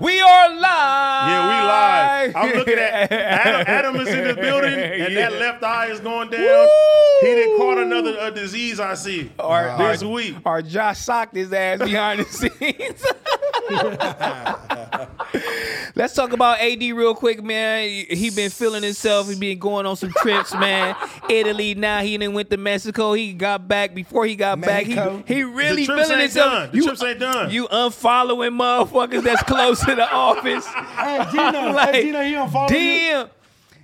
We are live. Yeah, we live. I'm looking at Adam, Adam is in the building, and that Yeah. left eye is going down. Woo! He didn't caught another uh, disease I see Our- this our- week. Or Josh socked his ass behind the scenes. Let's talk about AD real quick, man. He been feeling himself. He been going on some trips, man. Italy now. He done went to Mexico. He got back before he got Mexico. back. He, he really the trips feeling ain't himself. done. The You- trips ain't done. You unfollowing motherfuckers that's close to the Oh, office. Hey, Gino, Like, hey, Gino, you don't follow you? Damn.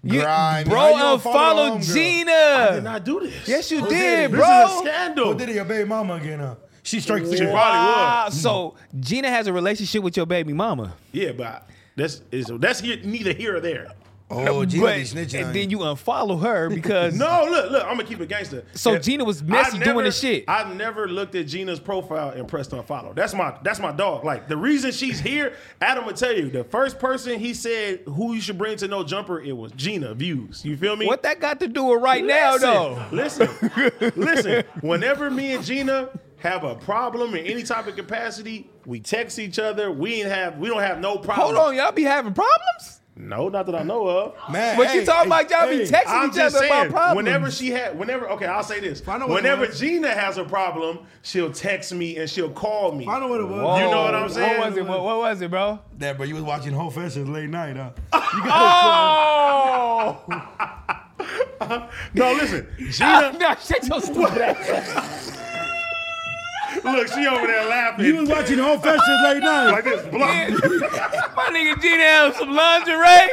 You, Grind. bro, How you don't follow unfollow homegirl? did Gina. not do this. Yes, you Who did, did? this bro. is a scandal. Oh, What did it, your baby mama again? Huh? She straight She through. probably Wow. Ah, was. So Gina has a relationship with your baby mama, Yeah, but I- that's is that's here, neither here or there. Oh, Gina but be snitching. and on then you. you unfollow her because No, look, look. I'm gonna keep it gangster. So If- Gina was messy doing I never- the shit. I never looked at Gina's profile and pressed unfollow. That's my that's my dog. Like the reason she's here, Adam will tell you. The first person he said who you should bring to no jumper, it was Gina Views. You feel me? what that got to do with right now though? Listen, listen. Whenever me and Gina have a problem in any type of capacity, we text each other. We ain't have we don't have no problem. Hold on, y'all be having problems? No, not that I know of. Man, But hey, you talking about y'all be hey, texting I'm each just other about saying. problems? Whenever she had, whenever okay, I'll say this. I know what it Whenever was. Gina has a problem, she'll text me and she'll call me. I know what it was. Whoa. You know what I'm saying? Oh, What was it? What, what was it, bro? That, bro, you was watching whole fashion late night, huh? Oh! No, listen, Gina. no, shut your stupid ass. look, she over there laughing. You was watching the whole festival late night. like this. Block. My nigga Gina have some lingerie.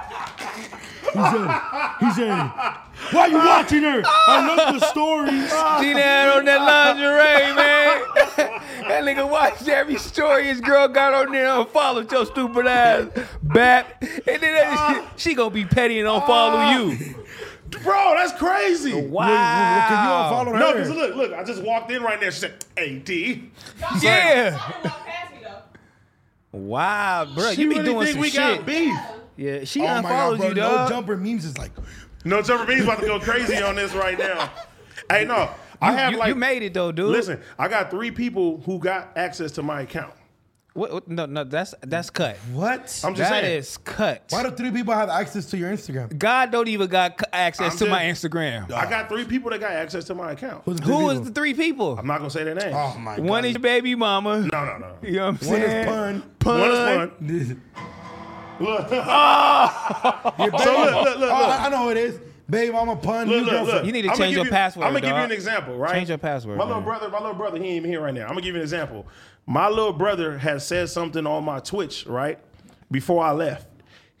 He said, he said, why you Ah. watching her? I love the stories. Gina had on that lingerie, man. that nigga watched every story his girl got on there and followed your stupid ass. Bap. And then Ah. that shit, she gonna be petty and don't follow you. Bro, that's crazy. Can Wow. you unfollow her? No, because look, look, I just walked in right there. She said, AD. Yeah. Y'all walk past me though. Wow, bro. She you be really doing think some we shit. got beef. yeah, she Oh my God, unfollowed bro, you, no dog. jumper memes is like, No, Trevor B's about to go crazy on this right now. Hey, no. I You- have you, like you made it though, dude. Listen, I got three people who got access to my account. What, what- no, no, that's that's cut. what? I'm just That saying. is cut. Why do three people have access to your Instagram? God don't even got c- I'm access to just- my Instagram. I got three people that got access to my account. Who's Who three is people? the three people? I'm not gonna say their name. Oh my God. One is your baby mama. No, no, no. You know what I'm One saying? is pun. Pun. One is one. Your Look, So baby look, mama- look, look, Oh, look. I I know who it is. Babe, I'm a pun. look, you look, girlfriend. look. You need to I'ma change give your password, I'm gonna give you dog. an example, right? Change your password, My little man. brother, my little brother, he ain't even here right now. I'm gonna give you an example. My little brother has said something on my Twitch, right? Before I left,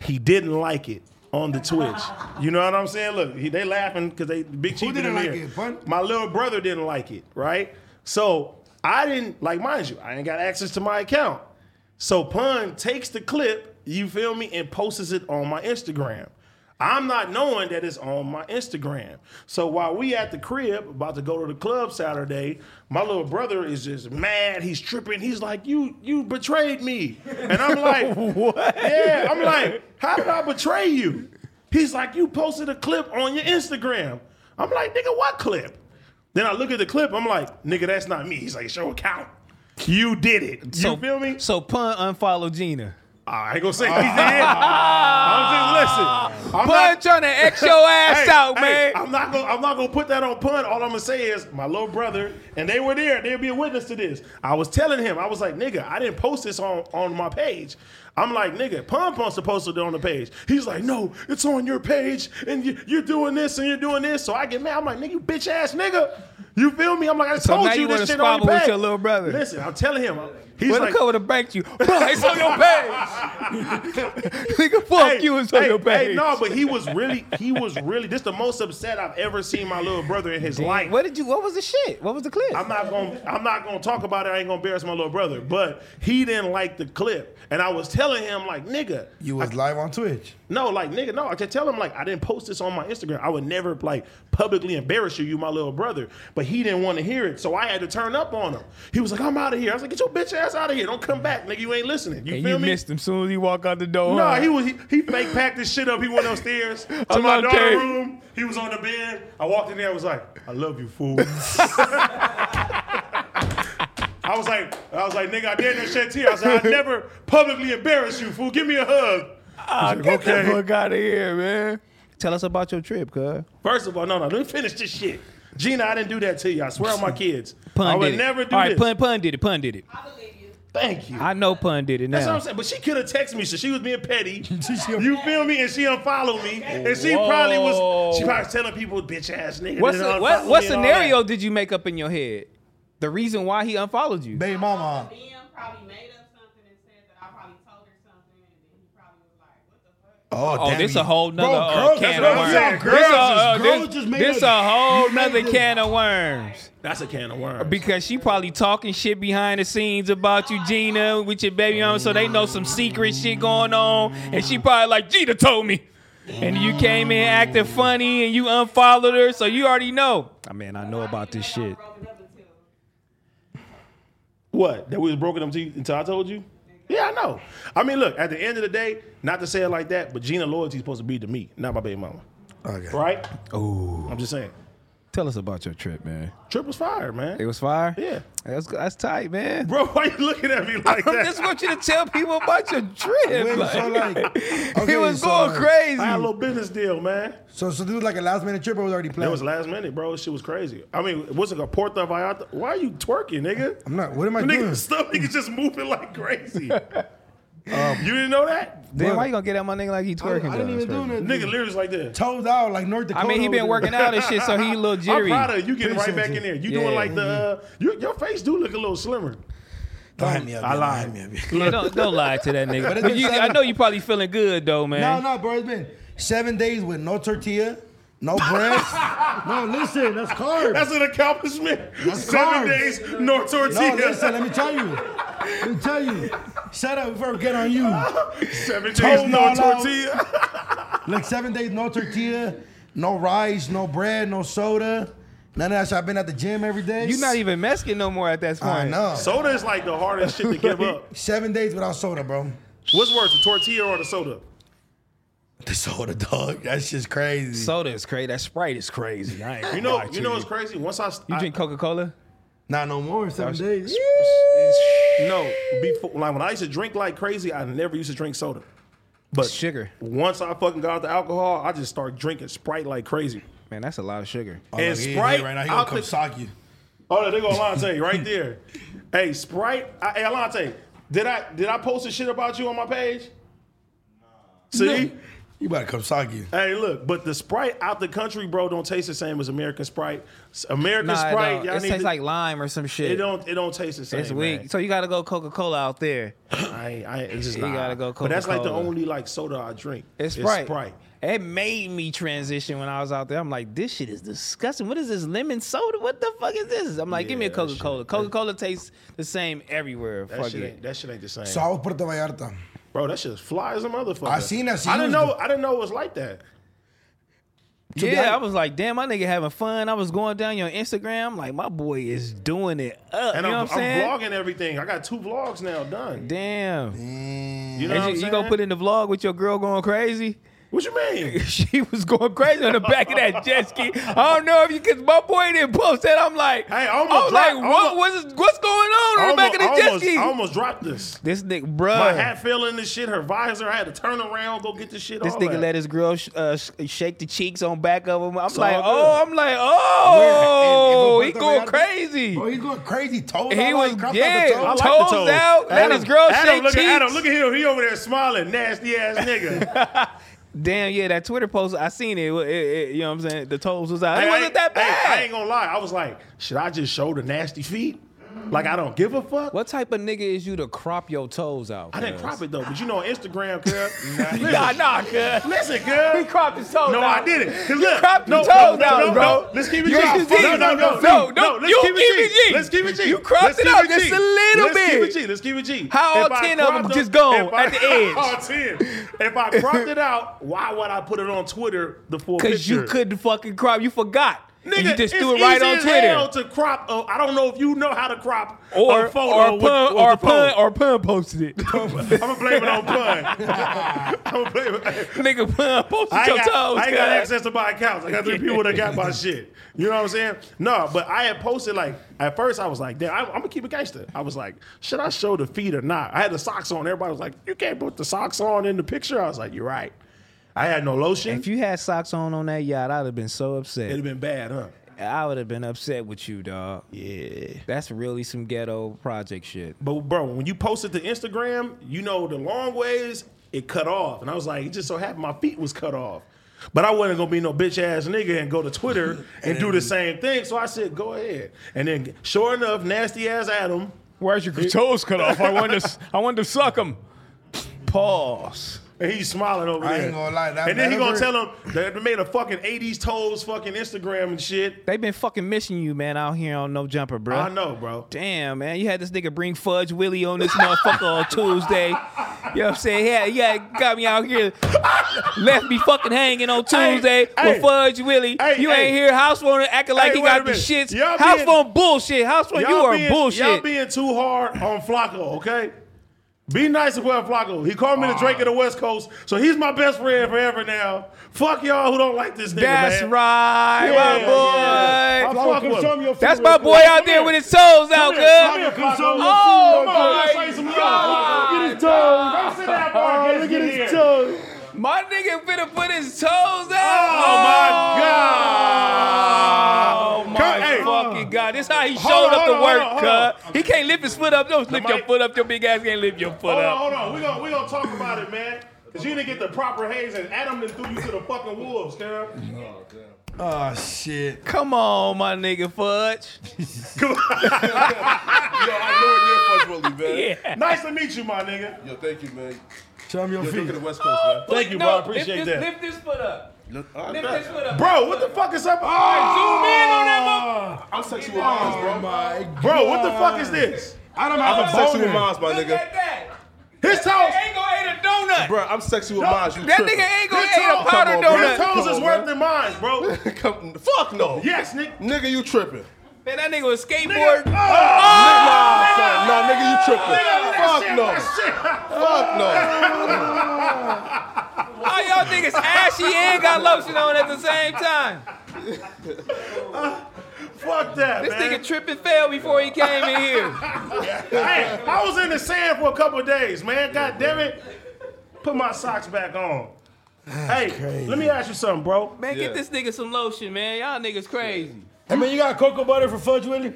he didn't like it on the Twitch. You know what I'm saying? Look, he, they laughing because they big chief didn't in like there. it, Bun? My little brother didn't like it, right? So I didn't like, mind you, I ain't got access to my account. So Pun takes the clip, you feel me, and posts it on my Instagram. I'm not knowing that it's on my Instagram. So while we at the crib, about to go to the club Saturday, my little brother is just mad. He's tripping. He's like, "You, you betrayed me," and I'm like, "What?" Yeah, I'm like, "How did I betray you?" He's like, "You posted a clip on your Instagram." I'm like, "Nigga, what clip?" Then I look at the clip. I'm like, "Nigga, that's not me." He's like, "Show account." You did it. You so, feel me? So pun unfollow Gina. I ain't gonna say he's dead. Ah. I'm just listen. I'm Pun not- trying to X your ass Hey, out, hey, man. I'm not gonna I'm not gonna put that on pun. All I'm gonna say is my little brother, and they were there, they'll be a witness to this. I was telling him, I was like, nigga, I didn't post this on, on my page. I'm like, nigga, pun pun's supposed to be on the page. He's like, no, it's on your page, and you, you're doing this and you're doing this. So I get mad. I'm like, nigga, you bitch ass nigga. You feel me? I'm like, I told now you you wanna this shit on squabble your with page. your little brother. Listen, I'm telling him. He's Well, like, look over to bank you. Pun, it's on your page. Nigga, fuck you, it's on hey, your page. Hey, no, but he was really, he was really. This the most upset I've ever seen my little brother in his life. What did you, what was the shit? What was the clip? I'm not gonna, I'm not gonna talk about it. I ain't gonna embarrass my little brother. But he didn't like the clip, and I was telling him like, nigga, You was live on Twitch. no, like nigga, no. I just tell him like I didn't post this on my Instagram. I would never like publicly embarrass you, you my little brother. But he didn't want to hear it, so I had to turn up on him. He was like, I'm out of here. I was like, get your bitch ass out of here. Don't come back, nigga. You ain't listening. You and feel you me? missed him soon as he walked out the door. No, huh? he was he, he fake packed his shit up. He went upstairs to I'm my not daughter's kidding. room. He was on the bed. I walked in there. I was like, "I love you, fool." I I was like, I was like, nigga, I dare no shed tear. I said, I never publicly embarrass you, fool. Give me a hug. Ah, He's get like, the fuck out of here, man. Tell us about your trip, cuz. First of all, no, no, let me finish this shit. Gina, I didn't do that to you. I swear on my kids. Pun I did would it. never do All right, this. pun Ah, pun did it. Pun did it. I believe you. Thank you. I know pun did it now. That's what I'm saying. But she could have texted me, so she was being petty. She- you feel me? And she unfollowed me. And she probably was she probably was telling people, bitch ass nigga. What's that the- unfollowed what, me what and all scenario that. did you make up in your head? The reason why he unfollowed you. Baby mama. DM probably made up something and said that I probably told her something, and then he probably was like, "What the fuck?" Oh, Oh, damn this you. a whole nother Bro, uh, girls, that's can of what I'm worms. saying. This Girls a- just- uh, girls this- just made this us- a whole you made nother us- can of worms. That's a can of worms. Because she probably talking shit behind the scenes about you, Gina, with your baby on, so they know some secret shit going on. And she probably like, Gina told me. And you came in acting funny and you unfollowed her, so you already know. I mean, Ah, I know about this shit. Broken up until. What? That we was broken up to you until I told you? Yeah, I know. I mean, look, at the end of the day, not to say it like that, but Gina loyalty is supposed to be to me, not my baby mama. uh, Okay. Right? Oh. I'm just saying. Tell us about your trip, man. Trip was fire, It man. was fire? Yeah. That's, that's tight, man. Bro, why you looking at me like I that? just want you to tell people about your trip. Wait, Like, so like, okay, he was so going like- crazy. I had a little business deal, man. So, so this was like a last minute trip, or was already planned. That was last minute, bro. This shit was crazy. I mean, was it a Porta Vallarta? Why are you twerking, nigga? I'm hmm. not. What am I doing? Nigga, stomach is just moving like crazy. you didn't know that? Damn, why you gonna get at my nigga like he I, twerking? I bro? didn't even That's do crazy. nothing. Nigga, lyrics like that. Toes out like North Dakota. I mean, he been over working there. out and shit, so he a little I'm jittery. proud of you getting right Appreciate back you. in there. You Yeah. doing like the uh, you, your face do look a little slimmer. Don't hit me up. I man, don't lied. hit me up. Yeah, don't, don't lie to that nigga. But it's But been you, I seven- know you probably feeling good though, man. No, no, bro. It's been seven days with no tortilla, no breast. No, listen, that's carbs. That's an accomplishment. That's carbs. Seven days, no tortilla. no, listen. Let me tell you. Let me tell you. Shut up before we get on you. Seven days, Toast no all out. tortilla. Like seven days, no tortilla, no rice, no bread, no soda, none of that. shit. I've been at the gym every day. you not even Mexican no more at that point. I know. Soda is like the hardest shit to give up. Seven days without soda, bro. What's worse, the tortilla or the soda? The soda, dog. That's just crazy. Soda is crazy. That Sprite is crazy. I ain't You gonna know, lie to you know what's crazy? Once I, You I- drink Coca Cola? Not no more. Seven days. no before like when I used to drink like crazy, I never used to drink soda. But Sugar. Once I fucking got out the alcohol, I just started drinking Sprite like crazy. Man, that's a lot of sugar. and Sprite right now, he out gonna come the- sock you. Oh, there go Alante right there. hey, Sprite. I, hey, Alante, did I did I post a shit about you on my page? See? You better come sock you. Hey, look, but the Sprite out the country, bro, don't taste the same as American Sprite. S- American Nah, it, Sprite, don't. y'all it need tastes to- like lime or some shit. it don't it don't taste the same. it's weak. man. So you gotta go Coca Cola out there. I, ain't- I ain't- it's just You not. gotta go But that's like the Coca-Cola. only like soda I drink. It's Sprite. It made me transition when I was out there. I'm like, this shit is disgusting. What is this lemon soda? What the fuck is this? I'm like, give me a Yeah, that Coca shit- Cola. Coca Cola tastes the same everywhere. That fuck shit, it. ain't, that shit ain't the same, So I was Puerto Vallarta. bro. That shit is fly as a motherfucker. I seen that. She I didn't used know. I didn't know it was like that. be yeah, honest- I was like, damn, my nigga having fun. I was going down your Instagram. I'm like, my boy is doing it up. And you know I'm, what I'm saying? I'm vlogging everything. I got two vlogs now done. Damn. Mm. You know And what I'm you, you saying? gonna put in the vlog with your girl going crazy? What you mean? She was going crazy on the back of that jet ski. I don't know if you, cause my boy didn't post that. I'm like, Hey, I I, almost was dropped- like, what, what's, what's going on on the back of the jet almost, ski? Uh. I almost dropped this. This nigga, My bruh. hat fell in this shit. Her visor. I had to turn around, go get this shit. this all nigga that. let his girl sh- uh, sh- shake the cheeks on back of him. I'm It's like, all good. oh, I'm like, oh, Where- he and- and going Roberto crazy. Bro, he's going crazy. Toes He out, was, like, crossed yeah, out the I toes. like toes, the toes. out. Let Adam- his girl Adam, shake look cheeks. at Adam. Look at him. He over there smiling, nasty ass nigga. Damn, yeah, that Twitter post, I seen it. It- it- it- You know what I'm saying? The toes was out. Hey, it I wasn't ain't- that hey, bad. I ain't gonna lie. I was like, should I just show the nasty feet? Like I don't give a fuck. what type of nigga is you to crop your toes out? I didn't cuz? crop it though, but you know on Instagram, girl. Nah, nah, cuz. Listen, He girl. cropped his toes No, out. I didn't. 'Cause look, cropped no, your toes no, out, no, no, bro. no. Let's keep it You G. keep it No, G. no, no, No, no, Let's you keep it keep it G. Let's keep it G. You cropped Let's it keep out just G. a little Let's bit. keep it G. Let's keep it G. How all If I 10 of 'em cropped just gone if I- at the edge? All 10. If I cropped it out, why would I put it on Twitter the full Cause picture? you couldn't fucking crop. You forgot. and you just it's threw it right easy on as Twitter. hell to crop. A, I don't know if you know how to crop or a photo or with- pun with or the pun photo. or pun posted it. I'm gonna blame it on pun. I'm gonna blame it. Nigga, pun posted I your ain't, got, toes. I ain't got cuz. access to my accounts. I got three people that got my shit. You know what I'm saying? No, but I had posted like at first I was like, damn, I'm, I'm gonna keep it gangster. I was like, should I show the feet or not? I had the socks on. Everybody was like, you can't put the socks on in the picture. I was like, you're right. I had no lotion. If you had socks on on that yacht, I'd have been so upset. It'd have been bad, huh? I would have been upset with you, dog. Yeah. That's really some ghetto project shit. But bro, when you posted to Instagram, you know the long ways it cut off, and I was like, it just so happened my feet was cut off. But I wasn't gonna be no bitch ass nigga and go to Twitter and, do the same thing. So I said, go ahead. And then, sure enough, nasty ass Adam. Where's your toes cut off? I wanted to, I wanted to suck them. Pause. And he's smiling over I there. ain't gonna lie, that- and then he that gonna hurt. tell him that they made a fucking '80s toes fucking Instagram and shit. They've been fucking missing you, man, out here on No Jumper, bro. I know, bro. Damn, man. You had this nigga bring Fudge Willie on this motherfucker on Tuesday. You know what I'm saying? Yeah, yeah, got me out here. Left me fucking hanging on Hey, Tuesday hey. with Fudge Willie. Hey, you hey. ain't here. House phone acting like Hey, he wait a got the minute. shits. Y'all House being- phone bullshit. House phone, you are being, bullshit. Y'all being too hard on Flacco, okay? Be nice to Juan Flacco. He called me the Drake of the West Coast, so he's my best friend forever now. Fuck y'all who don't like this nigga, That's man. right, Yeah, my yeah, yeah. boy. I fuck with him. That's my boy out there with his toes out, here, good. Flacco. Come show me your Oh, feet, Flacco. my Let's say some God. love. Look at his toes. Don't sit down, Marcus. Look Get at here. his toes. My nigga finna put his toes out. Oh, my God. Oh my Come- hey. fucking god! This how he showed Hold up on, hold to on, work, hold on, hold cuz. He can't lift his foot up. Don't lift your mic- foot up. Your big ass can't lift your foot Hold on, up. hold on. We're gonna, we gonna talk about it, man. Cause you didn't get the proper haze and Adam done threw you to the fucking wolves, girl. Oh shit. Come on, my nigga Fudge. Yo, I know it is Fudge Willie, man. Yeah. Nice to meet you, my nigga. Yo, thank you, man. Show me your Yo, look feet. at the West Coast, man. Thank you, No, bro. I lift appreciate this, that. Lift this foot up. Look, I Lift bet. this foot up. Bro, what the fuck is up? Oh! Zoom in on that I'm sexual moms, bro. Bro, what the fuck is this? I don't I'm have a sexual boner. moms, my motherfucker. Look nigga. at that. His toes. Ain't gonna eat a donut. Bro, I'm sexual moms. You that tripping. nigga ain't gonna His eat a toes- powder come on, bro. donut. His toes Come is on, worse bro. than mine, bro. Come, fuck no. Yes, Nick. Nigga, you tripping. Man, that nigga was skateboard. Nah, son. Nah, nigga, you tripping. Fuck no. Fuck no. All y'all niggas ashy and got lotion on at the same time. Fuck that, This man. nigga tripping fell before he came in here. hey, I was in the sand for a couple of days, man. God damn it. Put my socks back on. Hey, let me ask you something, bro. Man, Yeah. get this nigga some lotion, man. Y'all niggas crazy. I mean, you got cocoa butter for fudge Willie?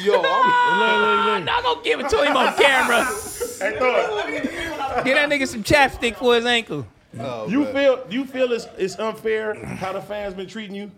Yo, I'm. I'm not gonna give it to him on camera. Hey, throw it. Get that nigga some chapstick for his ankle. Oh, You man. feel you feel it's, it's unfair how the fans been treating you?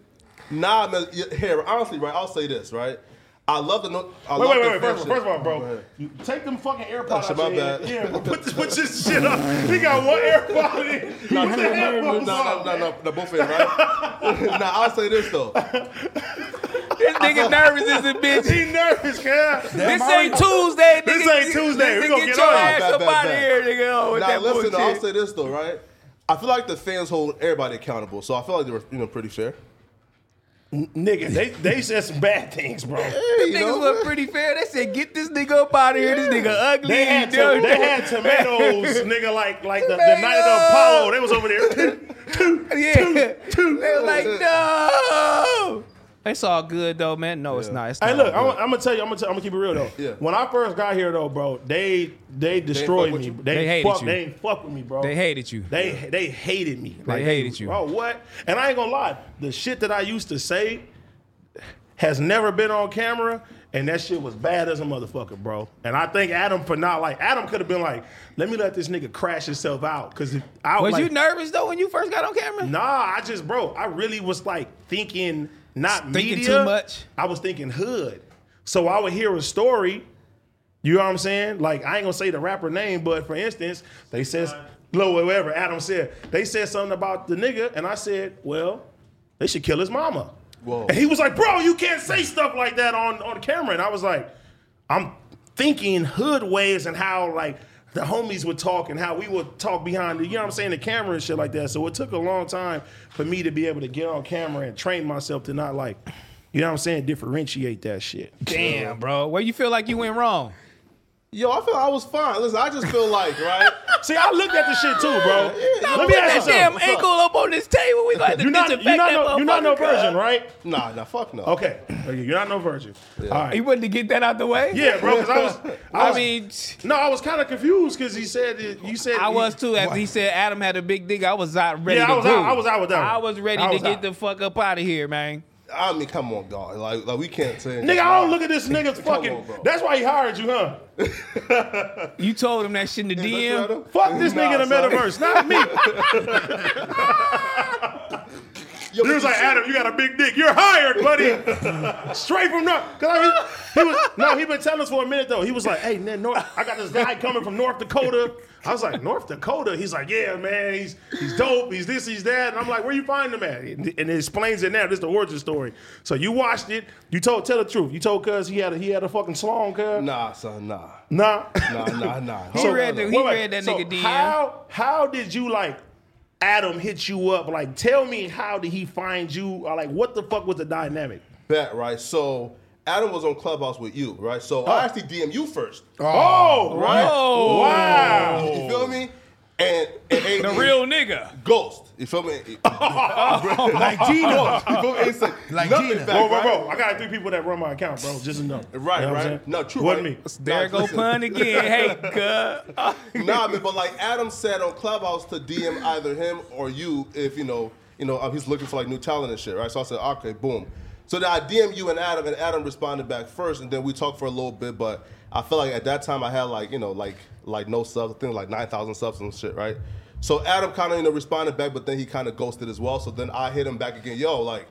Nah, man. y- Here, honestly, right? I'll say this, right. I love the no. I Wait, love wait, wait, the wait. First, friendship. first of all, Go bro, ahead. you take them fucking AirPods That's out my your ear. bad. Yeah, bro, put, this, put this shit up. He got one AirPod in. Put the Nah, no, no, AirPods no, on. no, no, no, both in, right? nah, I'll say this though. This nigga nervous as a bitch. He nervous, man. This ain't Tuesday, nigga. This ain't Tuesday. We Nigga, gonna get get your on. ass Bad, up bad, out of bad. here, nigga. Oh, with Now that listen, though, I'll bullshit. say this though, right? I feel like the fans hold everybody accountable, so I feel like they were, you know, pretty fair. Nigga, they, they said some bad things, bro. Hey, you Niggas know, look pretty fair. They said, get this nigga up out of here. This nigga ugly. They he had, to, dirty. they had tomatoes, nigga, like like the, the night of the Apollo. They was over there. yeah. They were like, no. It's all good though, man. No, it's not. It's not. hey, look, all I'm, good. I'm gonna tell you, I'm gonna, tell, I'm gonna keep it real though. Yeah. When I first got here though, bro, they they destroyed with me. you. They They hated fuck, you. they ain't fuck with me, bro. they hated you. They they hated me. They hated you. Bro, what? And I ain't gonna lie, the shit that I used to say has never been on camera, and that shit was bad as a motherfucker, bro. And I think Adam for not like Adam could have been like, let me let this nigga crash himself out because I Oh, Was like, you nervous though when you first got on camera? Nah, I just, bro, I really was like thinking not Thinking media. too much? I was thinking hood. So I would hear a story. You know what I'm saying? Like I ain't gonna say the rapper name, but for instance, they says no, whatever Adam said. They said something about the nigga, and I said, well, they should kill his mama. Whoa. And he was like, bro, you can't say stuff like that on on camera. And I was like, I'm thinking hood ways and how like the homies would talk and how we would talk behind the, you know what I'm saying, the camera and shit like that. So it took a long time for me to be able to get on camera and train myself to not like, you know what I'm saying, differentiate that shit. Damn, bro. Where you feel like you went wrong? Yo, I feel I was fine. Listen, I just feel like, right? See, I looked at the shit too, bro. Let Put me that ask you damn something. ankle up on this table. We like to You're not, you're disinfect not, that no, you're not no motherfucker. virgin, right? Nah, nah, fuck no. Okay, Okay, you're not no virgin. All right. You wanted to get that out the way? Yeah, bro. Because I was, I I was- mean, no, I was kind of confused because he said that you said I was too. After he said Adam had a big dick, I was out ready. Yeah, to I was out. groove. I was out with that one. I was ready I to was get out. the fuck up out of here, man. I mean, come on, God. Like, like we can't say. Nigga, I don't look at this nigga's Come fucking. on, bro. that's why he hired you, huh? You told him that shit in the DM. Fuck this nigga in the metaverse, not me. Yo, He was like, Adam, you got a big dick. You're hired, buddy. Straight from North. Cause I, he, he was no, he been telling us for a minute though. He was like, hey, man, North, I got this guy coming from North Dakota. I was like, North Dakota. He's like, yeah, man, he's he's dope. He's this, he's that. And I'm like, where you find him at? And it explains it now. This is the origin story. So you watched it. You told, tell the truth. You told Cuz he had a he had a fucking slong, Cuz. nah, son, nah, Nah. nah, nah, nah. He Hold read on, the- hold he read that so nigga DM. How how did you like Adam hit you up? Like, tell me how did he find you? Or like, what the fuck was the dynamic? on. Bet, right? So Adam was on Clubhouse with you, right? So I actually DM you first. Oh, right. Whoa. Wow. You feel me? And, and, and The real nigga. ghost. You feel me? Like Gino. you feel me? It's like, Like nothing Gina. back, Bro, Oh, bro, Oh, right? bro. I got three people that run my account, bro. Just enough. Right, You know what I'm right. saying? No, true. Wasn't right? me. There Nah, go listen. pun again. Hey, cuz. nah, man, but like Adam said on Clubhouse to DM either him or you if you know, you know, um, he's looking for like new talent and shit, right? So I said, okay, boom. So then I DM you and Adam, and Adam responded back first, and then we talked for a little bit. But I felt like at that time I had like you know like like no subs, I think like nine thousand subs and shit, right? So Adam kind of you know responded back, but then he kind of ghosted as well. So then I hit him back again, yo, like.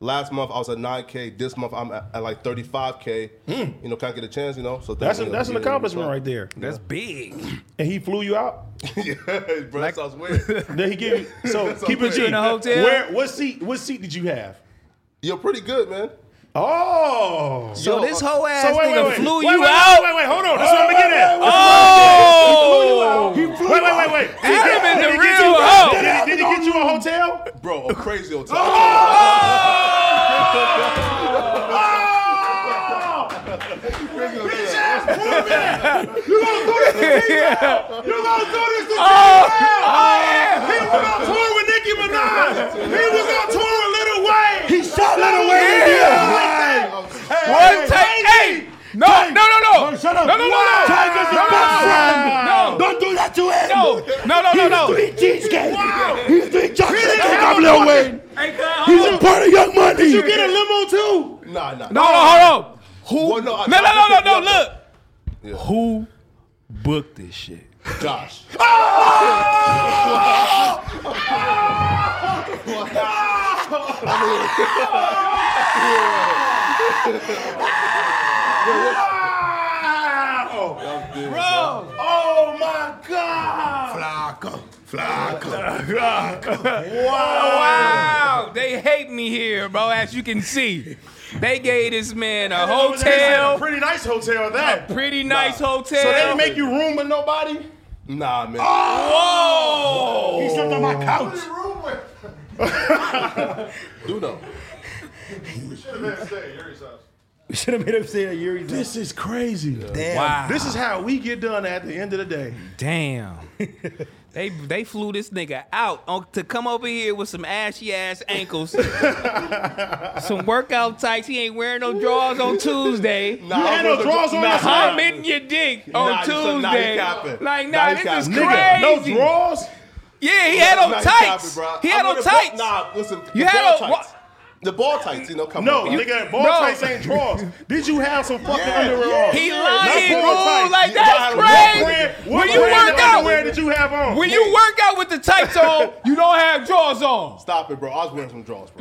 Last month I was at 9K. This month I'm at, at, like 35K. You know, can I get a chance? You know, so Hmm. That's an, then, you know, that's an yeah, yeah, accomplishment so- right there. That's big. And he flew you out. yeah, bro, that sounds weird. Then he gave you. So keep it Put you G. in a hotel? Where? What seat? What seat did you have? You're pretty good, man. Oh. So this whole ass nigga wait, wait, wait. flew Wait, you wait, out. Wait, wait, wait, hold on. That's what I'm getting at. Oh! He flew wait, wait, wait, wait. Did he Adam get- is did the he get real you- hoe. Did he, did he get you a hotel? Bro, a crazy old time. Crazy old time. You're gonna do this to Oh! He was on Oh, tour with Nicki Minaj. He was on tour with Little Wayne. He shot Lil Wayne Hey, One take. Hey! No, no, no, no. Shut up. No, no, no, no. Tiger's No, your no, best friend. no. Don't do that to him. No, no, no, no, He was no. doing cheesecake. Wow. He was doing chocolate didn't cake. have a I'm Lil fucking- Wayne. Hey, cuz. He hold was on. part of Young Money. Did you get a limo too? Nah, nah. No, no, hold on. Who? Well, no, no, I- no, no, I- no, no, Look. Yeah. Who booked this shit? Josh. Wow. Bro, Oh my God. Flacco. Flacco. wow. They hate me here, bro, as you can see. They gave this man a That's a hotel, Pretty nice hotel that. pretty nice So they hotel. didn't make you room with nobody? Nah, man. Whoa! He slept on my couch. Do know. Should have made him say a year. He's This is crazy. Wow. This is how we get done at the end of the day. Damn. they they flew this nigga out on, to come over here with some ashy ass ankles, some workout tights. He ain't wearing no drawers on Tuesday. Nah, You I had no wasn't- drawers on nah, that I'm side? in your dick Nah, on you said- nah, you Tuesday. capping. like, Nah, nah, you this is capping. crazy. Nigga, no drawers? Yeah, he had on Nah, you tights. capping, bro. he I had on would've- tights. Nah, listen. You the had ball on tights. what? The ball tights, you know, come No, on. bro. nigga, ball No. tights ain't drawers. Did you have some fucking Yeah, underwear yeah. on? He Not lying, ball bro. tights. Like You that's gotta- what crazy. Brand- what when you brand work of underwear out, did you have on? when you work out with the tights on, you don't have drawers on. Stop it, bro. I was wearing some drawers, bro.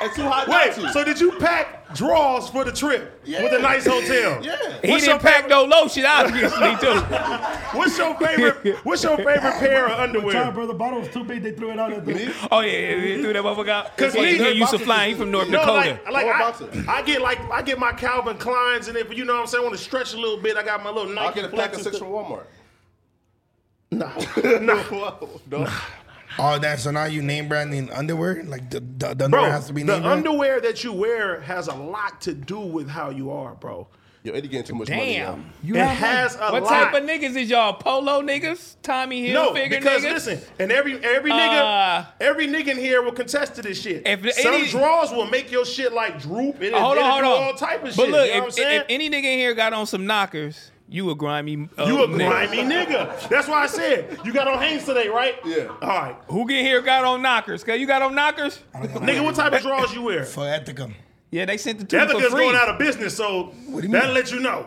It's too hot Wait, not to. so did you pack drawers for the trip with a Yeah. nice hotel? Yeah. What's He your didn't pack no lotion, obviously, too. What's your favorite? What's your favorite pair of Sorry, underwear? brother. Bottle was too big. They threw it out at the. Oh yeah, yeah, yeah threw that motherfucker out. Cause me- he her used to boxes flying is- from North No, No, Dakota. like, like Or a I, boxer. I get like I get my Calvin Kleins and if you know what I'm saying, I want to stretch a little bit. I got my little I'll Nike get a pack of flexes. six from Walmart. No. no. Oh, that so now you name branding underwear? Like the the, the bro, underwear has to be the name brand? underwear that you wear has a lot to do with how you are, bro. Yo, Eddie getting too much money. Damn. it has a What lot. type of niggas is y'all? Polo niggas? Tommy Hill no, figure because niggas? listen, and every every nigga, Uh, every nigga in here will contest to this shit. If the- Some any- draws will make your shit like droop. and It, Oh, hold on, it'll hold do on. All type of but shit. look, you know what I'm if, if, saying? if any nigga in here got on some knockers, you a grimy. Uh, you a nigga. grimy nigga. That's why I said you got on Hanes today, right? Yeah. All right, Who get here got on knockers? Cause you got on knockers? nigga, what type of draws you wear? for Ethicum. Yeah, they sent the two for Ethica's free. going out of business, so do you that'll mean? let you know.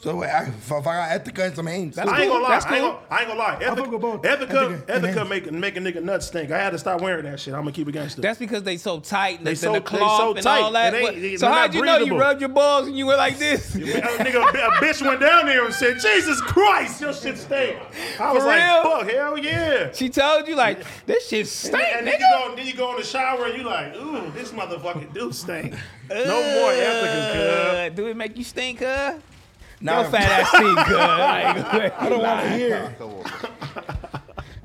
So wait, I, if I got Ethica and some Hanes, That's I ain't cool. gonna lie. That's I, ain't cool. gonna, I ain't gonna lie. fuck with both. Ethica, Ethica, Ethica and Ethica Hanes. make make a nigga nuts stink. I had to stop wearing that shit. I'm gonna keep it gangster. That's because they so tight and They they so- the they so cloth and all tight. that. It ain't- What- they- so they're how not you know you breathable. rubbed your balls and you were like this? A nigga, a bitch went down there and said, "Jesus Christ, your shit stink." I was For like, real? "Fuck, hell yeah!" She told you like this shit stink, and then nigga. you, go, then you go in the shower and you like, "Ooh, this motherfucking do stink." No more Ethica's, cuz. Uh, Do it make you stink, huh? Now- Your fat ass stink, cuz. Like, I don't want to hear.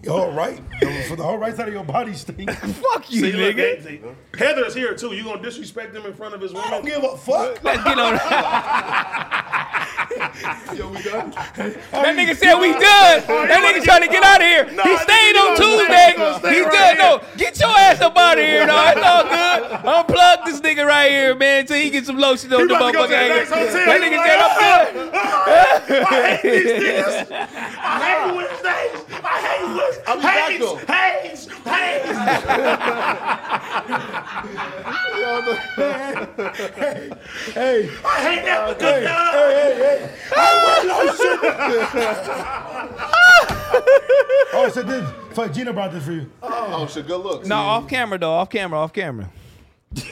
Your right, for the whole right side of your body stink. fuck you, See, look, eh? nigga. they- they- Heather's here too. You gonna disrespect him in front of his I don't woman? give a fuck. Let's get on. that Yo, we done? nigga said we done. That nigga trying to get out of here. Nah, he nigga, stayed you on gonna stay- Tuesday. you gonna stay He right done. No, here. get your ass up out of here, dog. It's all good. Unplug this nigga right here, man, until he get some lotion on He the about to go to motherfucker. the That next hotel. He nigga like, said I'm done. I hate these niggas. I hate Wednesdays. I hate Wednesdays. I'm back though. Hayes, Hayes, Hayes. Hey, I hate Ethica, dog. Oh, so this. Fuck, Gina brought this for you. Oh shit, good looks. Mm. No, off camera though. Off camera. Off camera.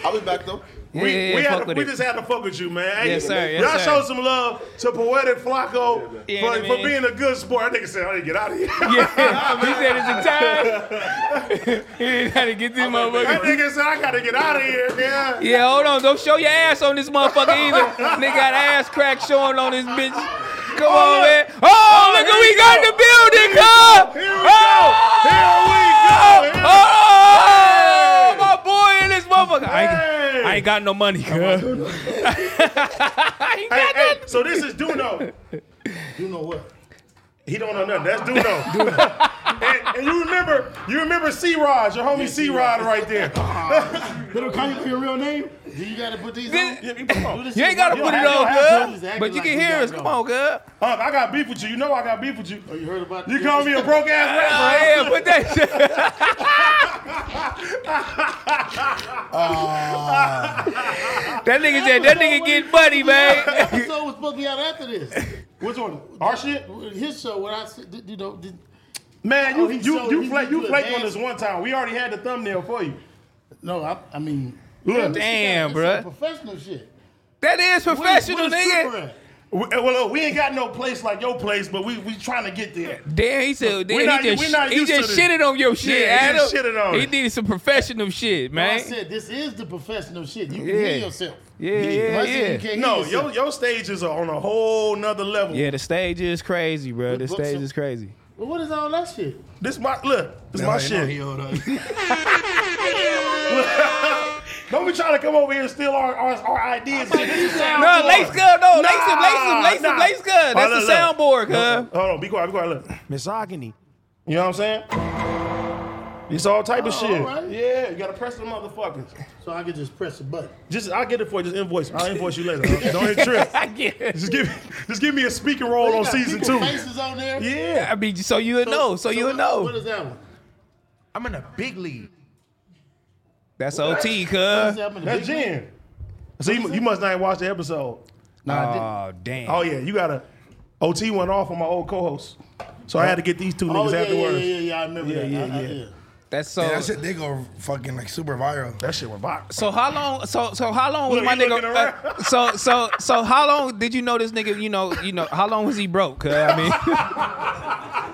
I'll be back though. We, yeah, yeah, we, had fuck to, with we it. just had to fuck with you, man. Hey, Yes, sir. Yes, y'all sir. show some love to Poetic Flacco Yeah, for, I for mean- being a good sport. That nigga said, I need to get out of here. Yeah, he said it's a time. he didn't have to get this that motherfucker. nigga said, I got to get out of here, man. Yeah, hold on. Don't show your ass on this motherfucker either. Nigga got ass crack showing on this bitch. Come on, man. Oh, look, here we we got go. the building, come. Here we go. Here we go. Here we go. Oh, my boy in this motherfucker. I, Hey. ain't, I ain't got no money, cuz. I ain't Hey, got hey, nothing. so this is Duno. You know what? He don't know nothing. That's Duno. and, and you remember, you remember C Rod, your homie C Rod right there. They don't call you for your real name. Do you gotta put these This- on? You ain't gotta You put it don't have- you on, don't have cuz. to. He's But you acting can like hear he us. got Come on, cuz. Hunk, I got beef with you. You know I got beef with you. You heard about You call me a broke ass rapper. Oh, yeah, put that shit. Ah. that nigga said that nigga get money, man. episode was supposed to be out after this. Which one? Our shit? His show, when I said, did- you know, did, Man, you Oh, he you showed- you he- flake he you do a flaked on dance. this one time. We already had the thumbnail for you. no, I, I mean, Look. this Damn, is some bruh. professional shit. That is Where- professional, where the stripper nigga. at? We- eh, Well, look, we ain't got no place like your place, but we we trying to get there. Damn, he said We he not- just, we not he used to just this. shitted on your shit, Yeah, he Adam. just shitted on he it. needed some professional shit, No, I man. said this is the professional shit. You can Yeah. hear yourself. Yeah, If I yeah, said you yeah. can't hear No, yourself. your your stages are on a whole nother level. Yeah, the stage is crazy, bro. The But- but stage so- is crazy. Well, what is all that shit? This my look. This my shit. Don't be trying to come over here and steal our our, our ideas. This is No, soundboard. lace gun, no, lace him, lace him, Nah, lace him, nah. lace gun. Hold That's the on, look. soundboard, cuz. Hold on, be quiet, be quiet. Look, Misogyny. you know what I'm saying? It's all type Oh, of shit. alright. Yeah, you gotta press the motherfuckers. So I could just press a button. Just I'll get it for you. Just invoice. I'll invoice you later. Don't even trip. I get it. Just give me, just give me a speaking role You on got season people two. Faces on there. Yeah. I mean, so you would know. So, you would what- know. What is that one? I'm in a big league. That's OT, cuz. Is Oh, that one the That's big one? Jen. So you, you must not have watched the episode. Nah, I didn't. damn. Oh yeah, you gotta. OT went off on my old co-host, so I had to get these two Oh niggas yeah, yeah, afterwards. yeah, yeah, yeah. I remember Yeah, that. yeah, I- I- yeah. That's so. Yeah, that shit, they go fucking like super viral. That shit went viral. so how long? So so how long was Look, my he nigga? looking around. uh, so so so how long did you know this nigga? You know you know how long was he broke? 'Cause I mean,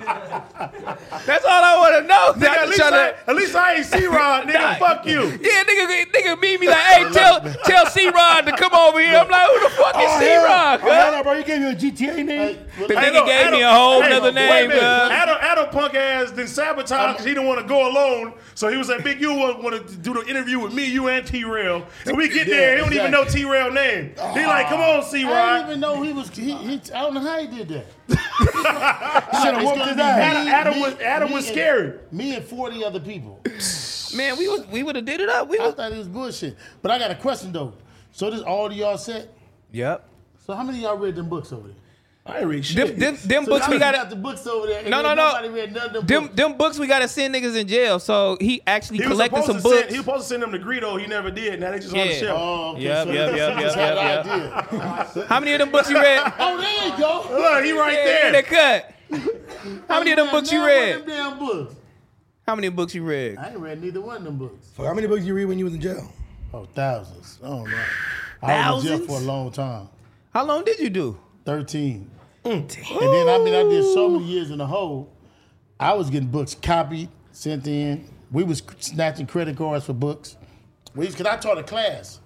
that's all I want to know. Nigga, I'm at, just least tryna- I, at least I ain't C-Rod, nigga. Nah. Fuck you. Yeah, nigga, nigga meet me like, hey, tell tell C Rod to come over here. I'm like, who the fuck is C Rod? Oh, hell no, bro. You gave me a GTA name. The Hey, nigga look, gave me a whole nother wait a name, uh, minute. cuz. Adam, Adam punk ass then sabotaged because he didn't want to go alone. So he was like, Big, you want, want to do the interview with me, you, and T Rail. And we get there, he don't even know T Rail name. He like, come Ah. on, C I didn't Rod. even know he was. He, he, I don't know how he did that. Should have It's whooped gonna his be ass. Adam- Adam was- Adam was and- scary. Me and forty other people. Man, we was, we would have did it up. We I was. thought it was bullshit. But I got a question though. So this all of y'all set. Yep. So how many of y'all read them books over there? I ain't read shit. Them, them, them So books y'all we got gotta. the books over there. and No, no, ain't no. Nobody read none of them. Them, books. them books we gotta send niggas in jail. So he actually He was, collected supposed some to send, books. he was supposed to send them to Greedo. He never did. Now they just on the Yeah. shelf. Oh, okay, Yep, so yep, this- yep, this yep, is how yep, the idea. How many of them books you read? Oh, there you go. Look, he right yeah, there. in the cut. How many of them Man, books you none of read? Them damn books. How many books you read? I ain't read neither one of them books. Fuck, how many books you read when you was in jail? Oh, thousands. I don't know. I was in jail Thousands? for a long time. How long did you do? Thirteen. And then I mean, I did so many years in the hole. I was getting books copied, sent in. We was snatching credit cards for books. We, cause I taught a class.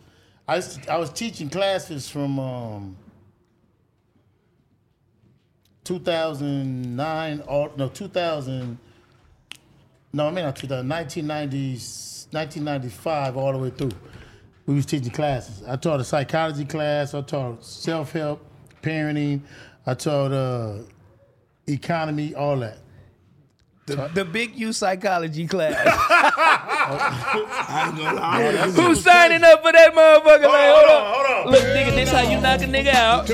I was, I was teaching classes from um, 2009 or no 2000. No, I mean not 2000. 1990s, 1995 all the way through. We was teaching classes. I taught a psychology class. I taught self help, parenting. I taught uh, economy, all that. The, the big U psychology class. I ain't gonna lie. I would've- Who's signing up for that motherfucker? Hold like, on, hold hold up. on, hold on. Look, nigga, this how you knock a nigga out.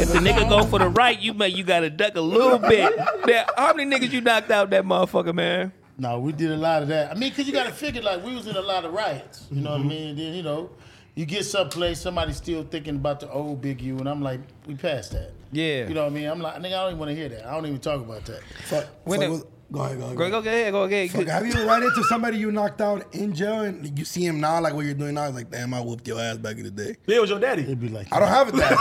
If the nigga go for the right, you may you gotta duck a little bit. Now, how many niggas you knocked out that motherfucker, man? No, we did a lot of that. I mean, cause you gotta figure like we was in a lot of riots. You know what I mean? And then you know, you get someplace, somebody's still thinking about the old Big U, and I'm like, we passed that. Yeah. You know what I mean? I'm like, nigga, I don't even want to hear that. I don't even talk about that. Fuck, When fuck, the- what- go ahead, go ahead. Go, go ahead, go ahead. Fuck, have you ever run into somebody you knocked out in jail and you see him now, like what you're doing now? Like, damn, I whooped your ass back in the day. Yeah, it was your daddy. It'd be like, I don't have it that.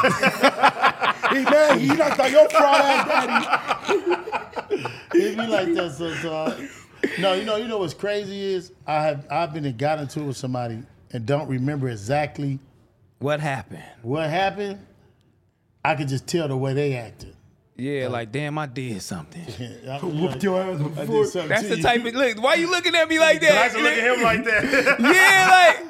hey, man, you knocked out your fraud ass daddy. It be like that sometimes. No, you know, you know what's crazy is I have I've been and got into it with somebody and don't remember exactly What happened? what happened. I could just tell the way they acted. Yeah, like damn, I did something. I, Whooped your ass I before. did something That's to the you. type of look. Why you looking at me like that? I used to look at him like that. Yeah, like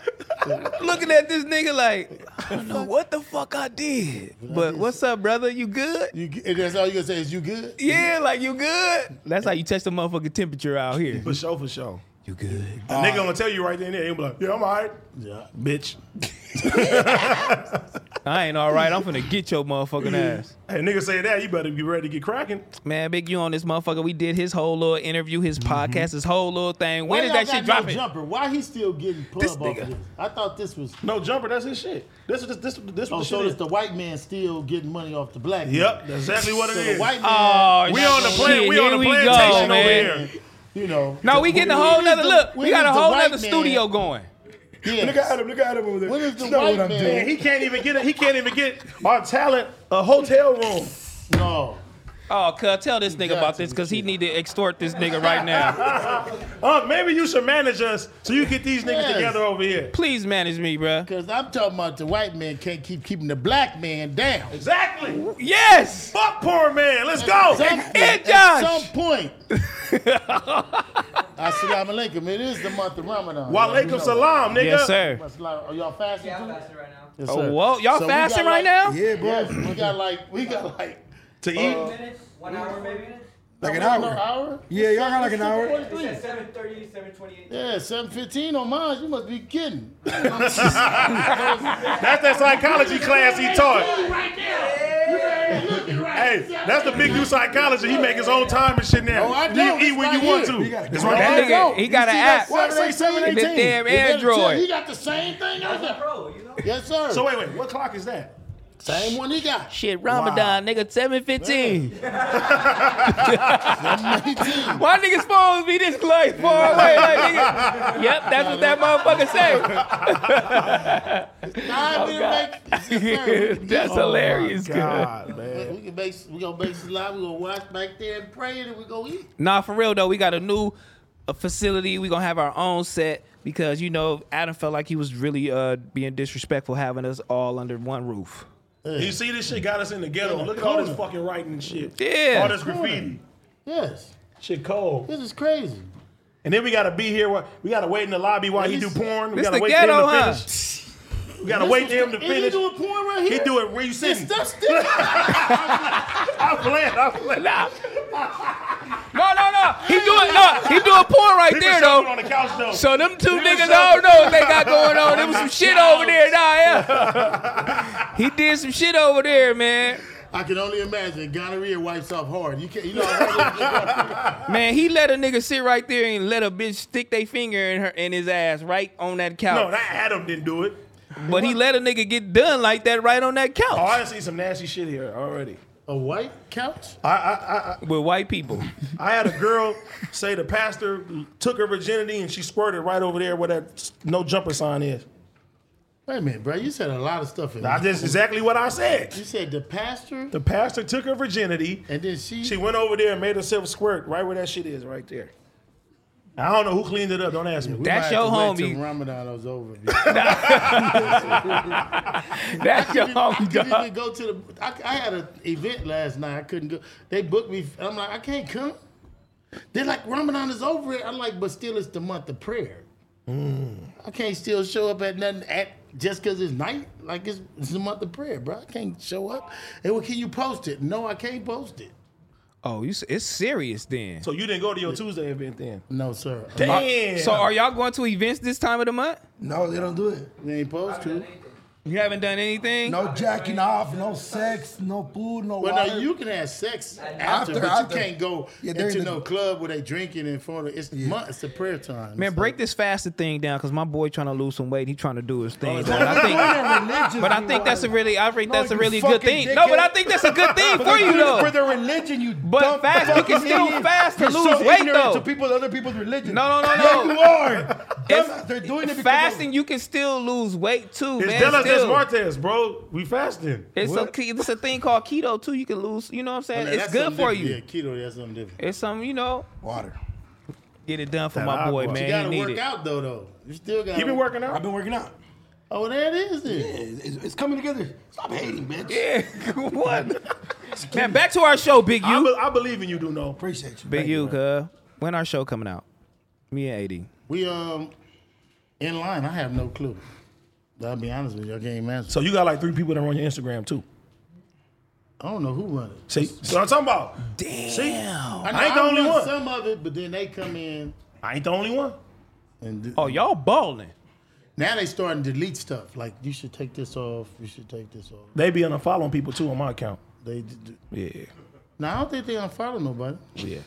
looking at this nigga like I don't know what the fuck I did. But what's up, brother? You good? You, and that's all you gonna say is you good. Yeah, like you good. That's how you test the motherfucking temperature out here. for sure, for sure. You good? The nigga gonna tell you right then and there. He'll be like, yeah, I'm all right. Yeah. Bitch. I ain't all right. I'm finna get your motherfucking ass. Hey, nigga say that, you better be ready to get cracking. Man, Big U on this motherfucker. We did his whole little interview, his Mm-hmm. podcast, his whole little thing. When Why is y'all that shit got no dropping? Jumper. Why he still getting pub This off nigga. of this? I thought this was. No jumper, that's his shit. This is this this, this Oh, what so the shit it's is. the white man still getting money off the black. Yep, man. that's exactly what it So is. the white man. Oh, we on the shit. plan, we Here on the we plantation go, over man. here. You know. No, we getting a whole When is nother the- look. when We got is a the whole white nother man- studio going. Yes. Look at him. Look at him over there. When is the That's not white what I'm man- doing. And he can't even get it. He can't even get our talent a hotel room. No. Oh, cuz tell this nigga about this because he need to extort this nigga right now. Uh, maybe you should manage us so you get these niggas Yes. together over here. Please manage me, bruh. Because I'm talking about the white man can't keep keeping the black man down. Exactly. Yes. Fuck poor man. Let's go. Some- it, At Josh. some point. Assalamu alaikum. It is the month of Ramadan. You know Walaikum that. salam, nigga. Yes, sir. What's like- Are y'all fasting? too? right now. Yes, Oh, sir. whoa. Y'all So we got fasting right like- now? Yeah, bro. Yes, we got like we got like To eat. Minutes? One hour maybe? Like an no, no hour. hour. Yeah, y'all got like an hour. It said 7.30, 7.28. Yeah, seven fifteen on mine. You must be kidding. That's that psychology class he taught. Hey, that's the big dude psychology. He make his own time and shit now. Oh, I know. You eat It's when right you want here. to. You It's go. right That there. nigga, he got an app. Why say seven This eighteen? damn You better tell- He Android. got the same thing. I got. Pro, you know? Yes, sir. So wait, wait, what clock is that? Same one he got. Shit, Ramadan, nigga, 715. Why niggas phones be this like far away? Like, nigga. Yep, that's what that motherfucker say. Nah, we can make- yes, sir. that's hilarious. God, man. We can make we gonna make some live. We gonna watch back there and pray, and then we go eat. Nah, for real though, we got a new uh facility. We gonna have our own set because you know Adam felt like he was really uh, being disrespectful having us all under one roof. You see, this shit got us in the ghetto. Look at all this fucking writing and shit. Yeah. All this graffiti. Yes, Shit cold. this is crazy. And then we gotta be here. while- We gotta wait in the lobby while he do porn. We This gotta the wait ghetto, for him to huh? finish. We gotta wait for him to Is he finish. doing porn right He here? do it where you It's sitting. that's different. I'm playing. I'm playing. Nah. No, no, no. He doing no. He doing porn right He was there sitting though. on the couch though. So them two He was niggas, sitting- I don't know what they got going on. There was some shit over there. Nah, yeah. he did some shit over there, man. I can only imagine gonorrhea wipes off hard. You can't, you know. I Man, he let a nigga sit right there and let a bitch stick their finger in her in his ass right on that couch. No, that Adam didn't do it. But he let a nigga get done like that right on that couch Oh, I done seen some nasty shit here already. a white couch. I, I, I, with white people. I had a girl say the pastor took her virginity and she squirted right over there where that s- no jumper sign is. Wait a minute, bro. You said a lot of stuff in I- there. That's exactly what I said. You said the pastor, The pastor took her virginity. and then she. She went over there and made herself squirt right where that shit is, right there. I don't know who cleaned it up. Don't ask me. We That's might have your to wait till homie. Ramadan was over. I That's your couldn't, I homie, couldn't dog. even go to the. I, I had an event last night. I couldn't go. They booked me. I'm like, I can't come. They're like, Ramadan is over. it. I'm like, but still, it's the month of prayer. Mm. I can't still show up at nothing at just because it's night. Like it's, it's the month of prayer, bro. I can't show up. And well, can you post it? No, I can't post it. Oh, you, s- it's serious then. So you didn't go to your Tuesday event then? No, sir. Damn. So are y'all going to events this time of the month? No, they don't do it. We ain't supposed to. You haven't done anything? No jacking off, no sex, no food, no Well, water. now you can have sex after, After, but after. you can't go Yeah, during into the- no club where they drinking and for it's month, it's the prayer time. Man, So- break this fasted thing down because my boy trying to lose some weight. He trying to do his thing. Oh, it's dog. I think, think, but I think that's a really, I think No, that's a you really good fucking thing. No, but I dickhead. think that's a good thing for you For though. their religion, you But dumb fast- you fucking can still idiot. fast to You're lose so weight, ignorant though. to people, other people's religion. No, no, no, Yeah, no. you are. It's- Dumb- they're doing it because Fasting, you can still lose weight too, It's man. Delos still. Martes, bro. We fasting. It's a What? ke- it's a thing called keto too. You can lose. You know what I'm Now, saying? that's it's good something for different. you. Yeah, keto, that's something different. It's something you know. Of water. Get it done for That my boy, hard work. man. You gotta he work need it. out though, though. You still gotta. You been working I've out? been working out. Oh, there it is. Then. It's, it's coming together. Stop hating, bitch. Yeah, what? man, back to our show, Big I, U. be- I believe in you, do know. Appreciate you. Big U, cuz. When our show coming out? Me and AD. We um in line. I have no clue. I'll be honest with you, I can't even answer. So you got like three people that run your Instagram too. I don't know who run it. See, so I'm talking about. Damn. See, know I ain't the only run one. Some of it, but then they come in I ain't the only one. and do, Oh, y'all balling. now they starting to delete stuff. Like you should take this off. You should take this off. They be unfollowing people too on my account. They. d- d- Yeah. Now I don't think they unfollow nobody. Yeah.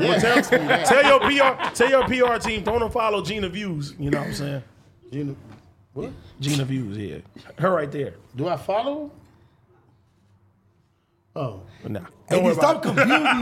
Yeah, text me that. Tell your PR, tell your PR team, don't unfollow Gina Views. You know what I'm saying? You know, what? Gina Views, yeah. Her right there. Do I follow? Oh, Nah. Hey, Don't worry stop about confusing me,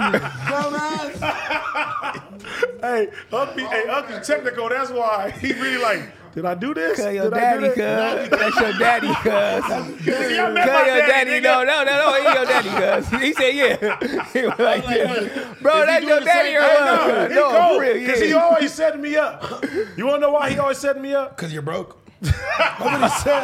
dumbass. it. Hey, Unc be- hey, Unc is technical. That's why he really like. Did I do this? Cuz your Did daddy, I do cuz. that? That's your daddy, cuz. Cuz Yeah, I your met my daddy, daddy. nigga. No, no, no, no. He your daddy, cuz. He said, yeah. He was like, yeah. Bro, he that's doing your the daddy same or thing? what? He No, cold, for real, Cause he yeah. always setting me up. You wanna know why he always setting me up? Because you're broke.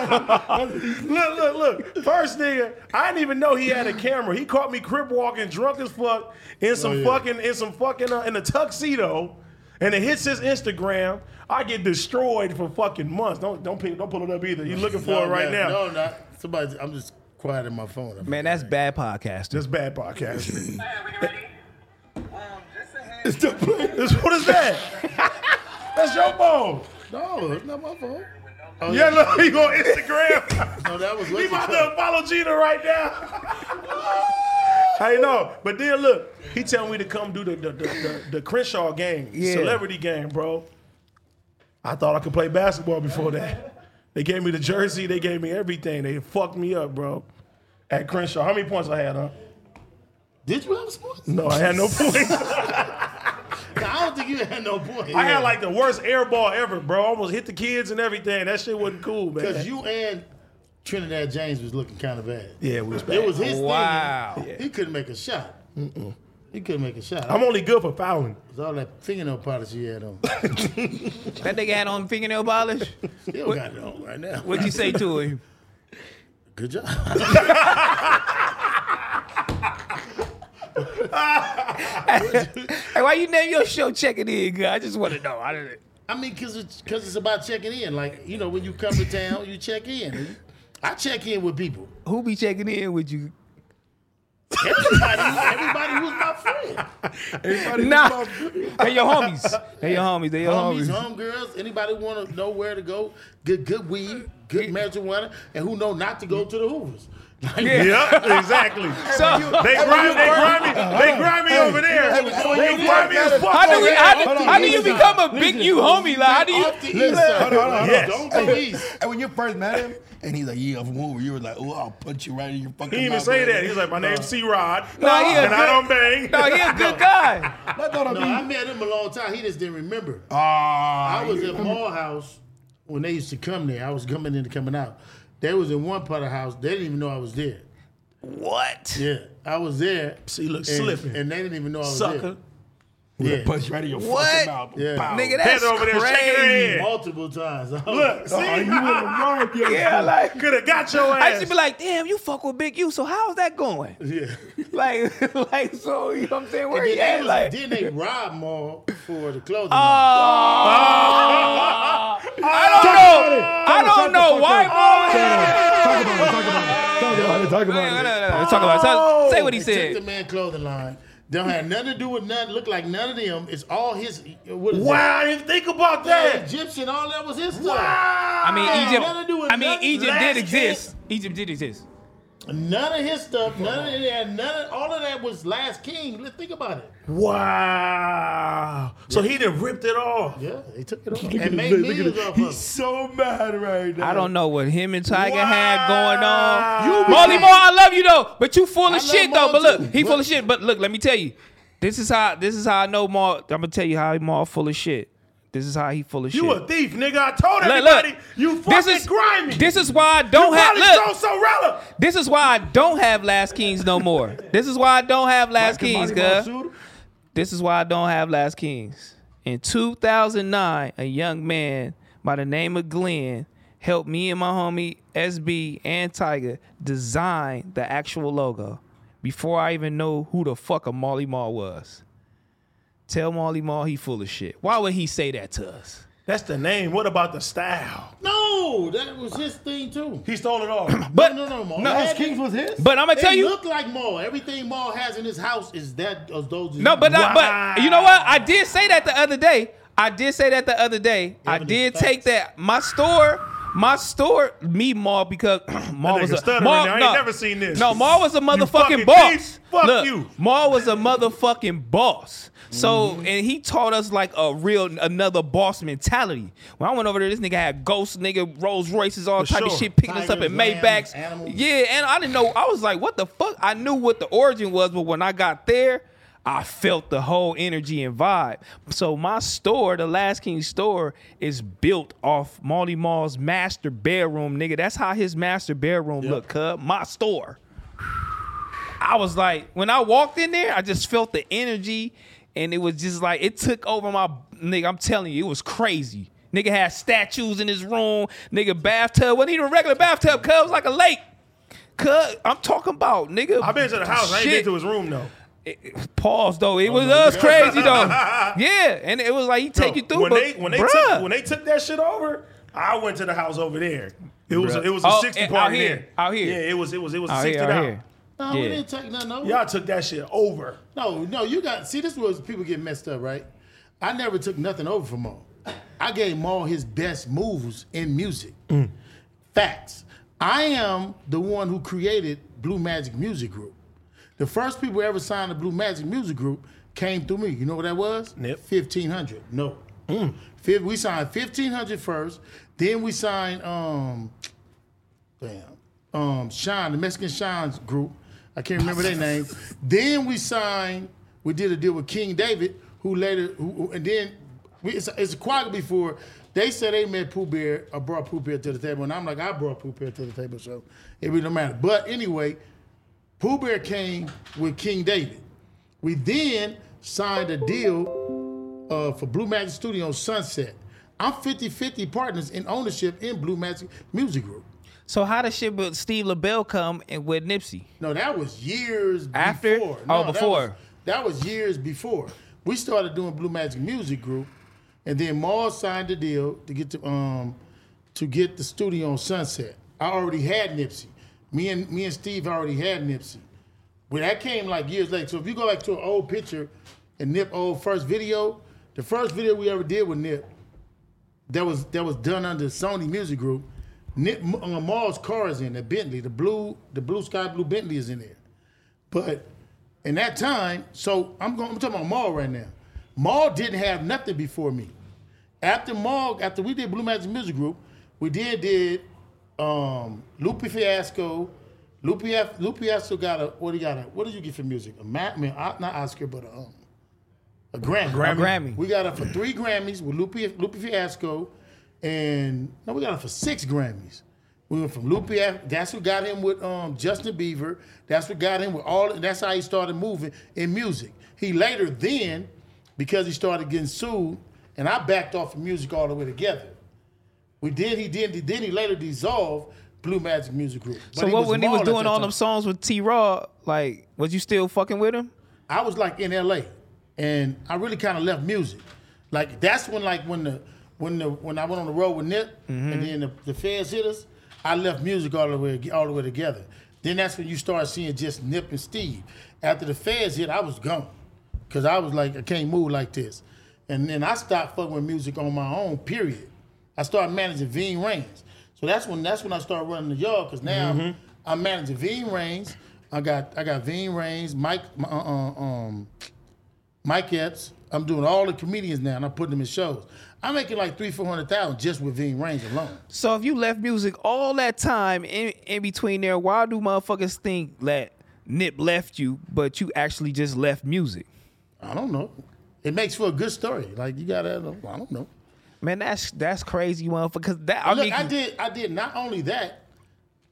Look, look, look. First nigga, I didn't even know he had a camera. He caught me crip walking, drunk as fuck, in some Oh, yeah. fucking, in some fucking, uh, in a tuxedo, and it hits his Instagram. I get destroyed for fucking months. Don't don't pick, don't pull it up either. You looking for it no, right now? no, No, not somebody. I'm just quiet in my phone. Man, that's bad podcasting. That's bad podcasting. Um, just a head. It's the- it's- what is that? That's your phone. no, it's not my phone. Oh, Yeah, look, he on Instagram. No, that was He Lucky about Charms. to follow Gina right now. I know, but then look, he telling me to come do the the, the, the, the Crenshaw game, Yeah. celebrity game, bro. I thought I could play basketball before that. They gave me the jersey, they gave me everything. They fucked me up, bro. at Crenshaw. How many points I had, huh? Did you have sports? No, I had no points. I don't think you had no point. I had like the worst air ball ever, bro. Almost hit the kids and everything. That shit wasn't cool, man. because you and Trinidad James was looking kind of bad. yeah, we was bad. It was his Wow. thing. He couldn't make a shot. He couldn't make a shot. I'm only good for fouling. It was all that fingernail polish he had on. That nigga had on fingernail polish. Still got it on right now. What'd you say to him? Good job. Hey, why you name your show checking in, girl? I just want to know. I didn't. I mean, because it's, 'cause it's about checking in. Like, you know, when you come to town, you check in. I check in with people. Who be checking in with you? Everybody, everybody who's my friend. Nah, they your homies. They your homies. They your Homies, homies. homegirls, anybody want to know where to go, get good weed, good marijuana, and who know not to go to the Hoovers. Like, Yeah, exactly. So- they grimy, they grimy, they grimy over there. they grimy as fuck. How do over we? there. How, do- Hold on, how do you listen. become a big you homie? Like, how do you? Off the east Listen, hold side. on, hold on. Yes. Don't go east. And when you first met him, and he's like, "Yeah, I'm from Hoover," you were like, "Oh, I'll punch you right in your fucking." he didn't even mouth, say brother." that. He's like, my name's C Rod, Uh-huh. Nah, he a and I good- don't bang. No, he a good guy. That's what I No, mean. I met him a long time. He just didn't remember. Ah, I was at Mall House when they used to come there. I was coming in and coming out. They was in one part of the house. They didn't even know I was there. What? Yeah, I was there. See, look, and, slipping. and they didn't even know I Oh, was Sucker. there. Yeah, punch you right in your What? fucking mouth. Yeah. Pow. Nigga, Head that's over there shaking her crazy. head. multiple times. Look, Oh, you see, in the wrong game. Yeah, like could have got your ass. I used to be like, damn, you fuck with Big U, so how's that going? yeah. Like, like, so you know what I'm saying? Where And he then, at? they Like, was, then they robbed Mall for the clothing. line. oh, I don't know. I don't know why. Mall- Talk about it. Talk about it. Oh. Talk about it. Talk No, no, about it. no, no. Talk about it. Talk- Say what he They took the said. man clothing line. Don't have nothing to do with nothing. Look like none of them. It's all his. What is wow, I didn't think about That? that. Egyptian. All that was his stuff. I mean, Hey, Egypt. nothing to do with I mean, nothing. Egypt Last did kick. exist. Egypt did exist. None of his stuff, none of that, none of all of that was Last King. Let's think about it. Wow. So he done ripped it off. Yeah, he took it off Look at and his made face, look at millions his- off He's of so mad right now. I don't know what him and Tiger had going Wow. on. Molly Moore, I love you though, but you full of I love shit though. Maul But look, too, he but- full of shit. But look, let me tell you, this is how this is how I know Maul. I'm gonna tell you how Maul full of shit. This is how he full of You shit. a thief, nigga. I told Look, look. everybody you fucking this is grimy. This is why I don't have Probably look. throw Sorella. This is why I don't have Last Kings no more. this is why I don't have Last Can Kings, Monty Ball girl. shoot him? This is why I don't have Last Kings. In 2009, a young man by the name of Glenn helped me and my homie SB and Tiger design the actual logo before I even know who the fuck a Molly Mall was. Tell Molly Mall he full of shit. Why would he say that to us? That's the name. What about the style? him. No, that was his thing too. He stole it all. But no, no, Maul. Last Every- Kings was his. but I'm gonna They tell you look like Maul. Everything Maul has in his house is that of those. No, but I, Wow. but you know what? I did say that the other day. I did say that the other day. I Evidence did facts. take that. My store, my store, me Maul because Maul That was nigga a stuttering Maul, now. I ain't no. never seen this. No, Maul was a motherfucking fucking boss. thief. Fuck Look, you. Mm-hmm. Maul was a motherfucking boss. So and he taught us like a real another boss mentality. When I went over there, this nigga had ghosts, nigga Rolls Royces, all For type of sure. shit, picking us up Tigers, in lambs, Maybachs. animals. Yeah, yeah, and I didn't know. I was like, what the fuck? I knew what the origin was, but when I got there, I felt the whole energy and vibe. So my store, the Last King store, is built off Marty Mall's master bedroom, nigga. That's how his master bedroom look, cub. My store. I was like, when I walked in there, I just felt the energy, and it was just like it took over my nigga. I'm telling you, it was crazy. Nigga had statues in his room. Nigga bathtub wasn't even a regular bathtub. Cuz It was like a lake. Cuz I'm talking about nigga. I've been to the house. I ain't been to Oh, his room though. Pause though. It was us crazy though. Yeah, and it was like he take No, you through. when but, they when they bruh. took when they took that shit over. I went to the house over there. It was a, it was a Oh, sixty and part out in here, there. out here. Oh, Yeah, it was it was it was a Out sixty here, out here. dollar. No, Yeah. we didn't take nothing over. Y'all took that shit over. No, no, you got. See, this was people get messed up, right? I never took nothing over from Maul. I gave Maul his best moves in music. Facts. I am the one who created Blue Magic Music Group. The first people ever signed to Blue Magic Music Group came through me. You know what that was? Nip. Fifteen hundred. No. Fif- We signed 1500 first. Then we signed um, damn. um, Shine, the Mexican Shine's group. I can't remember their name. Then we signed, we did a deal with King David, who later, who, who- and then we, it's, it's a quagga before. They said they met Pooh Bear, or brought Pooh Bear to the table, and I'm like, I brought Pooh Bear to the table, so it really don't matter. But anyway, Pooh Bear came with King David. We then signed a deal uh, for Blue Magic Studio Sunset. I'm 50-50 partners in ownership in Blue Magic Music Group. So how does shit with Steve LaBelle come and with Nipsey? No, that was years After? Before. Oh, No, that before. was- That was, years before. We started doing Blue Magic Music Group, and then Mars signed the deal to get to um to get the studio on Sunset. I already had Nipsey. Me and me and Steve already had Nipsey. But that came like years later. So if you go back to an old picture and Nip old first video, the first video we ever did with Nip that was that was done under Sony Music Group. Nick uh, Mars car is in there, Bentley, the blue, the blue sky blue Bentley is in there. But in that time, so I'm going. I'm talking about Maul right now. Maul didn't have nothing before me. After Maul, after we did Blue Magic Music Group, we did did um, Lupe Fiasco. Lupe, F- Lupe Fiasco got a what he got a what did you get for music? A ma- I mean, o- not Oscar, but a um, a Grammy. Grammy. Grammy. We got it for three Grammys with Lupe Lupe Fiasco, and no, we got it for six Grammys. We went from Lupe. That's what got him with um, Justin Bieber. That's what got him with all. That's how he started moving in music. He later then, because he started getting sued, and I backed off of music all the way together. We did. He did. Then he later dissolved Blue Magic Music Group. But so what when he was Marlon at doing that all time. them songs with T Raw, like was you still fucking with him? I was like in LA, and I really kind of left music. Like that's when like when the when the when I went on the road with Nip, and then the, the feds hit us. I left music all the way all the way together. Then that's when you start seeing just Nip and Steve. After the feds hit, I was gone, cause I was like I can't move like this. And then I stopped fucking with music on my own. Period. I started managing Veen Reigns. So that's when that's when I started running the yard because now I'm managing Veen Reigns. I got I got Veen Reigns, Mike uh, uh, um, Mike Epps. I'm doing all the comedians now, and I'm putting them in shows. I'm making like three, four hundred thousand just with Veen Reigns alone. So if you left music all that time in, in between there, why do motherfuckers think that Nip left you, but you actually just left music? I don't know. It makes for a good story. Like you gotta, I don't know. Man, that's that's crazy, motherfucker. Cause that I Look, mean, I did. I did not only that.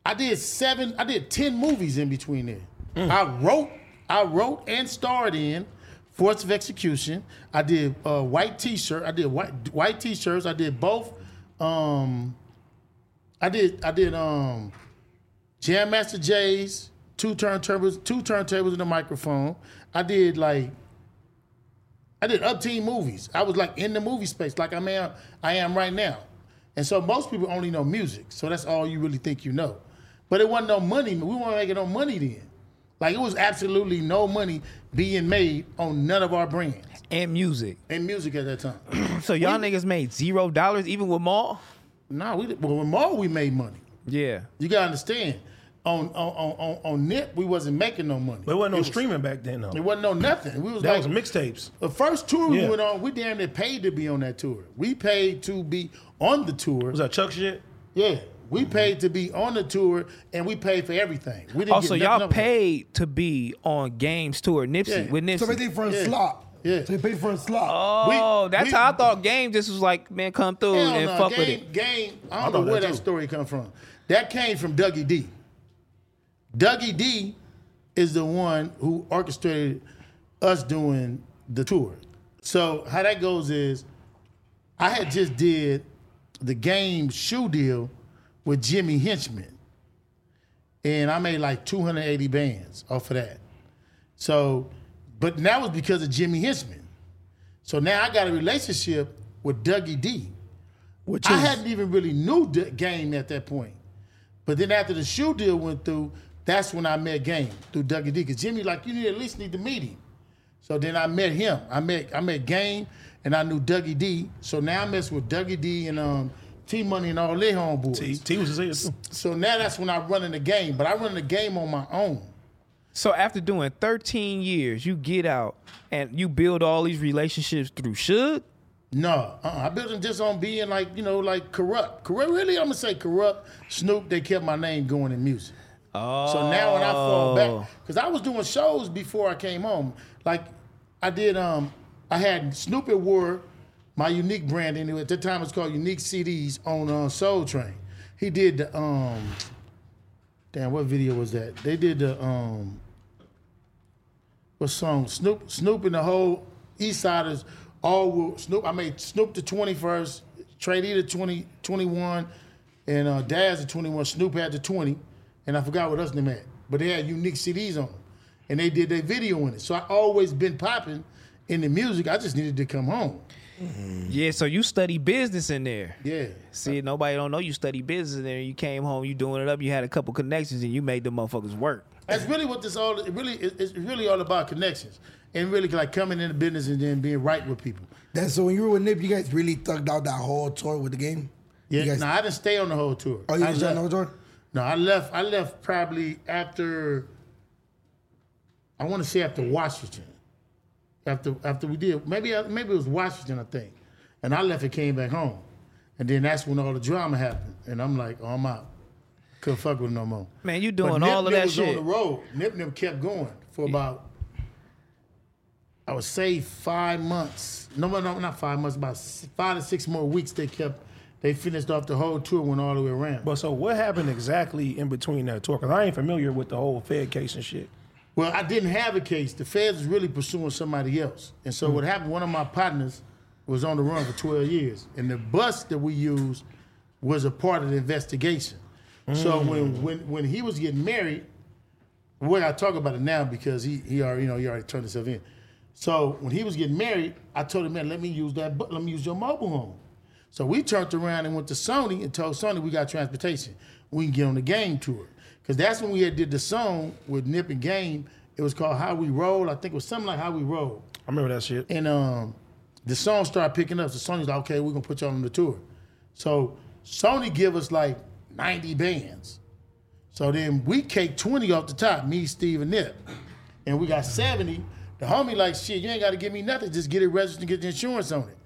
I did seven. I did ten movies in between there. Mm. I wrote. I wrote and starred in Force of Execution. I did uh, White T-shirt. I did white white T-shirts. I did both. Um, I did. I did. Um, Jam Master J's two turntables, two turntables and a microphone. I did like. I did up team movies. I was like in the movie space, like I am, I am right now. And so most people only know music, so that's all you really think you know. But it wasn't no money. We weren't making no money then. Like it was absolutely no money being made on none of our brands and music. and music at that time. So y'all niggas made zero dollars even with Maul. no, we did, well with Marvel we made money. Yeah, You gotta understand. On on on on, on Nip we wasn't making no money. But it wasn't no streaming back then, though. It wasn't no nothing. We was That like, was mixtapes. The first tour we Yeah. went on, we damn near paid to be on that tour. We paid to be on the tour. Was that Chuck shit? Yeah, we paid to be on the tour, and we paid for everything. We didn't Also, get nothing Oh, y'all else. paid to be on Games Tour Nipsey Yeah. with Nipsey. So they paid for a Yeah. slot. Yeah. So they paid for a slot. oh, we- that's we- how I thought Game just was like, man, come through Hell and no, fuck game, with it. Game, I I thought don't know where that that too. story come from. That came from Dougie D. Dougie D is the one who orchestrated us doing the tour. So how that goes is, I had just did the game shoe deal with Jimmy Hinchman, and I made like 280 bands off of that. So, but that was because of Jimmy Hinchman. So now I got a relationship with Dougie D. Which I is- hadn't even really knew the game at that point. But then after the shoe deal went through, that's when I met Game through Dougie D. Cause Jimmy, like, you need at least need to meet him. So then I met him. I met I met Game and I knew Dougie D. So now I mess with Dougie D and um T Money and all their homeboys. T, T was his ear. So now that's when I run in the game. But I run the game on my own. So after doing 13 years, you get out and you build all these relationships through Suge. No, uh-uh. I built it just on being like you know, like corrupt. Corrupt. Really, I'm gonna say corrupt. Snoop. They kept my name going in music. Oh. So now when I fall back, because I was doing shows before I came home. Like I did. Um, I had Snoop and War, my unique brand. Anyway, at that time it's called Unique CDs on uh, Soul Train. He did the um. Damn, what video was that? They did the um. What song? Snoop, Snoop, and the whole East Siders all will Snoop. I made Snoop the twenty first, Trey Lee the 20, 21, and uh, Daz the twenty one. Snoop had the twenty, and I forgot what else they had, but they had unique CDs on them, and they did their video in it. So I always been popping in the music. I just needed to come home. Yeah, so you study business in there. Yeah. See, nobody don't know you study business in there. You came home, you doing it up. You had a couple connections, and you made the motherfuckers work. That's really what this all. It really, it- it's really all about connections and really like coming into business and then being right with people. That's so when you were with Nip, you guys really thugged out that whole tour with the game. Yeah, You guys, no, I didn't stay on the whole tour. oh, you I guys done the left. whole tour? No, I left. I left probably after. I want to say after Washington, after after we did maybe maybe it was Washington I think, and I left and came back home, and then that's when all the drama happened, and I'm like, oh, I'm out, couldn't fuck with it no more. Man, you But doing Nip all of Nip that was shit. on the road. Nip Nip kept going for about, I would say five months. No, no, no, not five months. About s- five to six more weeks. They kept. They finished off the whole tour, went all the way around. But so what happened exactly in between that tour? Because I ain't familiar with the whole Fed case and shit. Well, I didn't have a case. The feds was really pursuing somebody else. And so what happened, one of my partners was on the run for 12 years. And the bus that we used was a part of the investigation. So when, when when he was getting married, well, I talk about it now because he he already, you know, he already turned himself in. So when he was getting married, I told him, man, let me use that bu- let me use your mobile home. So we turned around and went to Sony and told Sony we got transportation. We can get on the game tour. Cause that's when we had did the song with Nip and Game. It was called How We Roll. I think it was something like How We Roll. I remember that shit. And um, the song started picking up. So Sony's like, okay, we're gonna put you on the tour. So Sony give us like 90 bands. So then we cake 20 off the top, me, Steve, and Nip. And we got 70. The homie like, shit, you ain't gotta give me nothing. Just get it registered and get the insurance on it.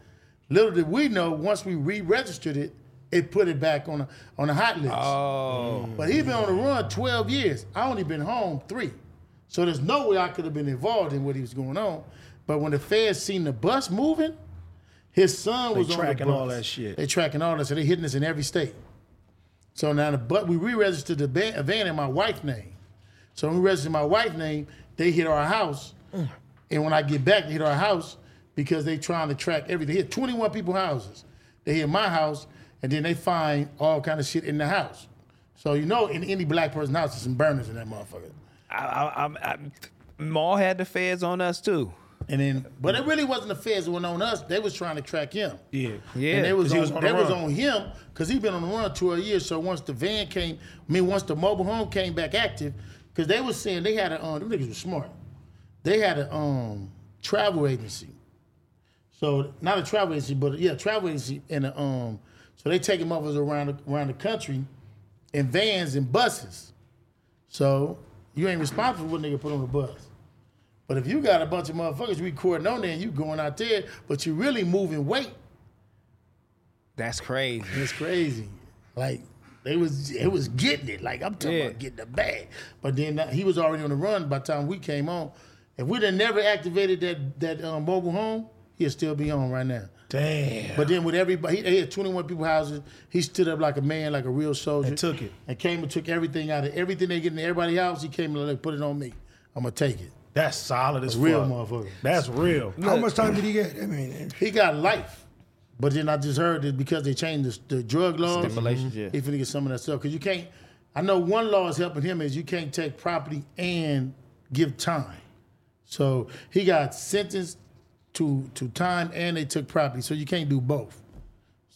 Little did we know, once we re-registered it, it put it back on a, on the hot list. Mm. Oh, But he been on the run 12 years. I only been home three. So there's no way I could have been involved in what he was going on. But when the feds seen the bus moving, his son was tracking on the bus. all that shit. They tracking all that. So they hitting us in every state. So now the but we re-registered the van, van in my wife's name. So when we registered my wife's name, they hit our house. And when I get back, they hit our house because they trying to track everything. They hit 21 people houses. They hit my house, and then they find all kind of shit in the house. So you know, in any black person's house, there's some burners in that motherfucker. I, I, I, I, Maul had the feds on us too. And then, but it really wasn't the feds that went on us. They was trying to track him. Yeah. Yeah, And they 'cause was, on, he was on they the was run. on him because he been on the run two a year. So once the van came, I mean, once the mobile home came back active, because they was saying they had a, um, them niggas was smart. They had a um, travel agency. So not a travel agency, but yeah, travel agency and a, um, so they taking motherfuckers around the, around the country in vans and buses. So you ain't responsible for what nigga put on the bus. But if you got a bunch of motherfuckers recording on there and you going out there, but you really moving weight, That's crazy. it's crazy. Like they was it was getting it. Like I'm talking Yeah. about getting the bag. But then uh, he was already on the run by the time we came on. If we'd have never activated that that um, mobile home, he'd still be on right now. Damn. But then with everybody, he, he had 21 people houses. He stood up like a man, like a real soldier. And took it. And came and took everything out of everything they get in everybody's house. He came and like, put it on me. I'm gonna take it. That's solid as Real fuck. motherfucker. That's real. How much time did he get? I mean, He got life. But then I just heard that because they changed the, the drug laws, Stipulations, yeah. he finna get some of that stuff. Because you can't, I know one law is helping him is you can't take property and give time. So he got sentenced to to time and they took property. So you can't do both.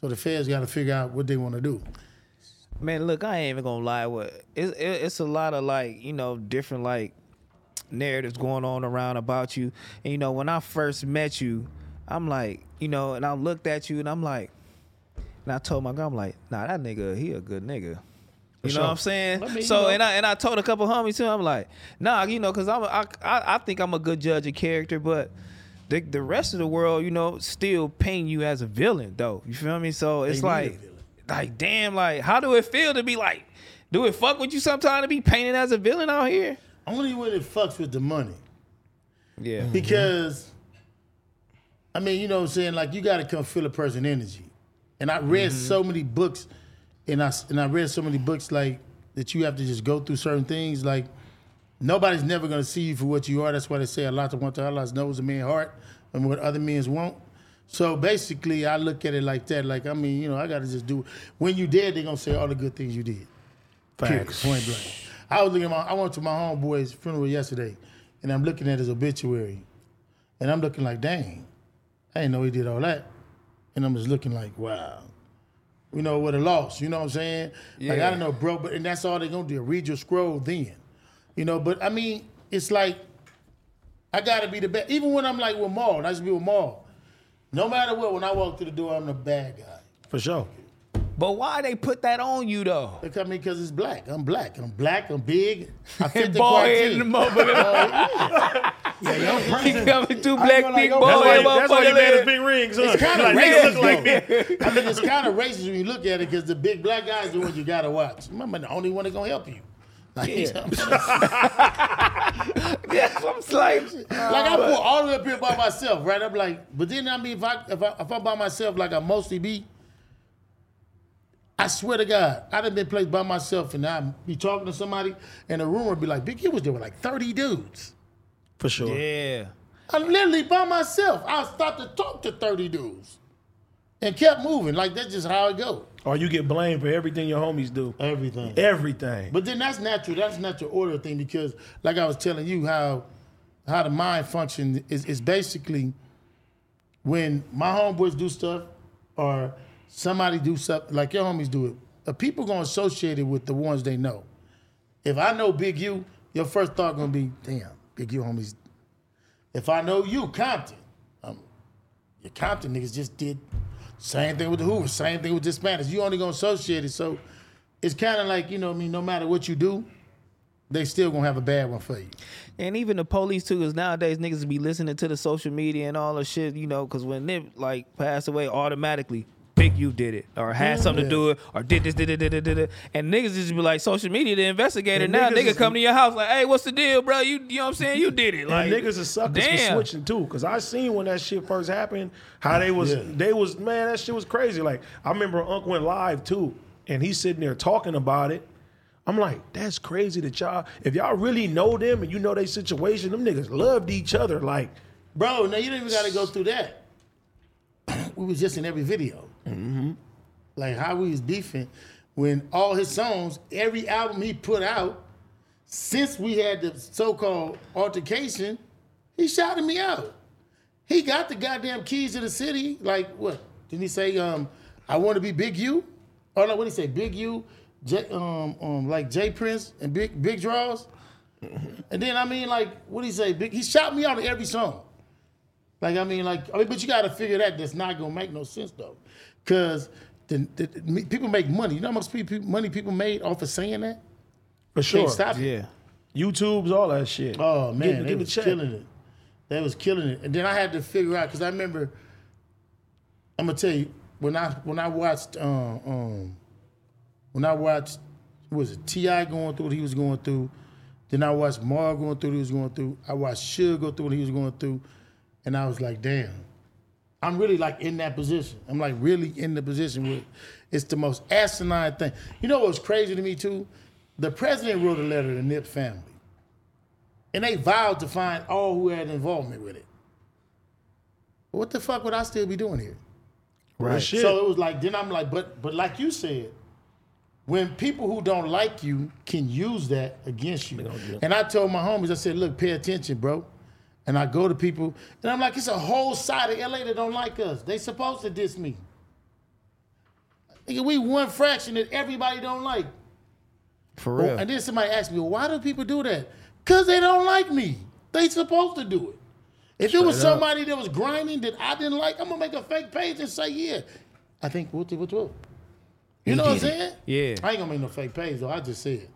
So the feds got to figure out what they want to do. Man, look, I ain't even gonna lie. What it's it, it's a lot of like you know different like narratives going on around about you. And you know when I first met you, I'm like you know, and I looked at you and I'm like, and I told my girl, I'm like, nah, that nigga, he a good nigga. You know what I'm saying? Let me, you so know. and I and I told a couple homies too. I'm like, nah, you know, cause I'm a, I, I I think I'm a good judge of character, but the, the rest of the world, you know, still paint you as a villain though. You feel me? So it's need a like, villain. like damn, like how do it feel to be like, do it fuck with you sometime to be painted as a villain out here? Only when it fucks with the money. Yeah, Mm-hmm. Because, I mean, you know what I'm saying? Like, you got to come feel a person energy. And I read so many books, and I, s- and I read so many books, like, that you have to just go through certain things. Like, nobody's never going to see you for what you are. That's why they say a lot to want to Allah knows a man's heart and what other men's won't. So basically, I look at it like that. Like, I mean, you know, I got to just do When you dead, they're going to say all the good things you did. Period. Point blank. I was looking at my, I went to my homeboy's funeral yesterday, and I'm looking at his obituary, and I'm looking like, dang, I didn't know he did all that, and I'm just looking like, wow, you know, what a loss. You know what I'm saying? Like I Yeah. don't know, bro, but and that's all they're gonna do. Read your scroll then, you know. But I mean, it's like I gotta be the best. Even when I'm like with Maul, and I just be with Maul. No matter what, when I walk through the door, I'm the bad guy. For sure. but why they put that on you though? They cut me because it's black. I'm black. I'm black. I'm big. I fit And the bald head in criteria. the motherfucker. He coming two black gonna big go- boy. That's That's why, in that's why you made Oh, motherfucker. us big rings, huh? It's kind of like, racist. niggas look like me. though. I mean, it's kind of racist when you look at it because the big black guys are the ones you gotta watch. Remember, the only one that's gonna help you. Like, That's what I'm saying. like I pull all the way up here by myself, right? I'm like, but then I mean, if I if, I, if I'm by myself, like I mostly be, I swear to God, I'd have been placed by myself, and I'd be talking to somebody, and the room would be like, Big, you was there with like 30 dudes. For sure. Yeah. I'm literally by myself. I stopped to talk to 30 dudes, and kept moving. Like that's just how it go. Or you get blamed for everything your homies do. Everything. Everything. But then that's natural. That's natural order thing because, like I was telling you, how how the mind function is, is basically when my homeboys do stuff or somebody do stuff like your homies do it. uh, People gonna associate it with the ones they know. If I know Big U, your first thought gonna be, damn, Big U homies. If I know you, Compton, um, your Compton niggas just did same thing with the Hoover, same thing with the Spanish. You only gonna associate it. So it's kind of like you know, what I mean, no matter what you do, they still gonna have a bad one for you. And even the police too, because nowadays niggas be listening to the social media and all the shit, you know, because when Nip like passed away, automatically Big U did it or had something to do it or did this, did it, did it, did it, and niggas just be like social media the investigator. And now niggas nigga is- come to your house like, hey, what's the deal, bro? You you know what I'm saying? You did it. Like and niggas are suckers damn. for switching too, cause I seen when that shit first happened, how they was Yeah. they was man, that shit was crazy. Like I remember Unc went live too, and he's sitting there talking about it. I'm like, that's crazy that y'all, if y'all really know them and you know their situation, them niggas loved each other. Like, Bro, now you don't even gotta go through that. we was just in every video. Like how we was beefing when all his songs, every album he put out, since we had the so-called altercation, he shouted me out. He got the goddamn keys to the city. Like what? Didn't he say, um, I want to be Big U? Oh no, what did he say? Big U, J, um, um, like Jay Prince and Big Big Draws. And then I mean, like, what did he say? Big, he shot me out of every song. Like I mean, like I mean, but you gotta figure that that's not gonna make no sense though, because the, the, me- people make money. You know how much pe- pe- money people made off of saying that? for sure. Can't stop it. Yeah. YouTube's all that shit. Oh man, give, they give was a check. killing it. They was killing it. And then I had to figure out because I remember. I'm gonna tell you when I when I watched um, um when I watched what was it Ti going through what he was going through, then I watched Mar going through what he was going through. I watched Suge go through what he was going through, and I was like, damn. I'm really like in that position. I'm like really in the position where it's the most asinine thing. You know what's crazy to me too? The president wrote a letter to the Nip family. And they vowed to find all who had involvement with it. What the fuck would I still be doing here? Right. Shit. So it was like then I'm like, but but like you said, when people who don't like you can use that against you. And I told my homies, I said, look, pay attention, bro. And I go to people, and I'm like, it's a whole side of LA that don't like us. They supposed to diss me. Nigga, we one fraction that everybody don't like. For real. Oh, And then somebody asked me, why do people do that? Because they don't like me. They supposed to do it. If it was somebody that was grinding that I didn't like, I'm gonna make a fake page and say, yeah, I think what the what the- You know what I'm saying? Yeah. I ain't gonna make no fake page though. I just said.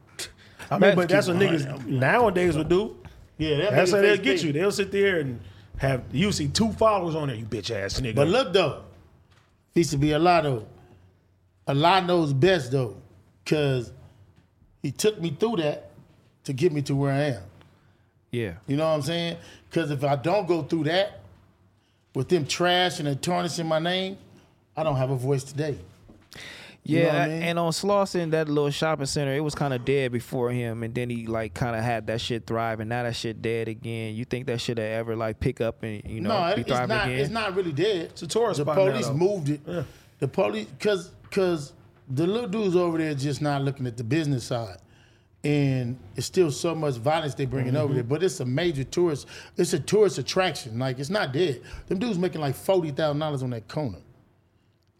I mean, but That's that's what niggas nowadays would do. Yeah, That's how they'll get you. They'll sit there and have you see two followers on there, you bitch ass nigga. But look though, used to be a lot though. A lot knows best though, cause he took me through that to get me to where I am. Yeah. You know what I'm saying? Cause if I don't go through that with them trash and the tarnishing my name, I don't have a voice today. Yeah, know what I mean? and on Slauson, that little shopping center, it was kind of dead before him, and then he like kind of had that shit thrive, and now that shit dead again. You think that shit ever like pick up and you know no, it- be it's thriving not. again? It's not really dead. It's a tourist The spot now, police though. moved it. The police, cause, cause the little dudes over there just not looking at the business side, and it's still so much violence they bringing Mm-hmm. over there. But it's a major tourist. It's a tourist attraction. Like it's not dead. Them dudes making like forty thousand dollars on that corner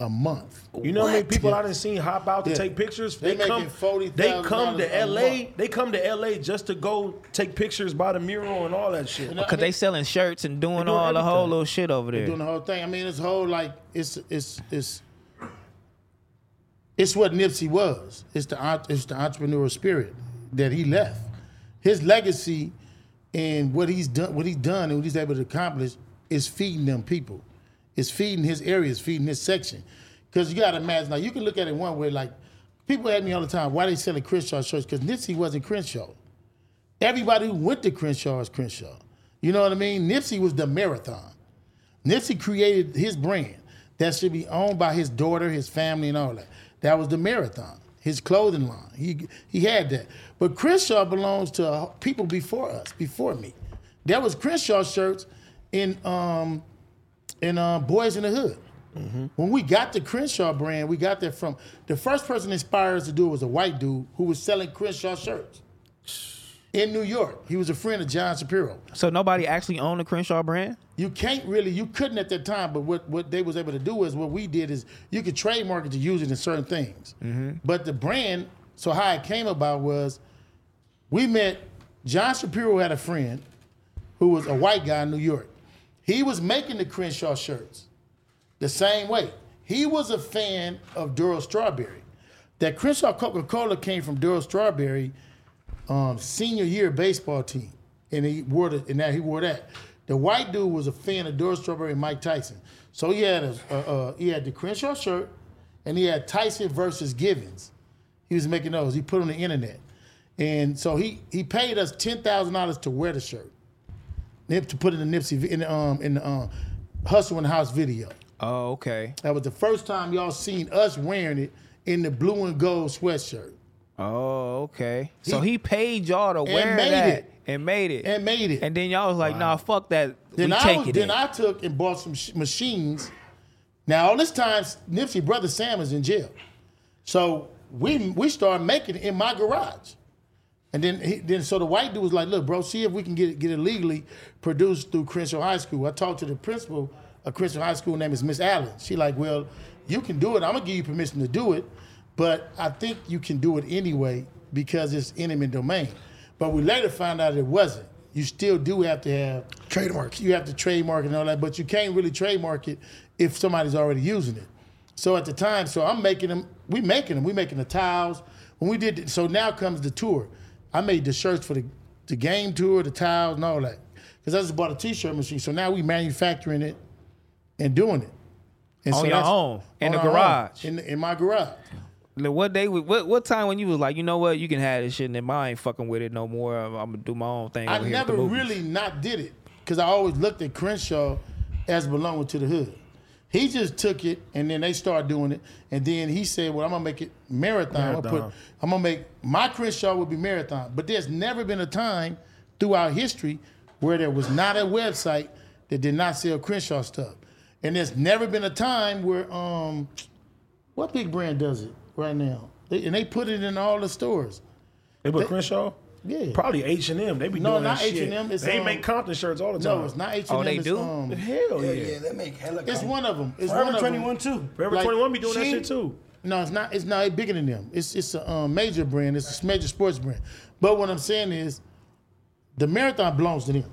a month. You know how many What? people I done seen hop out to Yeah. take pictures? They They, making come, they $40,000 come a to LA. month. They come to LA just to go take pictures by the mural and all that shit. Cause they selling shirts and doing, doing all the whole everything. little shit over there. doing the whole thing. I mean, this whole like it's it's it's it's what Nipsey was. It's the en- it's the entrepreneurial spirit that he left. His legacy and what he's done, what he's done, and what he's able to accomplish is feeding them people. It's feeding his area. It's feeding his section. Because you got to imagine. Now you can look at it one way. Like people ask me all the time, why they selling Crenshaw shirts? Because Nipsey wasn't Crenshaw. Everybody who went to Crenshaw is Crenshaw. You know what I mean? Nipsey was the marathon. Nipsey created his brand that should be owned by his daughter, his family, and all that. That was the marathon, his clothing line. He he had that. But Crenshaw belongs to people before us, before me. That was Crenshaw shirts in um in uh, Boys in the Hood. When we got the Crenshaw brand, we got that from the first person inspired us to do it was a white dude who was selling Crenshaw shirts in New York. He was a friend of John Shapiro. So nobody actually owned the Crenshaw brand. You can't really, you couldn't at that time. But what, what they was able to do is what we did is you could trademark it to use it in certain things. But the brand, so how it came about was, we met John Shapiro had a friend who was a white guy in New York. He was making the Crenshaw shirts the same way. He was a fan of Duro Strawberry. That Crenshaw Coca Cola came from Duro Strawberry um, senior year baseball team, and he wore the, and that he wore that. The white dude was a fan of Doris Strawberry and Mike Tyson, so he had a, a, a he had the Crenshaw shirt, and he had Tyson versus Givens. He was making those. He put on the internet, and so he he paid us ten thousand dollars to wear the shirt, Nip- to put in the Nipsey in the um in the um, Hustle in the House video. Oh, okay. That was the first time y'all seen us wearing it in the blue and gold sweatshirt. Oh, okay. So he paid y'all to wear made that it. and made it. And made it. And then y'all was like, nah, fuck that. Then we I take was, it. then in. I took and bought some sh- machines. Now all this time, Nipsey brother Sam is in jail, so we we started making it in my garage, and then he, then so the white dude was like, "Look, bro, see if we can get it, get it legally produced through Crenshaw High School." I talked to the principal of Crenshaw High School, her name is Miss Allen. She like, "Well, you can do it. I'm gonna give you permission to do it, but I think you can do it anyway because it's intimate domain." But we later found out it wasn't. You still do have to have Trademark. you have to trademark it and all that, but you can't really trademark it if somebody's already using it. So at the time, so I'm making them, we making them, we making the tiles. When we did, so now comes the tour. I made the shirts for the, the game tour, the tiles, and all that. Because I just bought a t-shirt machine. So now we manufacturing it and doing it. And On your that's- own, in the our own, garage. In, in my garage. Like, what day? was- What what time when you was like, you know what, you can have this shit, and then I ain't fucking with it no more. I'm, I'm gonna do my own thing. I over here with the never movies." really not did it because I always looked at Crenshaw as belonging to the hood. He just took it and then they started doing it. And then he said, Well, I'm gonna make it marathon. I'm, gonna put, Marathon. I'm gonna make my Crenshaw will be marathon. But there's never been a time throughout history where there was not a website that did not sell Crenshaw stuff. And there's never been a time where um what big brand does it right now? They, and they put it in all the stores. They put Crenshaw? Yeah. Probably H and M. They be No, doing not that shit. H&M, it's, they um, make Compton shirts all the time. No, it's not H&M. Oh, they it's, do? um, Hell yeah. Oh, Yeah, yeah, they make hella. It's copies. one of them. It's one Forever of 21 them. too. Forever like, 21 be doing that she- shit too. No, it's not. It's not it's bigger than them. It's it's a um, major brand. It's a major sports brand. But what I'm saying is, the marathon belongs to them.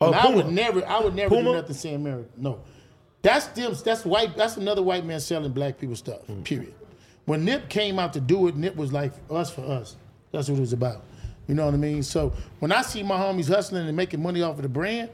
Oh, And I Puma. would never. I would never Puma? do nothing saying marathon. No, that's them. That's white. That's another white man selling black people stuff. Mm. Period. When Nip came out to do it, Nip was like us for us. That's what it was about. You know what I mean? So when I see my homies hustling and making money off of the brand,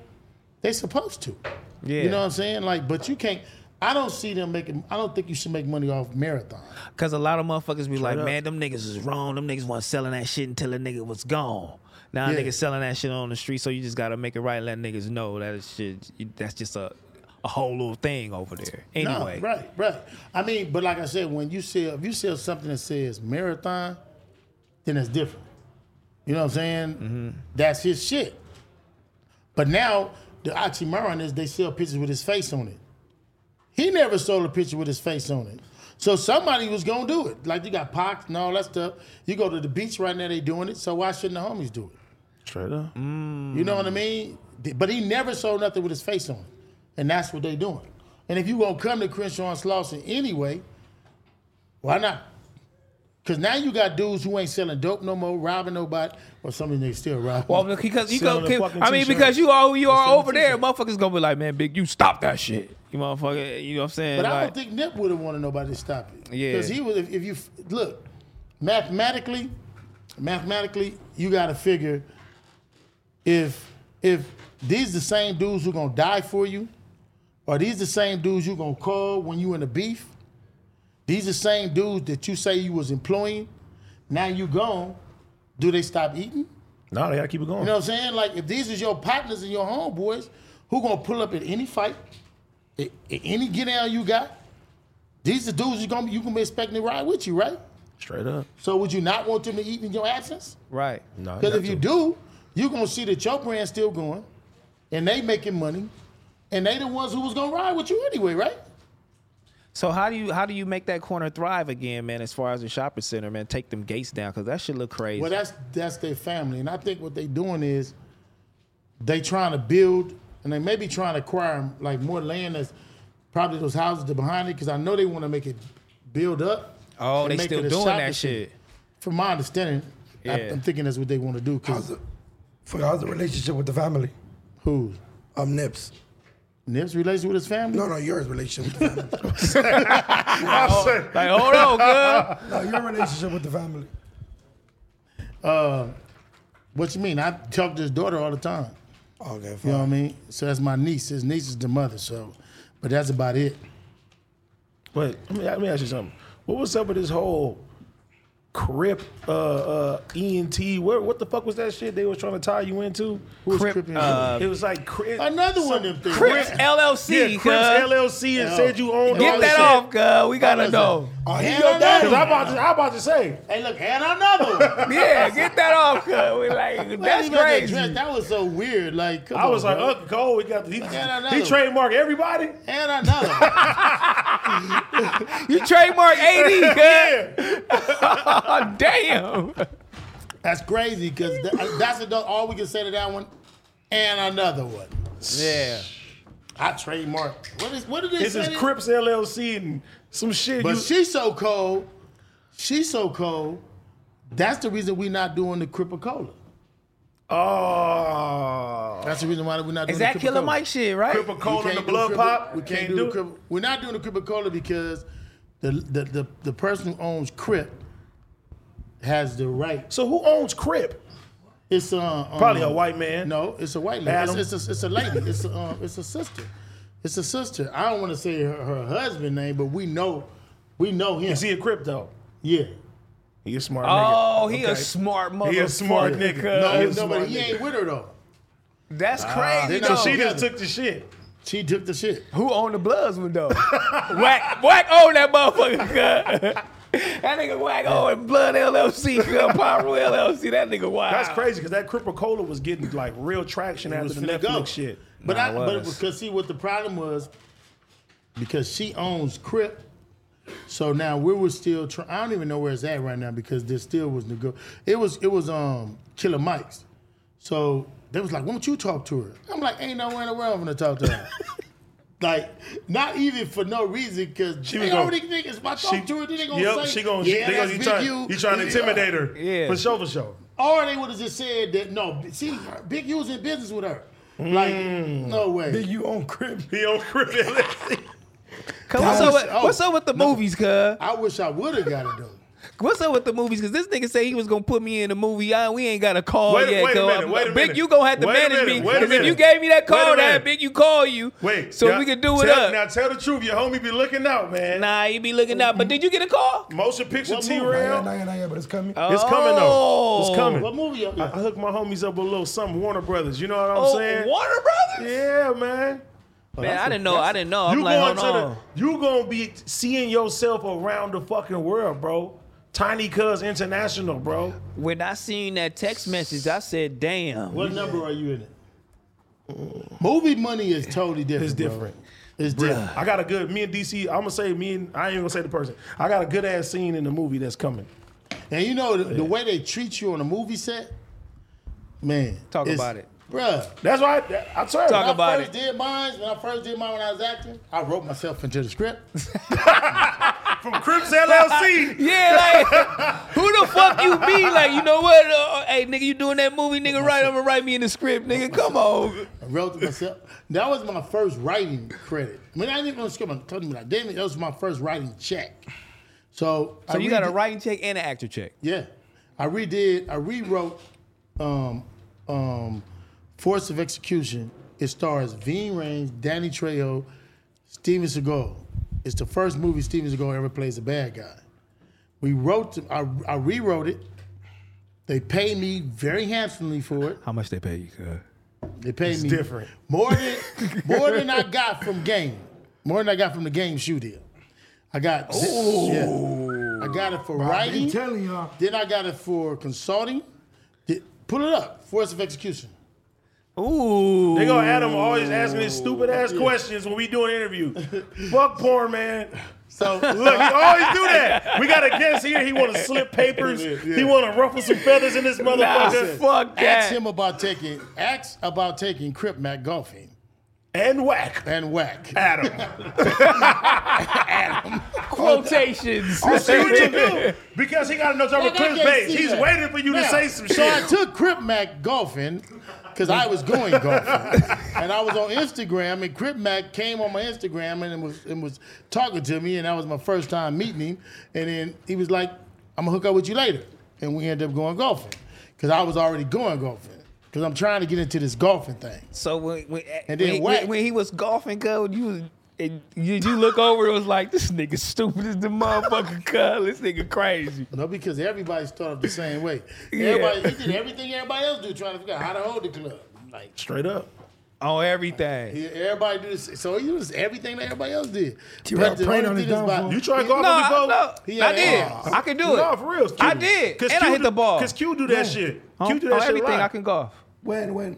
They supposed to. Yeah. You know what I'm saying? Like, but you can't. I don't see them making. I don't think you should make money off marathon. Cause a lot of motherfuckers be like, man, them niggas is wrong. Them niggas want selling that shit until the nigga was gone. Now Yeah. niggas selling that shit on the street, so you just gotta make it right. And let niggas know that it's shit. That's just a, a whole little thing over there. Anyway, No, right, right. I mean, but like I said, when you sell, if you sell something that says marathon, then it's different. You know what I'm saying? That's his shit. But now the oxymoron is they sell pictures with his face on it. He never sold a picture with his face on it. So somebody was gonna do it. Like you got Pac and all that stuff. You go to the beach right now, they doing it. So why shouldn't the homies do it? Mm. You know what I mean? Th- But he never sold nothing with his face on. And that's what they doing. And if you gonna come to Crenshaw and Slauson anyway, why not? Cause now you got dudes who ain't selling dope no more, robbing nobody. Well, some of them they still robbing. Well, because you Selling go, a fucking I mean, t-shirt. because you are who you are Selling a over there, motherfuckers gonna be like, man, big, you stop that shit. You motherfucker, you know what I'm saying? but I Like, don't think Nip would have wanted nobody to stop it. Yeah. Because he would if, if you f- look, mathematically, mathematically, you gotta figure if if these the same dudes who gonna die for you, are these the same dudes you gonna call when you in a beef? These the same dudes that you say you was employing. Now you gone. Do they stop eating? No, they gotta keep it going. You know what I'm saying? Like if these is your partners and your homeboys, who gonna pull up at any fight, at, at any get down you got? These the dudes you gonna you gonna be expecting to ride with you, right? Straight up. So would you not want them to eat in your absence? right. No, Because not if you to. do, you gonna see that your brand's still going, and they making money, and they the ones who was gonna ride with you anyway, right? So how do you how do you make that corner thrive again, man? As far as the shopping center, man, take them gates down because that shit look crazy. Well, that's that's their family, and I think what they doing is they trying to build, and they may be trying to acquire like more land that's probably those houses that behind it, because I know they want to make it build up. oh, and they make still it a doing shopping that shit. From my understanding, Yeah. I, am thinking that's what they want to do. How's Cause the, for how's the relationship with the family? who Um, Nips. Nip's relationship with his family? No, no, yours relationship with the family. Like, hold on, good. no, your relationship with the family. What you mean? I talk to his daughter all the time. Okay, You know what I fine. mean? So that's my niece. His niece is the mother. So, but that's about it. But let me, let me ask you something. What was up with this whole Crip uh, uh, ENT? Where, what the fuck was that shit they was trying to tie you into? Who's Crip, Crip, E uh, it was like Crip, Another one of them things. Crips yeah, LLC, Crips cuz. LLC and said you owned Get all this that shit. off, cuz. We gotta Listen. know. Oh, he And your another Cause daddy. I'm about to, I'm about to say, Hey, look, and another one. Yeah, get that off, cuz. We like that's Even that crazy. dress, That was so weird. Like come I was on, like, uh, bro. Uncle Cole, we got the, he, another he one. trademarked everybody. and another. You trademark AD, cuz. Damn. that's crazy because that's the- all we can say to that one. And another one. Yeah. I trademark. What is what did they This say? is that- Crips LLC and some shit. But you- she's so cold. She's so cold. That's the reason we're not doing the Cripple Cola. oh, That's the reason why we're not doing Is the that Cripple Killer Cola. Mike shit, right? Cripple Cola and the do Blood Cripple- Pop. We can't, do, the Cripple. We're not doing the Cripple Cola because the the, the the person who owns Crip has the right So who owns Crip? It's uh, um, Probably a white man. No, it's a white lady. Adam. It's, it's a, it's a lady. It's a, um, it's a sister. It's a sister. I don't want to say her, her husband name, but we know, we know him. Is he a Crip though? yeah. He a smart Oh, nigga. he a Okay. smart motherfucker. He a smart nigga. No, He a no, smart but he nigga. ain't with her though. That's crazy. they though. know She together. just took the shit. She took the shit. Who owned the Bloods window? whack, whack on that motherfucker, cuz. That nigga whack on Blood LLC, cuz. Pyro LLC. That nigga wild. That's crazy because that Cripple Cola was getting like real traction after was the finna Netflix go. shit. But Nah, I, it but it was. was because see what the problem was, because she owns Crip. So now we were still trying. I don't even know where it's at right now because there still was nego. It was it was um Killer Mike's. So they was like, "Why don't you talk to her?" I'm like, "Ain't nowhere in the world I'm gonna talk to her." like, not even for no reason because She they was already gonna- think it's my talk to her. Then they gonna yep, say, she gonna, "Yeah, they that's gonna, you Big trying, U." you trying to Yeah. intimidate her. Yeah. For sure, for sure. Or they would have just said that no. See, Big U's in business with her. Like, Mm. no way. Big, you own crib. He on Crip LLC. Cuz, what's, up was- with, oh, what's up with the movies, cuz? I wish I would have got it though. What's up with the movies? Because this nigga say he was gonna put me in a movie. I, we ain't got a call Wait- yet. wait a cuz. minute, wait a Big, minute. you gonna have to Wait a manage minute, me. wait a Because if you minute. gave me that Wait a call, that minute. Big, you call you. Wait. so y'all- we can do it tell- up. Now tell the truth. Your homie be looking out, man. Nah, you be looking out. But did you get a call? Motion picture What T movie? rail. yeah, yeah, but it's coming. Uh, It's coming though. Oh. It's coming. What movie? y'all- I, I hook my homies up with a little something. Warner Brothers. You know what I'm Oh, saying? Warner Brothers. Yeah, man. Man, I didn't know. I didn't know. I'm you like, going hold to on. the, you gonna be seeing yourself around the fucking world, bro. Tiny Cuz International, bro. When I seen that text message, I said, "Damn." What number are you in it? Movie money is totally different. It's bro. different. It's different. I got a good me and DC. I'm gonna say me and I ain't gonna say the person. I got a good ass scene in the movie that's coming. And you know the, the way they treat you on a movie set, man. Talk it's- about it. bruh. That's why I, I swear. Talk When about I first it. did mine, when I first did mine when I was acting, I wrote myself into the script. from Crips LLC. Yeah, like who the fuck you be? Like you know what? Uh, hey, nigga, you doing that movie, nigga? Right? I'm gonna write me in the script, nigga. Come on. I wrote it myself. That was my first writing credit. I mean, I didn't even on the script. I told you, I didn't. That was my first writing check. So, I So you got a redid- writing check and an actor check. Yeah, I redid. I rewrote. Um, um, Force of Execution. It stars Veen Rames, Danny Trejo, Steven Seagal. It's the first movie Steven Seagal ever plays a bad guy. We wrote. the- I, I rewrote it. They paid me very handsomely for it. How much they pay you? cuz? They paid me different. more than more than I got from game, more than I got from the game shoe deal. I got yeah. I got it for I'm writing. telling y'all. Then I got it for consulting. Did, pull it up. Force of execution. Ooh. They gonna Adam always asking his stupid ass questions when we do an interview. Fuck porn, man. So Look, he always do that. We got a guest here. He want to slip papers. He want to ruffle some feathers in this motherfucker. fuck ask that. him about taking ask about taking Crip Mac golfing And whack, and whack. Adam. Quotations. See what you do because he got another Like, I clip can't base. see He's that. waiting for you to Now, say some So I shit. took Crip Mac golfing because I was going golfing, and I was on Instagram, and Crip Mac came on my Instagram and was and was talking to me, and that was my first time meeting him, and then he was like, "I'm gonna hook up with you later," and we ended up going golfing because I was already going golfing because I'm trying to get into this golfing thing. So when when, And then when, whack. when, when he was golfing, cuz you was- and you, you look over, it was like this nigga stupid as the motherfucker, cuz this nigga crazy. No, because everybody started the same way. Yeah. Everybody he did everything everybody else do, trying to figure out how to hold the club. Like Straight up. On everything. Yeah, everybody do this. So he was everything that everybody else did. T-Rock praying on his is about- downfall. You try golfing No, I, before? no, He I had did. a- I can do it. No, for real. it's Q. I did, and Cause I Q hit the ball. Cause Q do that shit. on, Q do that on shit Oh, everything live. I can golf. When, when?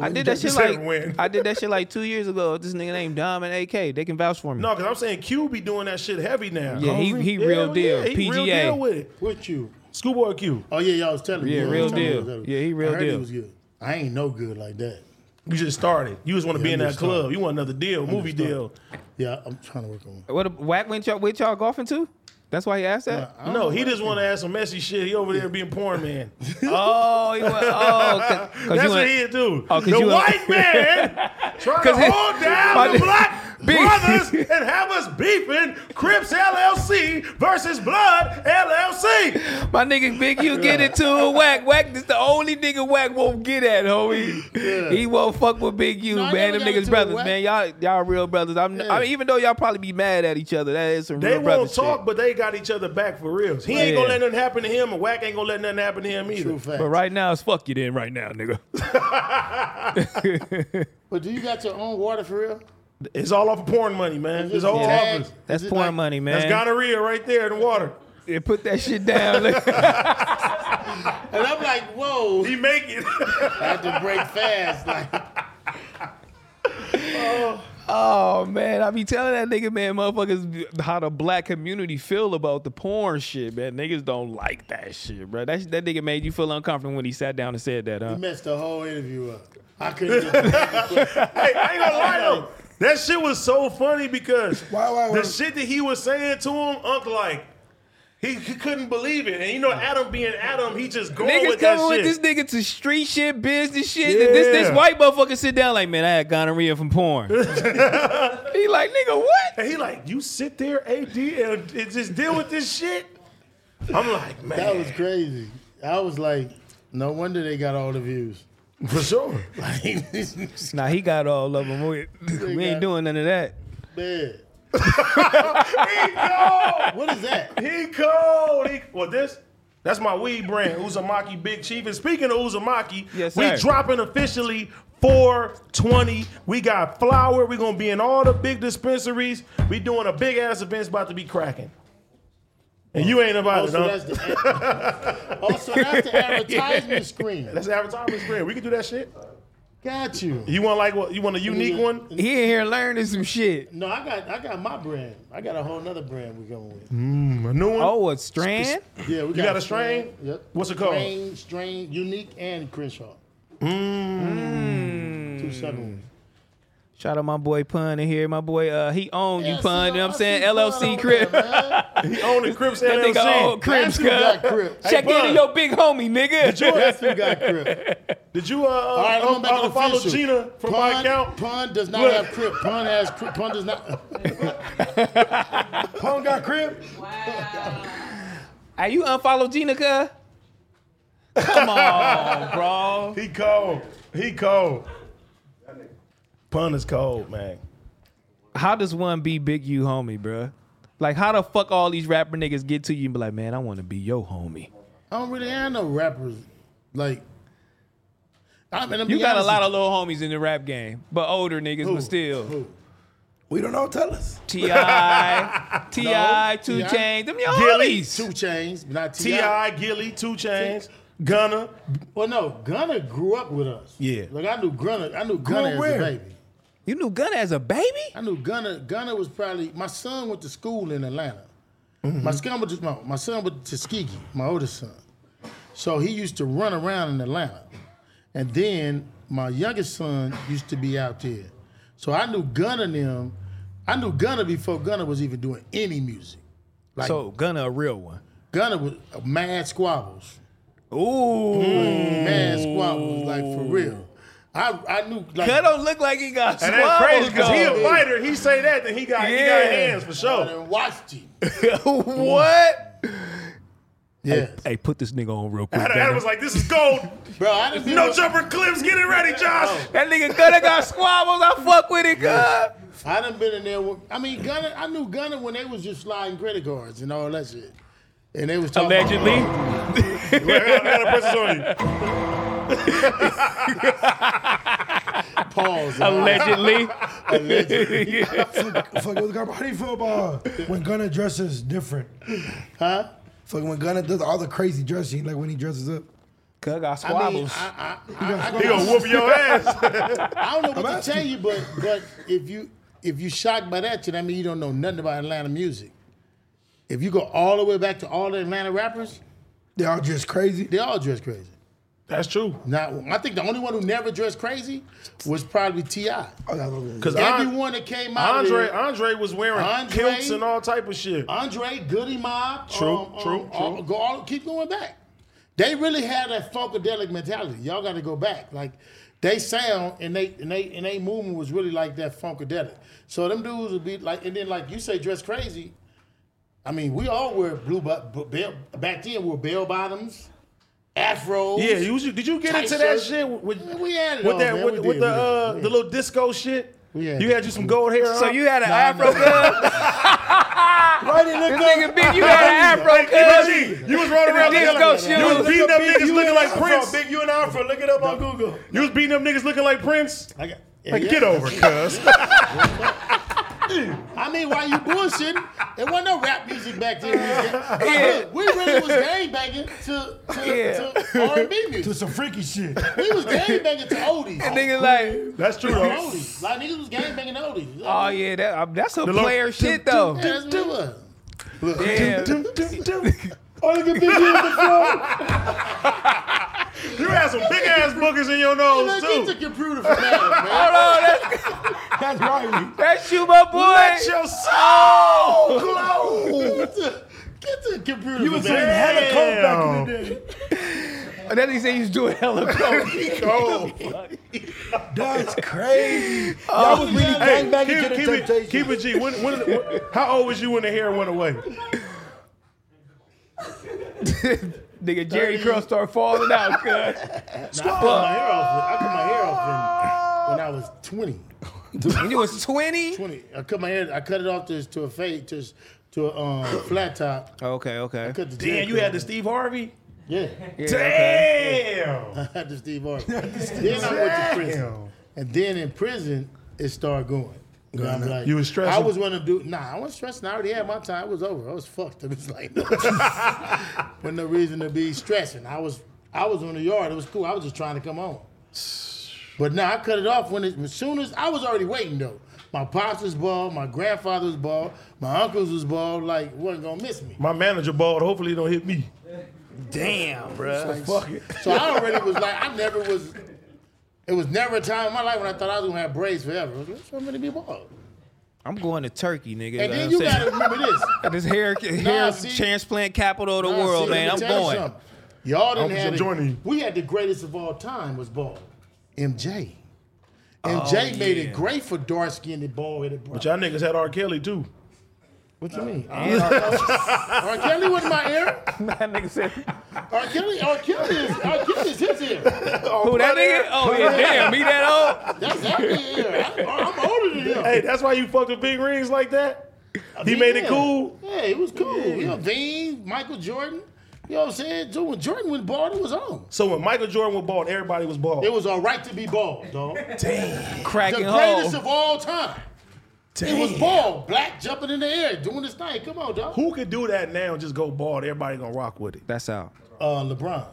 I did that shit said like when. I did that shit like two years ago. This nigga named Dom and AK. They can vouch for me. No, because I'm saying Q be doing that shit heavy now. yeah, he he real Hell deal. yeah, he PGA. real deal with it. With you. Schoolboy Q. Oh yeah, y'all was telling me. Yeah, Y'all was real telling me deal. was good. Yeah, he real I heard deal. He was good. I ain't no good like that. You just started. You just want to be in you that just started. club. You want another deal, movie deal. Yeah, I'm trying to work on. it. What whack went y'all with y'all golfing too? That's why he asked that. I don't No, know. he just want to ask some messy shit. He over there being porn man. Oh, he went, oh, cause, 'cause That's you what went, he do. Oh, 'cause the you a- white man trying to 'Cause he- hold down my- the black Beef. brothers and have us beefing Crips LLC versus Blood LLC. My nigga Big, you get it to a whack. Whack this the only nigga whack won't get at, homie. He won't fuck with Big U, No, I man. never Them got into niggas a brothers, whack. man. Y'all y'all real brothers. I'm I Yeah. mean, even though y'all probably be mad at each other, that is some They real brother won't talk, shit. but they got each other back for real. He ain't Yeah. gonna let nothing happen to him, and Wack ain't gonna let nothing happen to him either. True fact. But But, right now it's fuck you then right now, nigga. do you got your own water for real? It's all off of porn money, man. His whole Yeah, that- office. That's Is it porn like- money, man. That's gonorrhea right there in the water. Yeah, put that shit down. Look. And I'm like, whoa, He make it. I had to break fast. Like, oh man, I be telling that nigga, man, motherfuckers, how the black community feel about the porn shit, man. Niggas don't like that shit, bro. That that nigga made you feel uncomfortable when he sat down and said that, huh? I messed the whole interview up. I couldn't. Get hey, I ain't gonna lie though. That shit was so funny because Why, why, why? the shit that he was saying to him, Unc, like he, he couldn't believe it. And you know, Adam being Adam, he just going Niggas with that coming with shit. this nigga to street shit, business shit. and This this Yeah. white motherfucker sit down like, man, I had gonorrhea from porn. he like, nigga, what? and he like, you sit there, AD, and, and just deal with this shit. I'm like, man, That was crazy. I was like, no wonder they got all the views. for sure. Like, this Nah, he got all of them. We, we ain't doing none of that. bad. He cold. What is that? He cold. He, well, this. That's my weed brand, Uzumaki Big Chief. And speaking of Uzumaki, Yes, we sir. dropping officially 420. We got flour. We're gonna be in all the big dispensaries. We doing a big ass event. It's about to be cracking. And you ain't Oh, invited, so huh? that's the, also, that's the advertisement screen. That's advertisement screen. We can do that shit. Got you. You want like what? You want a unique one? He in here learning some shit. No, I got I got my brand. I got a whole nother brand we're going with. A new one? Oh, a strand? Yeah, we Mm. You got a strain? Yep. What's it called? Strain, strain, unique, and Crenshaw. Mm. Mmm. Two seven ones. Shout out my boy Pun in here. My boy, uh, he own you, Yeah, Pun. see, you know what I I'm saying? see Pun LLC over Crib. there, man. He owned the Crips That LLC. nigga old Crips, Matthew got cuz. Crip. Check Hey, in Pun. to your big homie, nigga. Matthew got Crip. Did you uh, right, I'm uh, gonna make it uh, follow official. Gina from my Pun, account? Pun does not Look. have Crip. Pun has Crip. Pun does not. Pun got crib. Wow. Are you unfollow Gina, cuz? Come on, bro. He cold. He cold. Pun is cold, man. How does one be big you homie, bro? Like, how the fuck all these rapper niggas get to you and be like, man, I want to be your homie? I don't really have no rappers. Like, I mean, You got a lot of little homies in the rap game, but older niggas, but still. We don't know. Tell us. T.I., T.I., No, Two T.I.. Chainz, them your Gilly, homies. two chains, but not Ti. T.I., Gilly, Two Chains, Gunna. Well, no, Gunna grew up with us. Yeah. like I knew Gunna. I knew up Gunna as where? a baby. You knew Gunna as a baby? I knew Gunna. Gunna was probably my son went to school in Atlanta. My son went to my, my son went to Tuskegee. My oldest son. So he used to run around in Atlanta, and then my youngest son used to be out there. So I knew Gunna and them. I knew Gunna before Gunna was even doing any music. Like So Gunna a real one. Gunna was uh, mad squabbles. Ooh. Mad squabbles, like for real. I I knew like Gunna don't look like he got And that's crazy because he a squabbles. fighter. He say that, then he got he Yeah. got hands for sure. and watched him. what? Yeah, Hey, put this nigga on real quick. Adam, Gunna. Adam was like, "This is gold. bro. I didn't No jumper clips. Get it ready, Josh." That nigga Gunna got squabbles. I fuck with it, cuz. I done been in there. With, I mean, Gunner. I knew Gunner when they was just sliding credit cards and all that shit. And they was talking about- Allegedly. I got a princess on you. pause. Allegedly. Fuck with How do you feel about when Gunna dresses different? huh? Fuck when Gunna does all the crazy dressing, like when he dresses up. Cuz got I mean, squabbles. I, I, He got He gonna whoop your ass. I don't know what to asking. tell you, but but if you if you shocked by that, shit, I mean you don't know nothing about Atlanta music. If you go all the way back to all the Atlanta rappers, They all just crazy. they all dress crazy. That's true. Now, I think the only one who never dressed crazy was probably Ti. Oh, that's what it is. Because Everyone that came out, of Andre there- Andre was wearing Andre- Uh, kilts and all type of shit. Andre, Goody Mob. True, um, um, true, all- true. go all, keep going back. They really had that funkadelic mentality. Y'all got to go back. Like they sound and they and they and they movement was really like that funkadelic. So them dudes would be like, and then like you say, dress crazy. I mean, we all wear blue, but back then we were bell bottoms, afros. Yeah, you was- did you get Tight into that shirt. shit with, with- Man, we had it with all, that man. with, We with did, the we did, uh, we the did. little disco shit? We had you it. had you some gold hair. so huh? you had an afro, cuz? Right in the This nigga big, you had an afro, Hey, cuz. Reggie, you was rolling around Disco looking like, shoes. you was beating up Big niggas U looking and like Afro. Prince. Big you and Afro. Look it up on Google. You was beating up niggas looking like Prince. I got, Like, yeah. get over, it, cuz. I mean, why you bullshitting? There wasn't no rap music back then. Yeah. Look, we really was gang banging to, to, Yeah. to R&B music. It's some freaky shit. We was gang banging to oldies. Nigga like, That's true, To though. oldies. Like niggas was gang banging to oldies. oh yeah, that, uh, that's some The little- player shit though. Yeah, that's what it was. Yeah. You had some big ass boogers in your nose, Look, get the too. computer from that, man. Hold on, that's, That's right. that's you, my Let boy. your soul Get the, get the computer You from was that. saying hella coke back in the day. And then he said he was doing hella coke. glow. That's crazy. Y'all was really gang banging to Oh, keep, the keep it, temptation. keep it G. When, when, when, how old was you when the hair went away? Nigga, Jerry Curl start falling out, cuz. I cut my hair off. I cut my hair off when, when I was 20. When you was 20? 20. I cut my hair. I cut it off to to a fade to to a um, flat top. Okay, okay. Cut the Damn, Jerry you had curl. the Steve Harvey. Yeah, Yeah, okay. Damn. I had the Steve Harvey. then I went to prison, and then in prison it started going. And I'm like, You was stressing? I was gonna do. Nah, I wasn't stressing. I already had my time. It was over. I was fucked. It was like, but no reason to be stressing. I was, I was on the yard. It was cool. I was just trying to come home. But now I cut it off when it, as soon as I was already waiting though. My pops was bald. My grandfather was bald. My uncles was bald. Like, wasn't gonna miss me. My manager bald. Hopefully, he don't hit me. Damn, bruh. Fuck it. So I already was like, I never was. It was never a time in my life when I thought I was gonna have braids forever. I was like, "What's wrong with me to be bald?" I'm going to Turkey, nigga. And then I'm you saying. gotta remember this. this hair, hair see- transplant capital of the Nah, world, see, let man. me I'm tell you going. something. Y'all didn't I'm have joining you. it. We had the greatest of all time was bald. MJ. MJ Oh, made yeah. it great for dark skinned and bald headed bro. But y'all niggas had R. Kelly too. What you mean? R. R. Kelly was my era. that nigga said. R. Kelly, R. Kelly is R. Kelly is his era. Who that nigga? Oh yeah, damn, he that old. That's his era. I, I'm older than him. Hey, that's why you fuck with big rings like that. He made it Yeah. cool. Yeah, it was cool. You know, Veen, Michael Jordan. You know what I'm saying? So when Jordan went bald, it was on. So when Michael Jordan was bald, everybody was bald. It was all right to be bald, dog. the Cracking greatest hole. of all time. It was bald, black jumping in the air, doing his thing. Come on, dog. Who could do that now? and Just go bald. Everybody gonna rock with it. That's out. Uh, LeBron.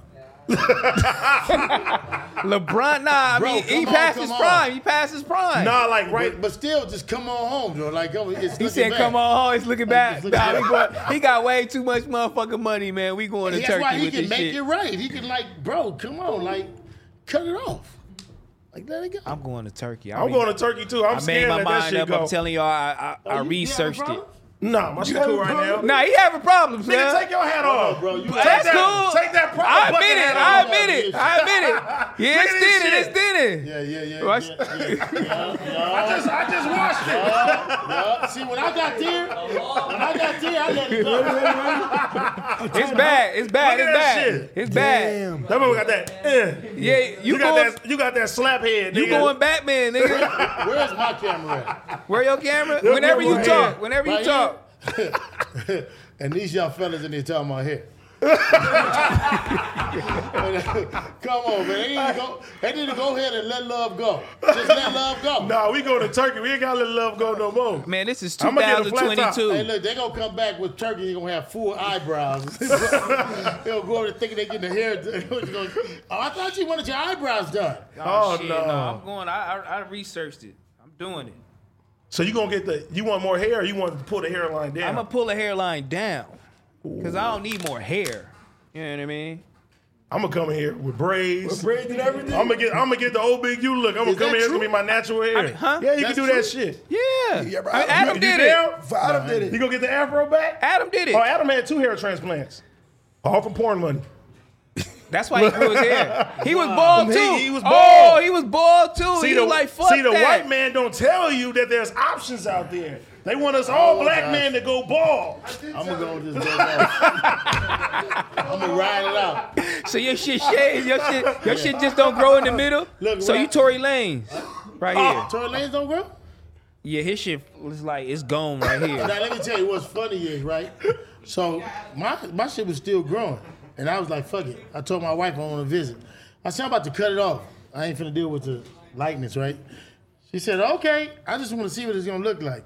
LeBron, nah, I Bro, mean, he come on, passed come his on. prime. He passed his prime. Nah, like right. But, but still, just come on home, though. Like oh, it's He looking said, back. "Come on, home." He's looking back. He's looking Nah, back. we going- he got way too much motherfucking money, man. We going to That's Turkey why he with can this make shit. it right. He can like, bro, come on, like, cut it off, like let it go. I'm going to Turkey. I I'm mean, going to Turkey too. I'm I made scared my that that mind shit up. go. I'm telling y'all, I, I, I Oh, You- you have a researched it. problem? nah, my shit cool right now. Nah, he having problems, Nigga, man. take your hat off, bro, you- Take That's that- cool. Take that. proper I admit bucket it. hat I off. admit it. I admit it. Yeah, Look it's at this thinning. It's shit. thinning. Yeah, yeah, yeah. Right. yeah, yeah, I just, I just washed it. yeah. See, when I got there, when I got there, I let it go. It's bad. It's bad. Look It's at that bad. shit. It's bad. Damn. That man got that. eh. Yeah, You, you got going? that. You got that slap head. You nigga. going Batman, nigga? Where's my camera at? Where your camera? Whenever you camera. talk. Whenever you Right talk. here. and these young fellas in here talking about hair. Come on, man. They need, to go, they need to go ahead and let love go. Just let love go. Nah, we going to Turkey. We ain't got to let love go no more. Man, this is I'ma get a flat top. Hey, 2022. look, they gonna come back with turkey. You're gonna have full eyebrows. They'll go over there thinking they getting the hair. done. oh, I thought you wanted your eyebrows done. Oh, Shit, no. I'm going. I, I I researched it. I'm doing it. So you gonna get the? You want more hair? or You want to pull the hairline down? I'm gonna pull a hairline down because I don't need more hair. You know what I mean? I'm gonna come in here with braids. Braids and everything. I'm gonna get. I'm gonna get the old big you look. I'm gonna Is come in that here. It's gonna true? be my natural hair. huh? Yeah, you That's can do that shit. Yeah. Yeah, bro. I mean, Adam You- You did it. down? For Adam did You it. gonna get the afro back? Adam did it. Oh, Adam had two hair transplants, all from porn money. That's why he grew his hair. He was bald He- too. he was Oh, bald. he was bald too. he the was Oh, like, fuck see the that. white man don't tell you that there's options out there. They want us all Oh, black gosh. men to go bald. I'm gonna go with this dead ass. I'm gonna ride it out. So your shit shades. Your shit. Your shit just don't grow in the middle. Look, so when you I- Tory Lanez, right Oh. here. Tory Lanez don't grow. Yeah, his shit was like it's gone right here. Now let me tell you what's funny is right. So my my shit was still growing, and I was like, "Fuck it." I told my wife I want to visit. I said, "I'm about to cut it off. I ain't finna deal with the likeness, right?" She said, "Okay. I just want to see what it's gonna look like."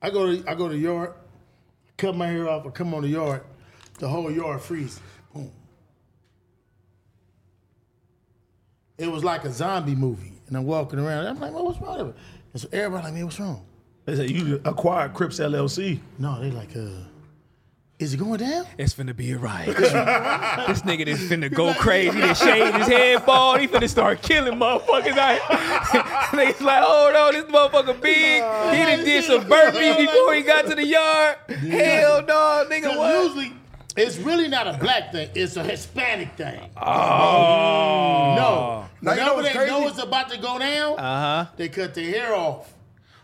I go to I go to the yard, cut my hair off. I come on the yard, the whole yard freezes. Boom. It was like a zombie movie, and I'm walking around. I'm like, "Man, what's wrong with it?" And so everybody like, "Man, what's wrong?" They say you acquired Crips LLC. No, they like, uh, is it going down? It's finna be a riot. this nigga is finna go crazy. He done shaved his head bald. He finna start killing motherfuckers out here. Niggas like, hold on, this motherfucker big. He done did some burpees before he got to the yard. Hell no, nigga, Because what? usually, it's really not a black thing; it's a Hispanic thing. Oh. No, Now, you know whenever what's they crazy? know it's about to go down, Uh huh. they cut their hair off.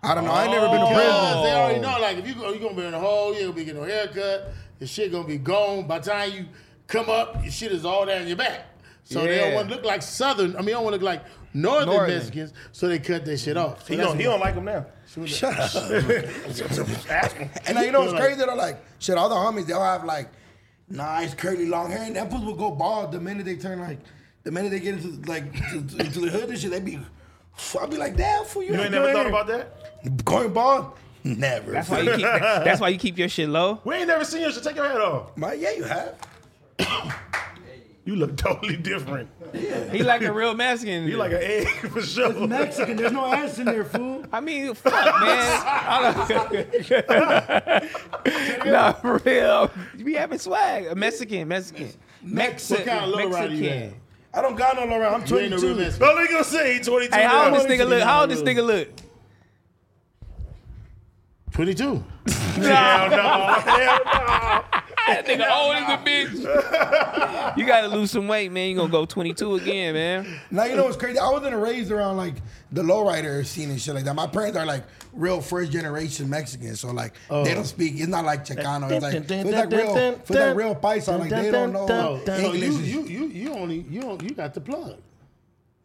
I don't know. I ain't never been to Because Oh. prison. they already know, like, if you go, you gonna be in a hole, you ain't gonna be getting no haircut, your shit gonna be gone. By the time you come up, your shit is all down your back. So they don't Yeah. wanna look like Southern, I mean, they don't wanna look like Northern, Northern. Mexicans, so they cut their shit off. So He that's don't, he what- don't like him now. Shut up. Ask him. And like, you know what's crazy though? Like, shit, all the homies, they all have like nice curly long hair, and that fools will go bald the minute they turn like, the minute they get into like to- to- into the hood and shit, they be. I'll be like, damn, fool, you, You ain't never thought about that? that. Going bald? Never. That's why you keep. that's why you keep your shit low. We ain't never seen you. So take your hat off. My, yeah, you have. You look totally different. He like a real Mexican. You like an egg for sure. Mexican. There's no ass in there, fool. I mean, fuck, man. I don't- nah, for real. We having swag. A Mexican, Mexican. Mexican. What kind of low rider you had? Mexican. I don't got no around. I'm You ain't no 22. real Mexican. No, they gonna say he 22. Hey, how old this now. nigga look? How old this nigga look? 22. Hell no. Hell That nigga old as a bitch. You gotta lose some weight, man. You gonna go 22 again, man. Now you know what's crazy? I wasn't raised around like the lowrider scene and shit like that. My parents are like real first generation Mexicans, so like they don't speak. It's not like Chicano. It's like it's like real for that real paisa. Like they don't know Oh, so English. you, and you, shit. you, you only, you, don't, you got the plug.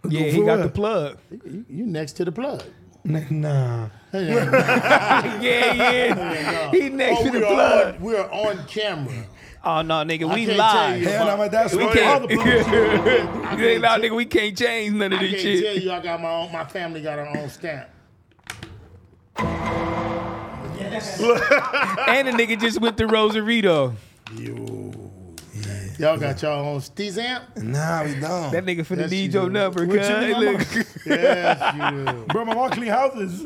Yeah, he for got real. the plug. You, you next to the plug. Nah. Yeah, yeah. He next Oh, to the we, plug. are on, we are on camera. Oh no, nigga, we can't tell live. you. Hell, no, my dad's We we can't. can't. you ain't loud, nigga. We can't change none of I this can't shit. tell you I got my own, my family got our own stamp. And the nigga just went to Rosarito. Y'all got y'all own stamp? Nah, we That don't. nigga finna That's need you. your number, What you cuz. mean, I'm Look. Yes, you do. Bro, my mom clean houses.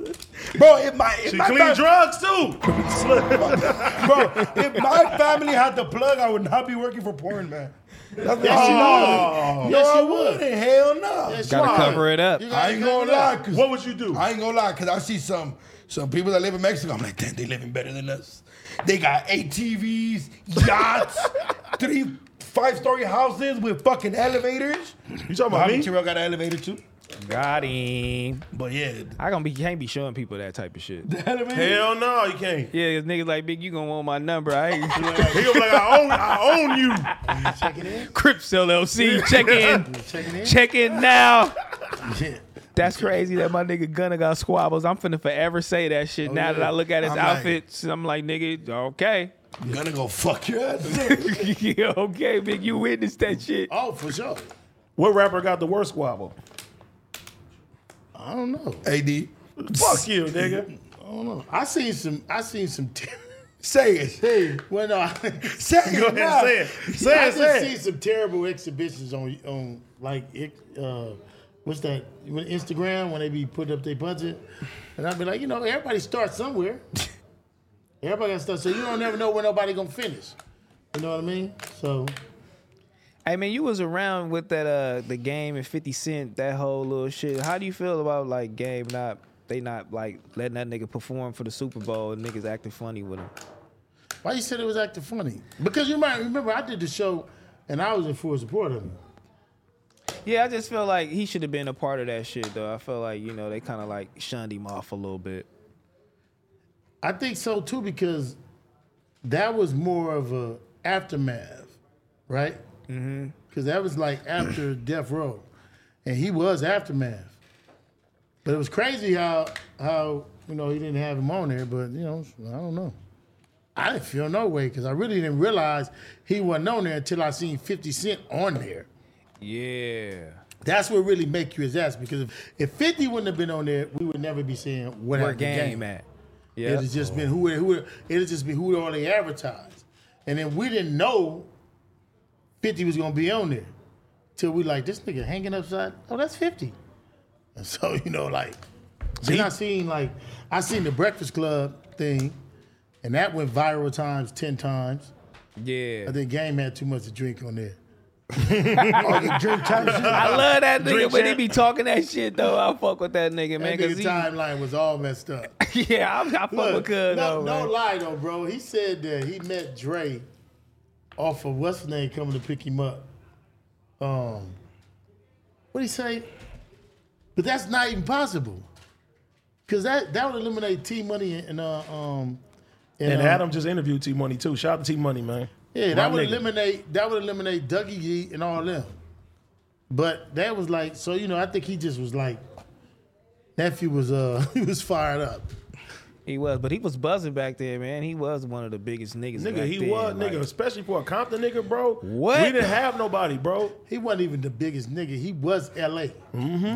Bro, if my if She my, clean fam- drugs too. Bro, if my family had the plug, I would not be working for porn, man. that's what Oh, yes, I you would. wouldn't. Hell no. Yes, you Gotta would. cover it up. You gotta I ain't cover gonna it up. lie, cause What would you do? I ain't gonna lie, cause I see some some people that live in Mexico. I'm like, damn, they living better than us. They got ATVs, yachts, three five story houses with fucking elevators. You talking about me? Chirrell got an elevator too. Got him. But yeah, I gonna be can't be showing people that type of shit. Hell no, you can't. Yeah, this nigga like big, you gonna want my number. I ain't He gonna be like, I own, I own you. Crips LLC. Check in. Checking in. Check in now. That's crazy that my nigga Gunna got squabbles. I'm finna forever say that shit Oh, now that I look at his I'm like- outfits. I'm like, nigga, okay. I'm gonna go fuck your ass. yeah, okay, big, you witnessed that shit. Oh, for sure. What rapper got the worst squabble? I don't know. Ad, Fuck you, nigga. I don't know. I seen some. I seen some. Ter- say it. hey, well, no. I, Say it. Go ahead now. and say it. Say I it, just say seen it. some terrible exhibitions on on like it- uh, what's that? With Instagram when they be putting up their budget, and I'd be like, you know, everybody starts somewhere. everybody got to start. So you don't never know where nobody gonna finish. You know what I mean? So Hey man, you was around with that uh the game and Fifty Cent that whole little shit. How do you feel about like game not they not like letting that nigga perform for the Super Bowl and niggas acting funny with him? why you said it was acting funny? Because you might remember I did the show, and I was in full support of it. Yeah, I just feel like he should have been a part of that shit though. I feel like you know they kind of like shunned him off a little bit. I think so too because that was more of a aftermath, right? Because Mm-hmm. that was like after Death Row, and he was aftermath. But it was crazy how how you know he didn't have him on there, but you know I don't know. I didn't feel no way because I really didn't realize he wasn't on there until I seen Fifty Cent on there. Yeah, That's what really make you his ass because if, if Fifty wouldn't have been on there, we would never be seeing where what happened to game, Game. at? It Yeah, has just been who who it has just been who all they advertised, and then we didn't know Fifty was gonna be on there till we like this nigga hanging upside. Oh, that's Fifty. And so you know like then I seen like I seen the Breakfast Club thing, and that went viral times ten times. yeah. I think Game had too much to drink on there. I love that nigga, Drink but he champ. be talking that shit though. I fuck with that nigga man, That cause nigga he, timeline was all messed up. yeah, I, I fuck with Look, Cuz. no, though, no man. lie though, bro. He said that he met Dre off of what's his name coming to pick him up. Um, what he say? But that's not even possible. Because that that would eliminate T Money and uh um And uh, Adam just interviewed T Money too. Shout out to T Money, man. Yeah, that My would nigga. eliminate that would eliminate Dougie Yee and all them. But that was like so you know I think he just was like nephew was uh he was fired up. He was, but he was buzzing back there, man. He was one of the biggest niggas. Nigga, back he then, was like- nigga, especially for a Compton nigga, bro. What? We didn't have nobody, bro. He wasn't even the biggest nigga. He was L.A.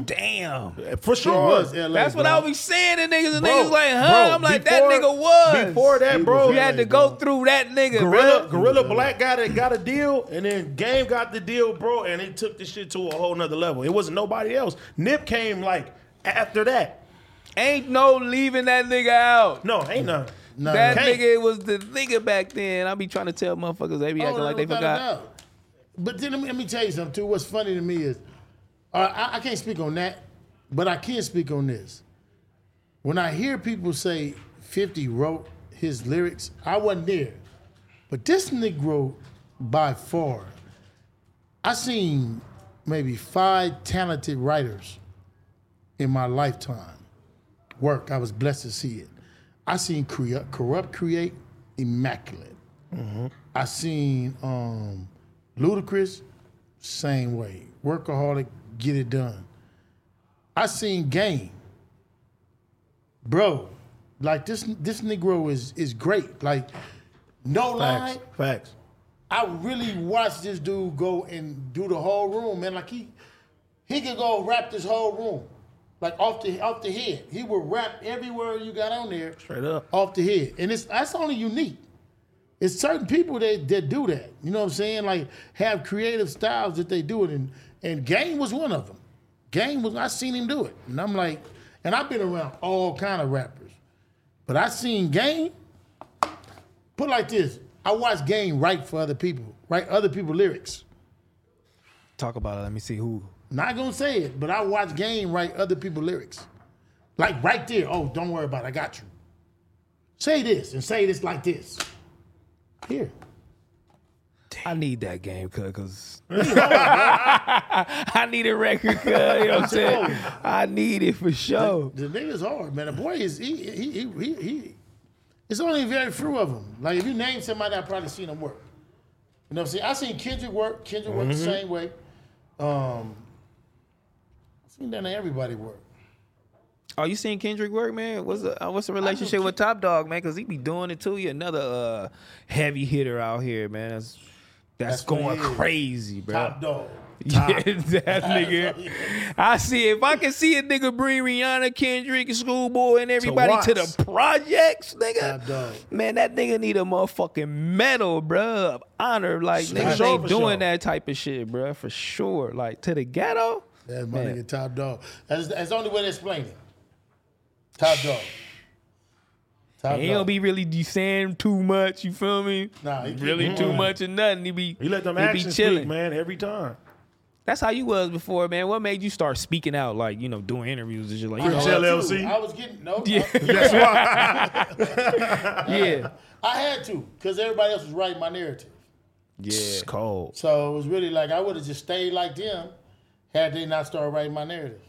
Damn. For He sure. was L.A. That's what bro. I was saying to niggas. And Bro, niggas like, huh? bro, I'm like, before- that nigga was. Before that, bro, you had to go through that nigga, Gorilla, bruh. Gorilla Black guy that got a deal, and then Game got the deal, bro, and it took this shit to a whole nother level. It wasn't nobody else. Nip came like after that. Ain't no leaving that nigga out. No, ain't none. No, that no. can't. nigga was the nigga back then. I be trying to tell motherfuckers they be acting Oh, like they without a forgot. doubt. But then let me, let me tell you something too. What's funny to me is, all right, I, I can't speak on that, but I can speak on this. When I hear people say Fifty wrote his lyrics, I wasn't there, but this Negro by far, I seen maybe five talented writers in my lifetime work. I was blessed to see it. I seen Crea- corrupt create immaculate. I seen um, Ludacris, same way. Workaholic, get it done. I seen Game, bro. Like this, this Negro is is great. Like no lie, Facts. Facts. I really watched this dude go and do the whole room, man. Like he, he could go rap this whole room, like off the off the head. He would rap everywhere you got on there Straight up. off the head. And it's that's only unique. It's certain people that, that do that. You know what I'm saying? Like have creative styles that they do it and and Game was one of them. Game was I seen him do it. And I'm like, and I've been around all kind of rappers. But I seen Game put it like this. I watch Game write for other people, write other people lyrics. Talk about it. Let me see who. Not gonna say it, but I watch Game write other people lyrics. Like right there. Oh, don't worry about it. I got you. Say this and say this like this. Here. I need that game, cuz, cuz. I need a record, cuz. You know what I'm saying? I need it for sure. The nigga's hard, man. The boy is he he he he. he it's only very few of them. Like if you name somebody, I probably seen them work. You know what I'm saying? I seen Kendrick work. Kendrick work the same way. Um, I seen that everybody work. Are Oh, you seeing Kendrick work, man? What's the uh, what's the relationship with Top Dog, man? Because he be doing it too. He another uh, heavy hitter out here, man. That's that's, what going he is. crazy, bro. Top dog. Yeah, that nigga. I see if I can see a nigga bring Rihanna, Kendrick, Schoolboy, and everybody to, Watts. the projects, Top dog. nigga. Man, that nigga need a motherfucking medal, bruh. of Honor, like niggas sure, ain't for doing sure. that type of shit, bruh, for sure. Like to the ghetto. That's my nigga, top dog. That's, that's the only way to explain it. Top dog. Top He don't be really de- saying too much. You feel me? Nah, he keep really too going. much or nothing. He be Mm-hmm. He let them he be actions chilling. speak, man, every time. That's how you was before, man. What made you start speaking out, like you know, doing interviews and shit? Like, you Rich know, Too. LLC. I was getting no. Yeah. I- yeah, I had to because everybody else was writing my narrative. yeah. It's cold. So it was really like I would have just stayed like them had they not started writing my narrative.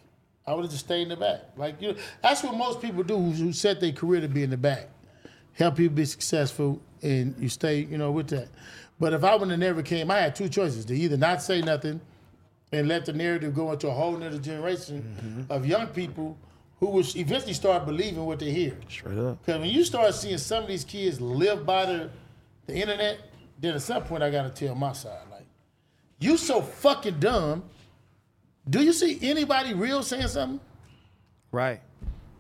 I would have just stayed in the back. Like you, that's what most people do who, who set their career to be in the back. Help you be successful, and you stay, you know, with that. But if I would have never came, I had two choices: to either not say nothing and let the narrative go into a whole nother generation of young people who will eventually start believing what they hear. Straight up. Because when you start seeing some of these kids live by the, the internet, then at some point I gotta tell my side, like, you so fucking dumb. Do you see anybody real saying something? Right.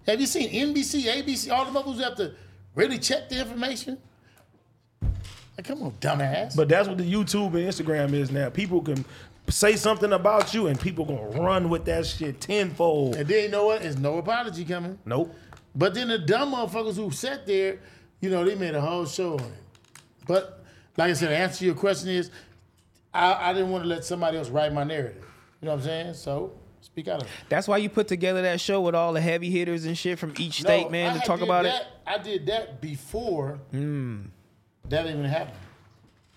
Have you seen NBC, ABC, all the motherfuckers who have to really check the information? Like, come on, dumbass. But that's what the YouTube and Instagram is now. People can say something about you and people gonna run with that shit tenfold. and then you know what? There's no apology coming. Nope. But then the dumb motherfuckers who sat there, you know, they made a whole show on it. But like I said, the answer to your question is, I, I didn't want to let somebody else write my narrative. You know what I'm saying? So speak out of it. That's why you put together that show with all the heavy hitters and shit from each state, No, I man, to had talk did about that, it. Hmm. I did that before that even happened.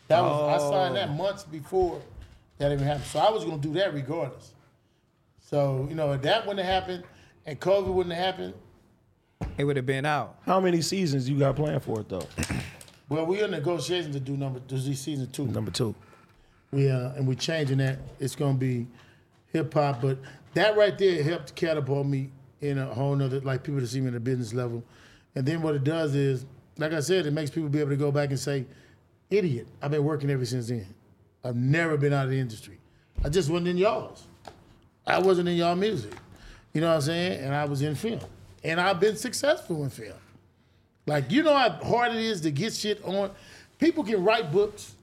That was I signed Oh. that months before that even happened. So I was gonna do that regardless. So you know, if that wouldn't have happened and COVID wouldn't have happened, It would have been out. How many seasons you got planned for it though? Well, we're in negotiations to do number to do season two. Number two. We uh, and we're changing that. It's gonna be hip hop, but that right there helped catapult me in a whole nother like people to see me in a business level. And then what it does is, like I said, it makes people be able to go back and say, "Idiot, I've been working ever since then. I've never been out of the industry. I just wasn't in y'all's. I wasn't in y'all music. You know what I'm saying? And I was in film, and I've been successful in film. Like you know how hard it is to get shit on. People can write books,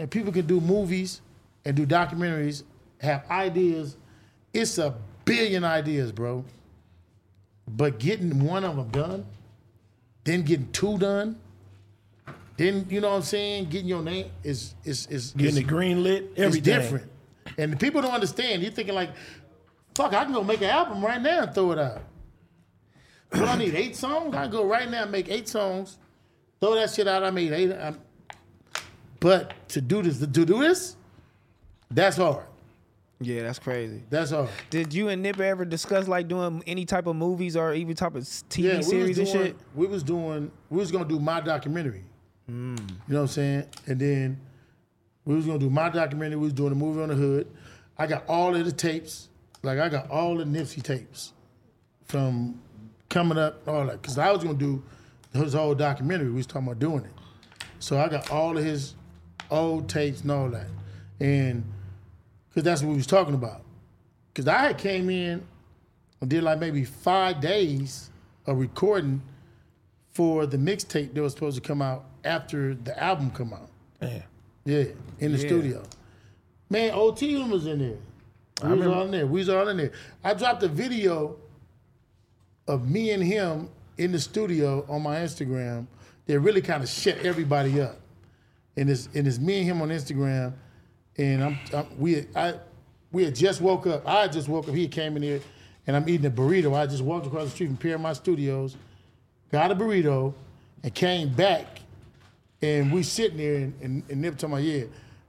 and people can do movies, and do documentaries, have ideas. It's a billion ideas, bro. But getting one of them done, then getting two done, then you know what I'm saying. Getting your name is is is Getting is, it green lit. it's Everything. different. And the people don't understand. You're thinking like, fuck, I can go make an album right now and throw it out. Do I need eight songs? I can go right now and make eight songs, throw that shit out. I made eight. I'm- but to do this, to do this, that's hard. Yeah, that's crazy. That's hard. Did you and Nipper ever discuss like doing any type of movies or even type of s- TV Yeah, we series was doing, and shit? we was doing, we was gonna do my documentary. You know what I'm saying? And then we was gonna do my documentary. We was doing a movie on the hood. I got all of the tapes. Like I got all the Nipsey tapes from coming up, all that. Cause I was gonna do his whole documentary. We was talking about doing it. So I got all of his old tapes and all that. And cause that's what we was talking about. Cause I had came in and did like maybe five days of recording for the mixtape that was supposed to come out after the album come out. Man. Yeah, in the studio. Man, OT was in there. We was all in there. We was all in there. I dropped a video of me and him in the studio on my Instagram that really kind of shut everybody up. And it's and it's me and him on Instagram, and I'm, i we I we had just woke up. I had just woke up. He came in here, and I'm eating a burrito. I just walked across the street from Paramount Studios, got a burrito, and came back and we sitting there and, and, and Nip talking about, yeah,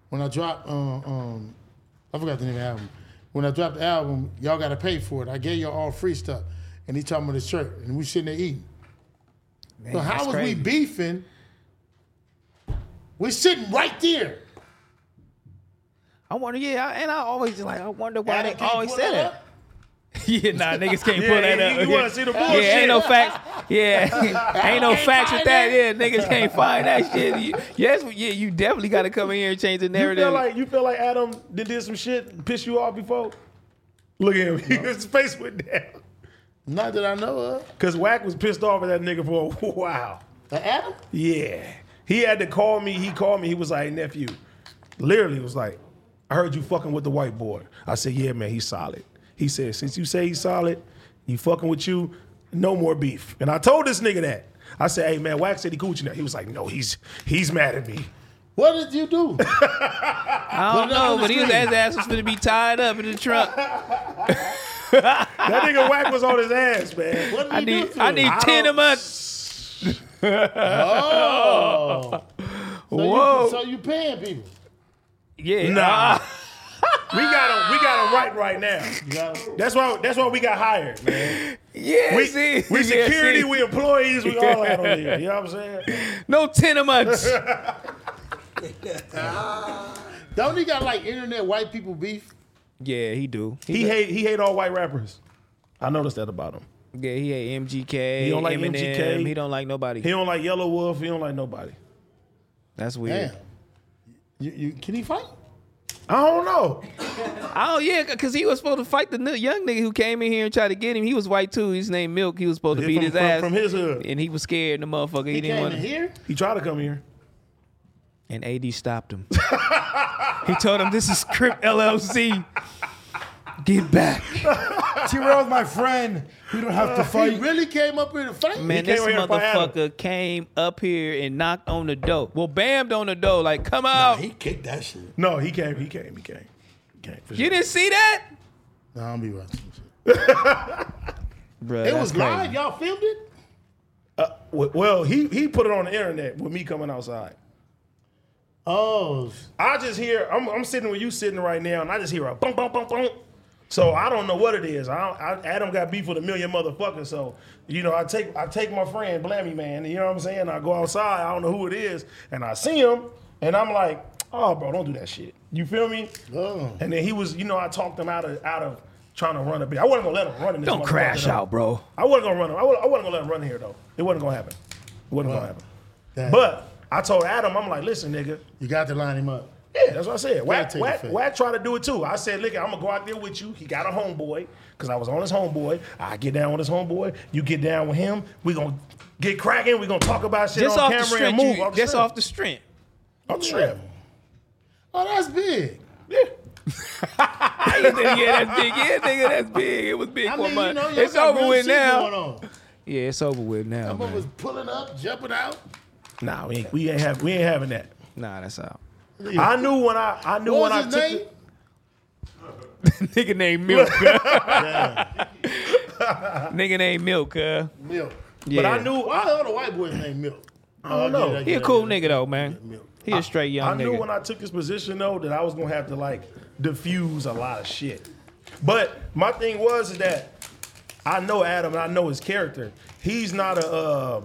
when I drop, um, um, I forgot the name of the album. When I dropped the album, y'all got to pay for it. I gave y'all all free stuff. And he talking about his shirt. And we sitting there eating. Man, So that's how was crazy. we beefing? We're sitting right there. I wonder. Yeah, I, and I always like. I wonder why And I they can't always pull said that it. up. yeah, nah, niggas can't pull Yeah, that you- up. you yeah. wanna see the Yeah, ain't no bullshit. facts. Yeah, ain't no Can't facts with find that. that. Yeah, niggas can't find that shit. You, yes, yeah, you definitely got to come in here and change the You narrative. feel like you feel like Adam did, did some shit and pissed you off before? Look at him. His face went down. Not that I know of. Cause Wack was pissed off at that nigga for a while. The Adam? Yeah. He had to call me. He called me. He was like, nephew. Literally was like, I heard you fucking with the white boy. I said, yeah, man, he's solid. He said, since you say he's solid, he fucking with you, no more beef. And I told this nigga that. I said, hey man, Wax said he coochie now. He was like, no, he's he's mad at me. What did you I don't do? Put it on know, the but his screen. ass ass was gonna be tied up in the trunk. That nigga Wack was on his ass, man. What did I he do need, to I you? need ten a don't- month. Oh. so, Whoa. You, so you paying people. Yeah, uh, Nah. we got him, we got him right right now. You gotta- That's why that's why we got hired, man. yeah. We, see, we Yeah, security, see. we employees, we all out on here. You know what I'm saying? no ten a month. Don't he got like internet white people beef? yeah, he do. He hate he hate all white rappers. I noticed that about him. Yeah, he hate MGK. He don't like Eminem, MGK. He don't like nobody. He don't like Yellow Wolf. He don't like nobody. That's Damn. weird. You, you can he fight? I don't know. Oh yeah, because he was supposed to fight the new- young nigga who came in here and tried to get him. He was white too. His name Milk. He was supposed to beat from, his from- ass, from his hood. and he was scared. And the motherfucker, he, He, didn't came want in to. here. He tried to come here. And AD stopped him. he told him, "This is Crip LLC. Get back, T-Rail's my friend. We don't have to He fight. really came up here to fight. man." He This came here for Adam. motherfucker came up here and knocked on the door. Well, bammed on the door, like, "Come out." He kicked that shit. No, he came. He came. He came. He came for you sure. didn't see that, No, I'm be watching. this shit. bro? It was live. Y'all filmed it. Uh, w- well, he he put it on the internet with me coming outside. Oh, I just hear. I'm, I'm sitting where you sitting right now, and I just hear a bump, bump, bump, bump. So I don't know what it is. I, don't- I Adam got beef with a million motherfuckers. So you know, I take I take my friend Blammy man. You know what I'm saying? I go outside. I don't know who it is, and I see him, and I'm like, oh, bro, don't do that shit. You feel me? Oh. And then he was, you know, I talked him out of out of trying to run a bit. I wasn't gonna let him run in this. Don't motherfucker, crash though. out, bro. I wasn't gonna run him. I wasn't, I wasn't gonna let him run here though. It wasn't gonna happen. It wasn't gonna happen. That- But I told Adam, I'm like, listen, nigga, You got to line him up. yeah, that's what I said. Whack, take whack, effect. whack tried to do it too. I said, look, I'm gonna go out there with you. He got a homeboy, because I was on his homeboy. I get down with his homeboy. You get down with him. We gonna get cracking. We gonna talk about shit Just on off camera the and strength. move. You, off the just strip. off the strength. off the strip. Oh, that's big. yeah, that's big. Yeah, nigga, that's big. It was big I for mean, a you month. know, y'all it's got over real with shit now. Going on. Yeah, it's over with now. Someone man. was pulling up, jumping out. Nah, we ain't, we ain't have we ain't having that. Nah, that's out. I knew when I I knew What when was his I took name? it- nigga named Milk. nigga named Milk. Uh. Milk. Yeah. but I knew Why the other white boy's name Milk? I don't know. he a cool nigga though, man. He a straight I young knew nigga. when I took this position though that I was gonna have to like diffuse a lot of shit. But my thing was is that I know Adam and I know his character. He's not a um,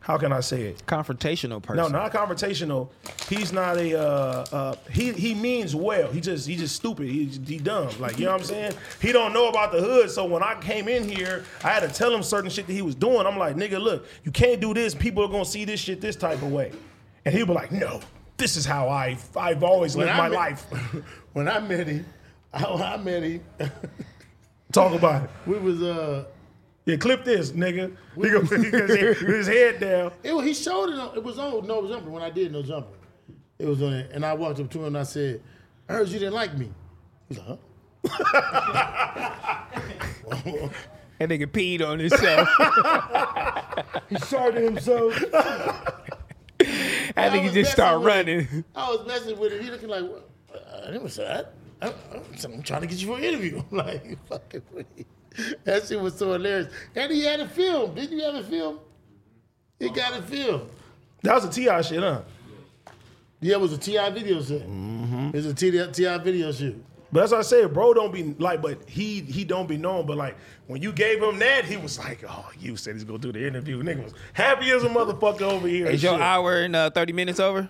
how can I say it? Confrontational person. No, not confrontational. He's not a uh, uh, he. He means well. He just he just stupid. He he dumb. Like you know what I'm saying. He don't know about the hood. So when I came in here, I had to tell him certain shit that he was doing. I'm like, nigga, look, you can't do this. People are gonna see this shit this type of way, and he'll be like, no. This is how I I've always lived I my met- life. When I met him, I, when I met him, Talk about it. we was uh, Yeah, clip this, nigga. He go, he got his his head down. it, was- he showed it. On, it was on no jumper when I did no jumper. It was on it, and I walked up to him and I said, "I heard you didn't like me." He's like, "Huh?" That nigga peed on himself. He sorry to himself. that nigga was just start messing with running. I was messing with him. He looking like, "What? I didn't say that. I, I, I'm trying to get you for an interview. I'm like, fucking with you." That shit was so hilarious. And he had a film. Didn't you have a film? He got a film. That was a Ti shit, huh? Yeah, it was a Ti video shoot. It was a Ti video shoot. But as I said, bro, don't be like, but he he don't be known. But like when you gave him that, he was like, oh, you said he's gonna do the interview. Nigga was happy as a motherfucker over here. and Is your shit. hour and uh, 30 minutes over?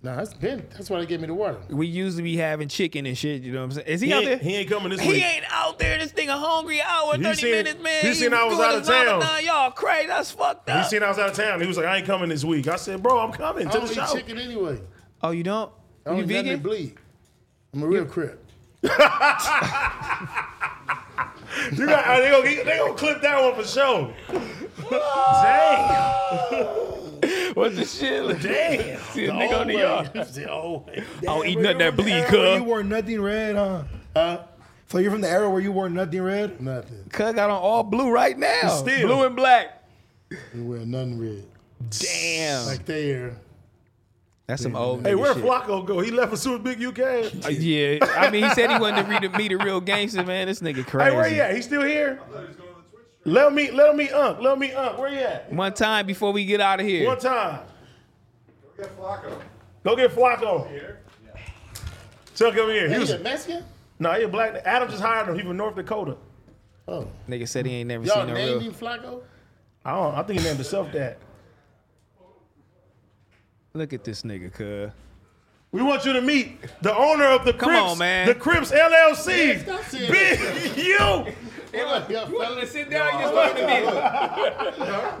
Nah, that's Ben. That's why they gave me the water. We usually be having chicken and shit, you know what I'm saying? Is he, he, out there? ain't, he ain't coming this He week. ain't out there. This nigga hungry hour, He 30 seen- minutes, man. he seen I was doing out of his town. Ramadan. Y'all crazy. That's fucked He up. seen I was out of town. He was like, I ain't coming this week. I said, bro, I'm coming I to the don't eat show. chicken anyway. oh, you don't? I don't You eat nothing that vegan? bleed. I'm a real crip. You got, they, gonna, they gonna clip that one for sure. damn, What's the shit? damn. See a nigga on the yard. the old way. I don't eat Bro, nothing you're that from the bleed, era where You cuz. wore nothing red, huh? So you're from the era where you wore nothing red? Nothing. Cuz got on all blue right now. Still. Blue and black. We wear nothing red. Damn. Like they are. That's some old Hey, nigga where shit. Flacco go? He left as soon as Big U came. Uh, yeah, I mean, he said he wanted to read the, be the real gangster, man. This nigga crazy. Hey, where he at? He still here? Let me, let me unk, let me unk. Where he at? One time before we get out of here. One time. Go get Flacco. Go get Flacco. Chuck him here. He He's was, a Mexican? no, he a black. Adam just hired him. He from North Dakota. Oh. Nigga said he ain't never Y'all seen no real. named him Flacco? I don't. I think he named himself that. Look at this nigga, cuz. We want you to meet the owner of the Come Crips, on, man. the Crips LLC, Yeah, stop saying Big U. You want to sit down? You just want to be.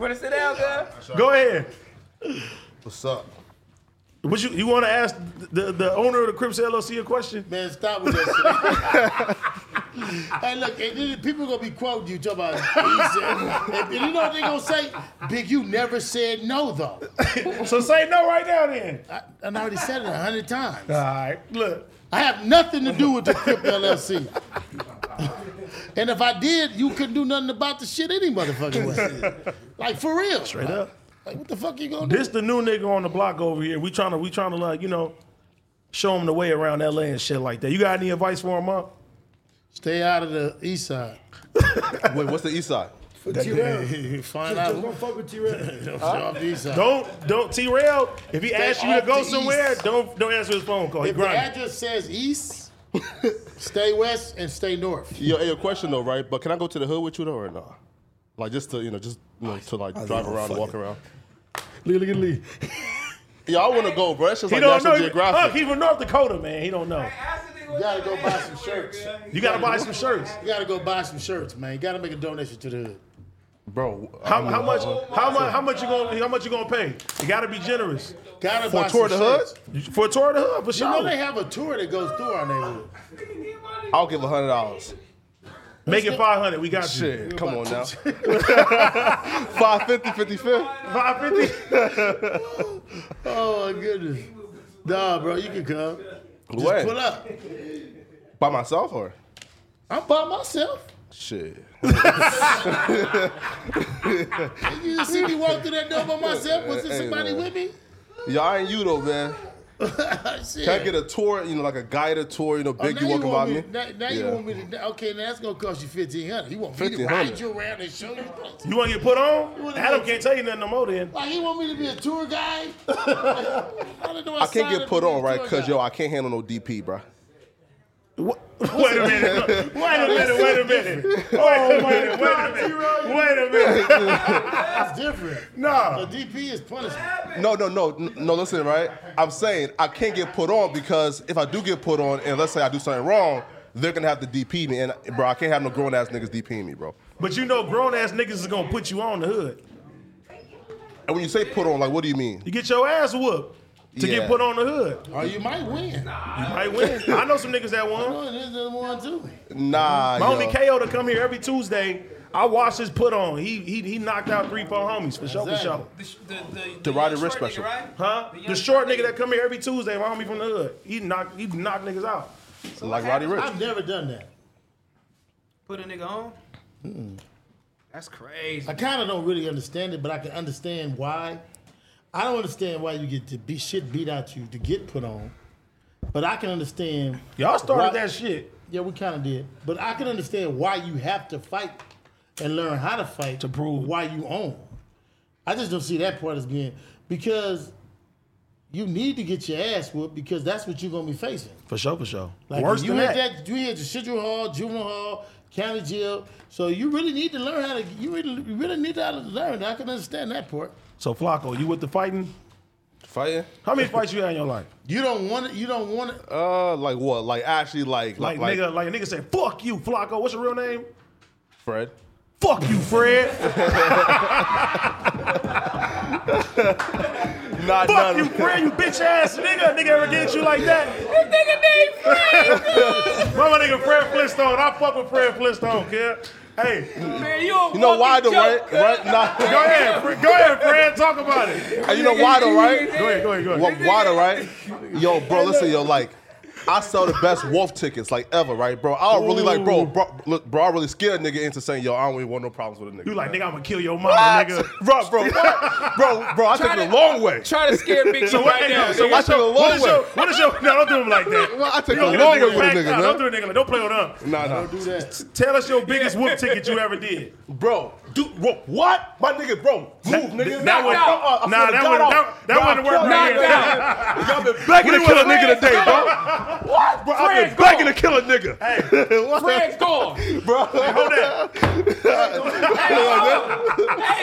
Want to sit down, cuz? Go ahead. What's up? What you you want to ask the, the owner of the Crips LLC a question? Man, stop with that shit. hey, look, and then people gonna be quoting you talking about. He said, and, and you know what they gonna say? Big, you never said no though. So say no right now, then. I, and I already said it a hundred times. All right, look. I have nothing to do with the Crip LLC. and if I did, you couldn't do nothing about the shit any motherfucking way. like for real. Straight up. Like what the fuck you gonna do? This the new nigga on the block over here. We trying to we trying to like you know show him the way around LA and shit like that. You got any advice for him, up? Stay out of the east side. Wait, what's the east side? For T-Red. Find Just out. don't fuck with T-Red. Stay off the east side. Don't don't T Rail. If he asks you to off go the somewhere, east. don't don't answer his phone call. He If the grinding. address says east, Stay west and stay north. Yo, hey, your question though, right? But can I go to the hood with you though, or not? Like just to you know, just you know, to like drive around and walk around. Look, look at Lee. Yeah, I want to go, bro. That's just He like don't know. National Fuck, Geographic. he from North Dakota, man. He don't know. You gotta go buy some shirts. You gotta buy some shirts. You gotta go buy some shirts, man. You gotta make a donation to the hood. Bro, How, I'm- how much? How much? How much you gonna? How much you gonna pay? You gotta be generous Gotta For buy a tour of the some hood? shirts. for a tour of the hood for You know sure. they have a tour that goes through our neighborhood. I'll give hundred dollars. Make it five hundred. We got you. Shit, come on now. 550, 55. Five fifty. Oh my goodness. Nah, bro, you can come. Just Where? pull up. By myself or? I'm by myself. Shit. You didn't see me walk through that door by myself. Was there somebody man. with me? Y'all ain't you though, man. Shit. Can I get a tour? You know, like a guided tour. You know, Oh, big. now you walking by want me? Now, now you Yeah. want me to? Okay, now that's gonna cost you fifteen hundred. You want me to 1500. ride you around and show you? places? You want to get put on? Adam can't tell you nothing no more. Then Like he want me to be a tour guide? I can't get put on, right? Cause yo, I can't handle no DP, bro. wait a minute. Wait a minute. Wait a minute. Wait a minute. Wait a minute. Wait a minute. that's different. A No. DP is punishment. No, no, no, n- no. Listen, right? I'm saying I can't get put on because if I do get put on, and let's say I do something wrong, they're gonna have to DP me, and bro, I can't have no grown ass niggas DP me, bro. But you know, grown ass niggas is gonna put you on the hood. And when you say put on, like, what do you mean? You get your ass whooped to Yeah. get put on the hood. Or you might win. You might win. I know some niggas that won. Oh, there's another one too. Nah, My homie KO yo. to come here every Tuesday. I watch his put on. He he he knocked out three four homies for sure for Exactly. sure. The, the, the, The Roddy Rich special. Huh? The short nigga that come here every Tuesday, my homie from the hood. He knocked he knocked niggas out. like Roddy Rich. I've never done that. put a nigga on. Hmm. That's crazy. I kind of don't really understand it, but I can understand why. I don't understand why you get to be shit beat out you to get put on, but I can understand. Y'all started why- that shit. Yeah, we kind of did, but I can understand why you have to fight and learn how to fight to prove why you own. I just don't see that part as being because you need to get your ass whooped because that's what you're gonna be facing. For sure, for sure. Like Worse you than had that. You had residual hall, juvenile hall, county jail. So you really need to learn how to. You really, you really need to how to learn. I can understand that part. So Flacco, you with the fighting? Fighting? How many fights you had in your life? You don't want it. You don't want it. Uh, like what? Like actually, like Like, nigga, like a nigga said, "Fuck you, Flacco." What's your real name? Fred. Fuck you, Fred. Nah, Fuck nah, you, Fred. You bitch ass nigga. Nigga ever did you like that? That nigga named Fred. My nigga Fred Flintstone. I fuck with Fred Flintstone, kid. Hey, Man, you, You know why though, right? Right? go Nah. ahead, Fred, go ahead, Fred. Talk about it. And you know why though, right? Go ahead, go ahead, go ahead. What water, right? Yo, bro, listen, yo, like, I sell the best wolf tickets like ever, right, bro? I don't really like, bro, bro, look, bro, I really scared nigga into saying, yo, I don't even want no problems with a nigga. You like, man. nigga, I'm gonna kill your mama, nigga. bro, bro, what? bro, bro, I took it a long way. Try to scare Big So G what? right hey, now. so nigga. what's I took your, a long what is your, way. what is your? No, don't do him like that. Well, I took Yo, a that long way nigga with a packed nigga, out. Don't do man. a nigga. like- Don't play with him. Nah, nah. Do that. Tell us your biggest whoop ticket you ever did. Bro, dude, bro, what? My nigga, bro, move, that nigga. Nah, would- uh, I nah, swear to that God, would- I'll- that- that bro, wouldn't work I'll right kill here. that nigga. Y'all been begging to kill a nigga today, bro. What? Bro, I've Fred's been begging to kill a nigga. What? Fred's gone. bro. Hold that. hey,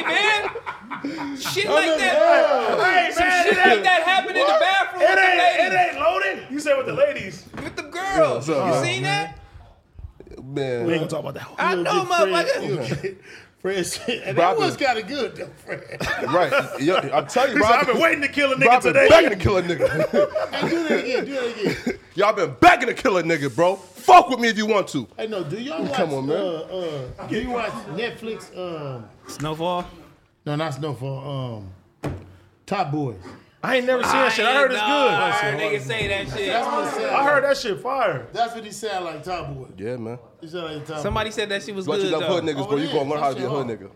man. Shit like that. Hey, Some man, shit it like ain't, that happened in the bathroom with the it ain't, it ladies. ain't loaded. You said with the ladies. With the girls. Yeah, you what's up, seen that? We Man, ain't gonna talk about that. I know, motherfucker. motherfucker. Fred, said- and Bro, I that was been- kind of good though, Fred. right. Yo, I'm telling you, He bro. said, I've been waiting to kill a bro, I've nigga been today. begging to kill a nigga. Hey, do that again. Do that again. Y'all been begging to kill a nigga, bro. Fuck with me if you want to. Hey, no. Do y'all watch? Come on, man. Uh, uh, do you watch Netflix? Um, Snowfall. no, not Snowfall. Um, Top Boys. I ain't never seen that shit. I heard it's I good. heard niggas say that That's shit. what it sound I like. heard that shit fire. That's what he sound like, Top Boy. Yeah, man. He sound like Top Boy. Somebody said that shit was But you good, love though. hood niggas, Oh, bro. You yeah, gonna learn how to be a that's hood it. nigga.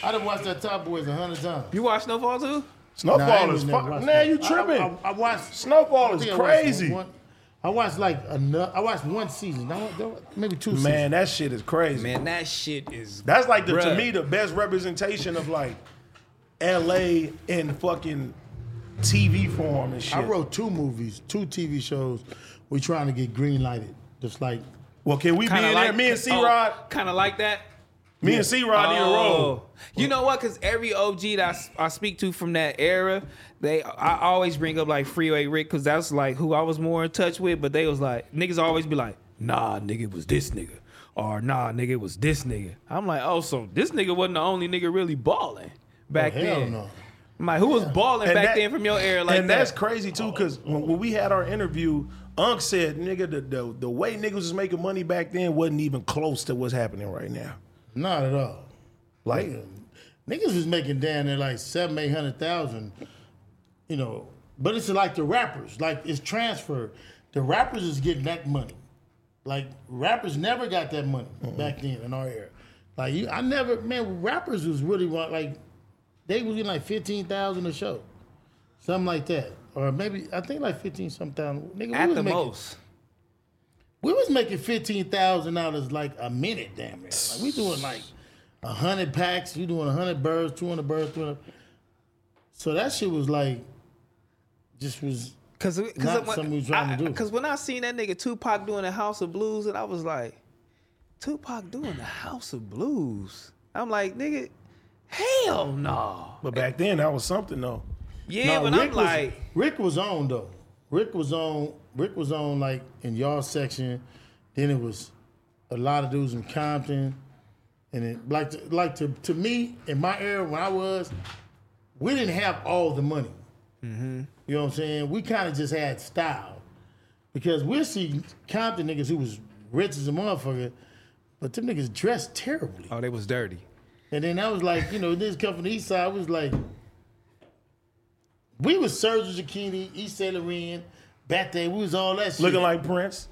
Damn. I done watched that Top Boys a hundred times. You watch Snowfall, too? Snowfall Nah, I ain't is even never fire. watched Man, that. you I- tripping. I, I- I watched. Snowfall I is think I watched crazy. one- I watched like another. I watched one season. I watched, maybe two Man, that shit is crazy. Man, that shit is. That's like the, to Bruh. me the best representation of like L.A. and fucking TV form and shit. I wrote two movies, two TV shows. We're trying to get green lighted, just like well, can we be in there? Me and C Rod, kind of Oh, like that. Oh. me Oh. and C Rod in a row. You know what? Because every OG that I s- I, speak to from that era, they I always bring up like Freeway Rick because that's like who I was more in touch with. But they was like niggas always be like, Nah, nigga it was this nigga, or Nah, nigga it was this nigga. I'm like, oh, so this nigga wasn't the only nigga really balling Oh, back hell then. no. I'm like, who was balling And back that- then from your era like and that? that's crazy too, because when, when we had our interview, Unc said, "Nigga, the, the the way niggas was making money back then wasn't even close to what's happening right now." not at all. Like, Niggas was making down there like seven, eight hundred thousand, you know. But it's like the rappers, like it's transferred. The rappers is getting that money. Like rappers never got that money back then in our era. Like you, I never, man. Rappers was really want like they was getting like fifteen thousand a show, something like that, or maybe I think like fifteen sometimes. Nigga, At we was the making, most. we was making fifteen thousand dollars like a minute, damn it. Like we doing like hundred packs. You doing hundred birds, two hundred birds, two hundred. So that shit was like, just was. Cause, Not cause when, something we trying to do. Because when I seen that nigga Tupac doing the House of Blues, and I was like, Tupac doing the House of Blues. I'm like, nigga, hell no. but back then that was something though. Yeah, Nah, but I'm was, like, Rick was on though. Rick was on. Rick was on like in y'all section. Then it was a lot of dudes in Compton, and it like to, like to to me in my era when I was, we didn't have all the money. Mm-hmm. You know what I'm saying? We kind of just had style because we see Compton niggas who was rich as a motherfucker, but them niggas dressed terribly. oh, they was dirty. And then I was like, you know, this come from the east side. I was like, we was Sergio Zucchini, East Sailorin, Bat Day. We was all that shit. Looking like Prince.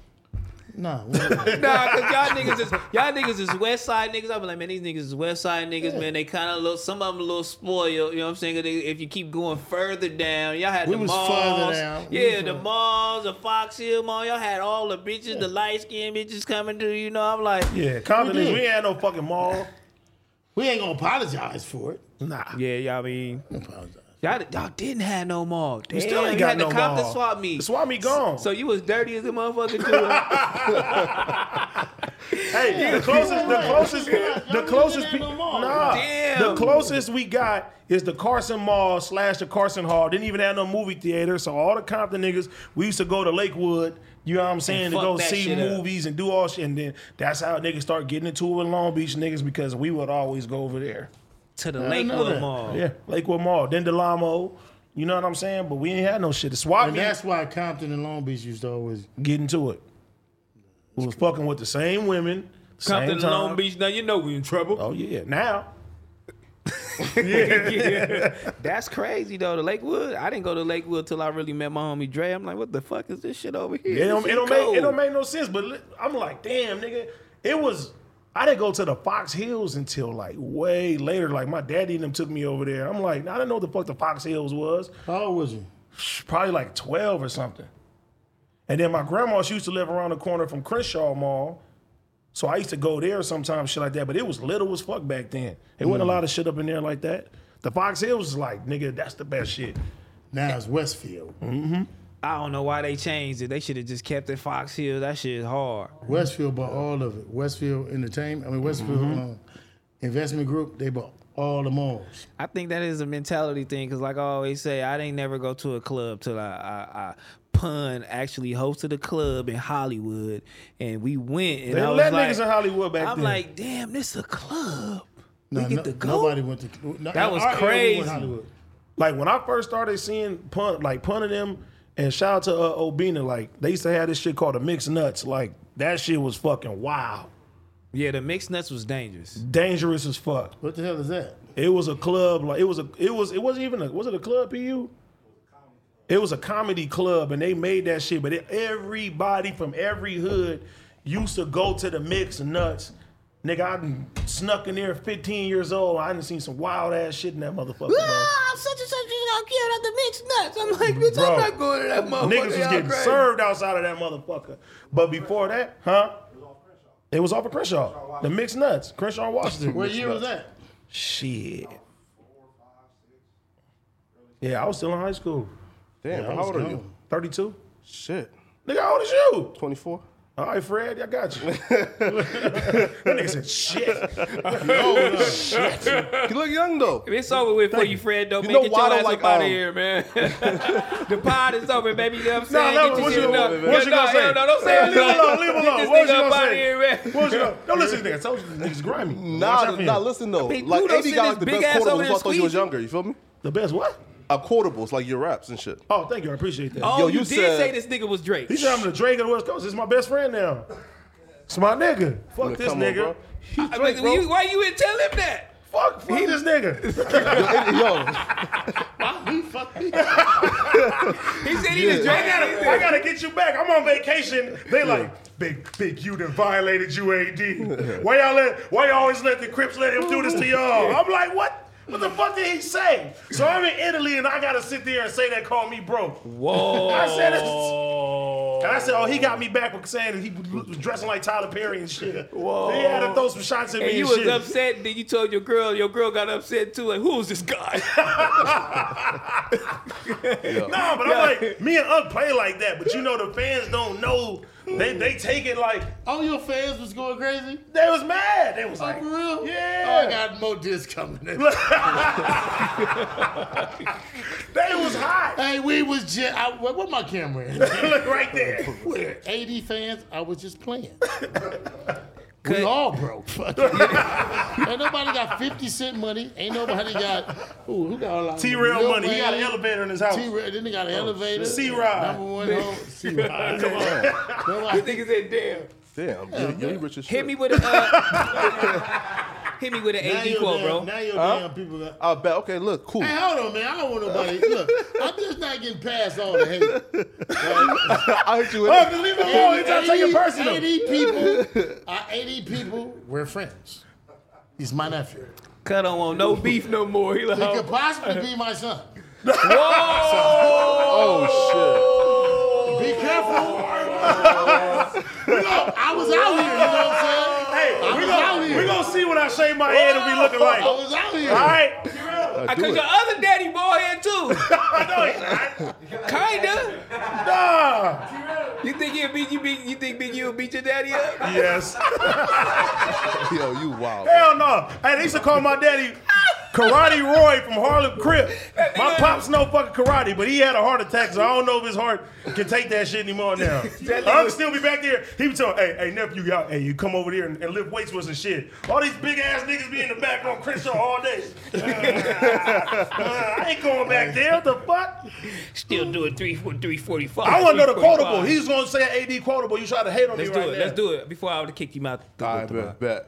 nah, we wasn't. Nah, cause y'all niggas is y'all niggas is West Side niggas. I be like, man, these niggas is West Side niggas. Man, they kind of look. Some of them a little spoiled. You know what I'm saying? 'Cause they- If you keep going further down, y'all had We the was malls. further down. We Yeah, was the further- malls, the Fox Hill Mall. Y'all had all the bitches, the light skinned bitches coming through. You know, I'm like, Yeah, Compton. We is- did. We ain't had no fucking mall. we ain't gonna apologize for it. Nah. Yeah, y'all mean Apologize. y'all, y'all didn't have no mall. Damn, still ain't you got had no to cop mall. the swap meet. The swap meet gone. So you was dirty as a motherfucker too. Hey, the closest, the closest, the niggas closest, ain't pe- no mall. nah, Damn. the closest we got is the Carson Mall slash the Carson Hall. Didn't even have no movie theater, so all the Compton niggas, we used to go to Lakewood. You know what I'm saying? And To fuck go that see shit up. movies and do all shit, and then that's how niggas start getting into it with Long Beach niggas because we would always go over there. to the didn't know Lakewood that. Mall. Yeah, Lakewood Mall, then Delamo. You know what I'm saying? But we ain't had no shit. The swap And meet, that's why Compton and Long Beach used to always. get into it. We was fucking with the same women. Compton same time. Long Beach. Now you know we in trouble. Oh yeah, now. That's crazy though. The Lakewood. I didn't go to Lakewood till I really met my homie Dre. I'm like, what the fuck is this shit over here? It This don't, it shit don't make it cold. don't make no sense. But li- I'm like, damn, nigga, it was. I didn't go to the Fox Hills until like way later. Like my daddy and them took me over there. I'm like, I didn't know what the fuck the Fox Hills was. How old was you? Probably like 12 or something. And then my grandma, she used to live around the corner from Crenshaw Mall. So I used to go there sometimes, shit like that. But it was little as fuck back then. It wasn't a Mm. lot of shit up in there like that. The Fox Hills is like, nigga, that's the best shit. Now it's Westfield. I don't know why they changed it. They should have just kept it Fox Hill. That shit is hard. Westfield bought all of it. Westfield Entertainment. I mean Westfield Mm-hmm. um, Investment Group. They bought all the malls. I think that is a mentality thing because, like I always say, I didn't never go to a club till I, I, I pun actually hosted a club in Hollywood, and we went. And They I was let like, niggas in Hollywood back I'm then. like, damn, this a club. No, we get no- to go. nobody went to. no, That was our area, we went crazy. Hollywood. Like when I first started seeing pun, like punning them, and shout out to uh, Obina, like they used to have this shit called a mixed nuts. Like that shit was fucking wild, Yeah, the mixed nuts was dangerous. dangerous as fuck. What the hell is that? It was a club, like it was a, it was, it wasn't even a, was it a club pu? It was a comedy club, and they made that shit. But it, everybody from every hood used to go to the mixed nuts. Nigga, I done snuck in there 15 years old. I done seen some wild ass shit in that motherfucker. bro. Ah, I'm such and such is gonna kill out the mixed nuts. I'm like, bitch, Bro, I'm not going to that motherfucker. Niggas was Y'all getting crazy. served outside of that motherfucker. But before that, huh? It was off of Crenshaw. The mixed nuts. Crenshaw, Washington. What Mixed year was nuts. that? Shit. Yeah, I was still in high school. Damn, Yeah, I bro, how was old are you? gone. 32? Shit. Nigga, how old is you? 24? All right, Fred, I got you. that nigga said, shit. Oh, You look young though. It's over with for you, Fred. Though, You man. know get why I your don't ass like, up out um, of here, man. the pod is over, baby. You know what I'm saying? no, Get your what shit you- up. what Yeah, you no, gonna say? hell No, don't say Leave him alone, leave him alone. Get this What you nigga gonna up out of say? here, man. What you know? Don't listen to this nigga. I told you this nigga's grimy. Watch Nah, out for nah, him. listen though. Big like Pluto AD sent got like his the big best ass over quotables. here I thought you was squeezing. younger. You feel me? The best what? Uh, quotables like your raps and shit. Oh, thank you. I appreciate that. Oh, Yo, you you did said- say this nigga was Drake. He said I'm the Drake of the West Coast. It's my best friend now. It's my nigga. Fuck Yeah, this come on, nigga. bro. He's I Drake, mean, bro. you- why you didn't tell him that? Fuck, fuck this nigga. Yo, He said he was Drake. I gotta, I gotta get you back. I'm on vacation. They like, big, big, you done violated UAD. Why y'all let, why y'all always let the Crips let him do this to y'all? I'm like, what? What the fuck did he say? So I'm in Italy and I gotta sit there and say that call me bro. Whoa. I said it's. And I said, oh, he got me back with saying that he was dressing like Tyler Perry and shit. Whoa. They had to throw some shots at me And and you was shit. upset, then you told your girl, your girl got upset too. Like, who is this guy? No, but I'm like, me and Unc play like that, but you know the fans don't know. They they take it like All your fans was going crazy. they was mad. They was like, Oh, For real? Yeah. Oh, I got more discs coming. In. they was hot. hey, we was just. I, where, where my camera? At? Look right there. We're 80 fans. I was just playing. Cut. We all broke. Fuck it. Ain't nobody got 50 cent money. Ain't nobody got. Ooh, who got a lot of T Rail Lil money. He got an Wayne, elevator in his house. T-Rail. Then they got an elevator. C-Rod. Number one home. C-Rod. Oh, Come on. Nobody- nigga said, damn. damn, yo, yo, you rich as shit. Hit me with a uh, hit me with an Now AD your quote, damn- bro. Now your damn people got. I bet. Okay, look, cool. Hey, hold on, man. I don't want nobody. Look, I'm just not getting past all the hate. I hit you with Unc, it. just leave him alone. He's trying to take it personal. 80 people, uh, 80 people, we're friends. He's my nephew. Cut don't want no beef no more. He like, oh. He could possibly be my son. whoa, Oh Be careful. We gon- I was out here, you know what I'm saying? Hey, I we was out gonna, here. we gonna see when I shave my head and we looking like. I was out here. All right. shit. cause your other daddy bald head too, I know. kinda. I, You think he'll beat you? Beat, you think Big U will beat your daddy up? nah. Yes. Yo, you wild. bro. Hell no. Hey, they used to call my daddy Karate Roy from Harlem Crip. My pops know fucking karate, but he had a heart attack, so I don't know if his heart can take that shit anymore now. I'll still be back there. He be telling, hey, hey, nephew, you out. Hey, you come over here and, and lift weights with some shit. All these big ass niggas be in the back on Crenshaw all day. Uh, I ain't going back there. What the fuck? Still doing three, four, three forty-five. I want to know the 345. quotable. He's going to say an AD quotable. You try to hate on Let's me do right it. now. Let's do it before I would have kicked him out. the- All right, bet, bet.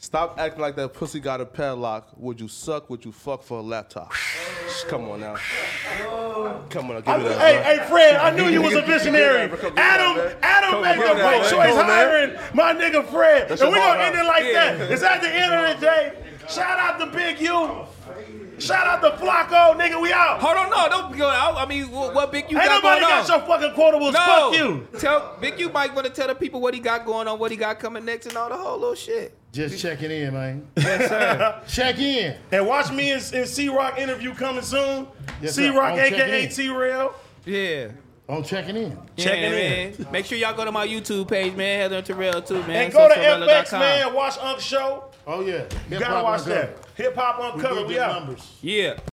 Stop acting like that pussy got a padlock. Would you suck? Would you fuck for a laptop? Shh, Come on now. Come on, now, give me that. Hey, hey, Fred, I knew you was a visionary. Come on, Adam, man. Adam Come made the on, man. right Come choice on, hiring man. my nigga Fred. That's and your we're going to heart, end huh? it like Yeah. that. It's at the end of the day. Shout out to Big U. Shout out to Flacco, nigga, we out. Hold on, no, don't go out. I mean, what, what Big U Ain't got nobody going on? got your fucking quotables. no, Fuck you. Tell Big U might want to tell the people what he got going on, what he got coming next, and all the whole little shit. Just checking in, man. Check in. And watch me and, and C-Rock interview coming soon. Yes, sir. C-Rock, I'll check a.k.a. in. T-Rail. Yeah. I'm checking in. Check yeah, it man. Make sure y'all go to my YouTube page, man. Heather and Terrell too, man. And go to SoCorella.com. FX, man. Watch Unc Show. Oh, yeah. You gotta watch that. Hip Hop We do Uncovered, we good out. numbers. Yeah.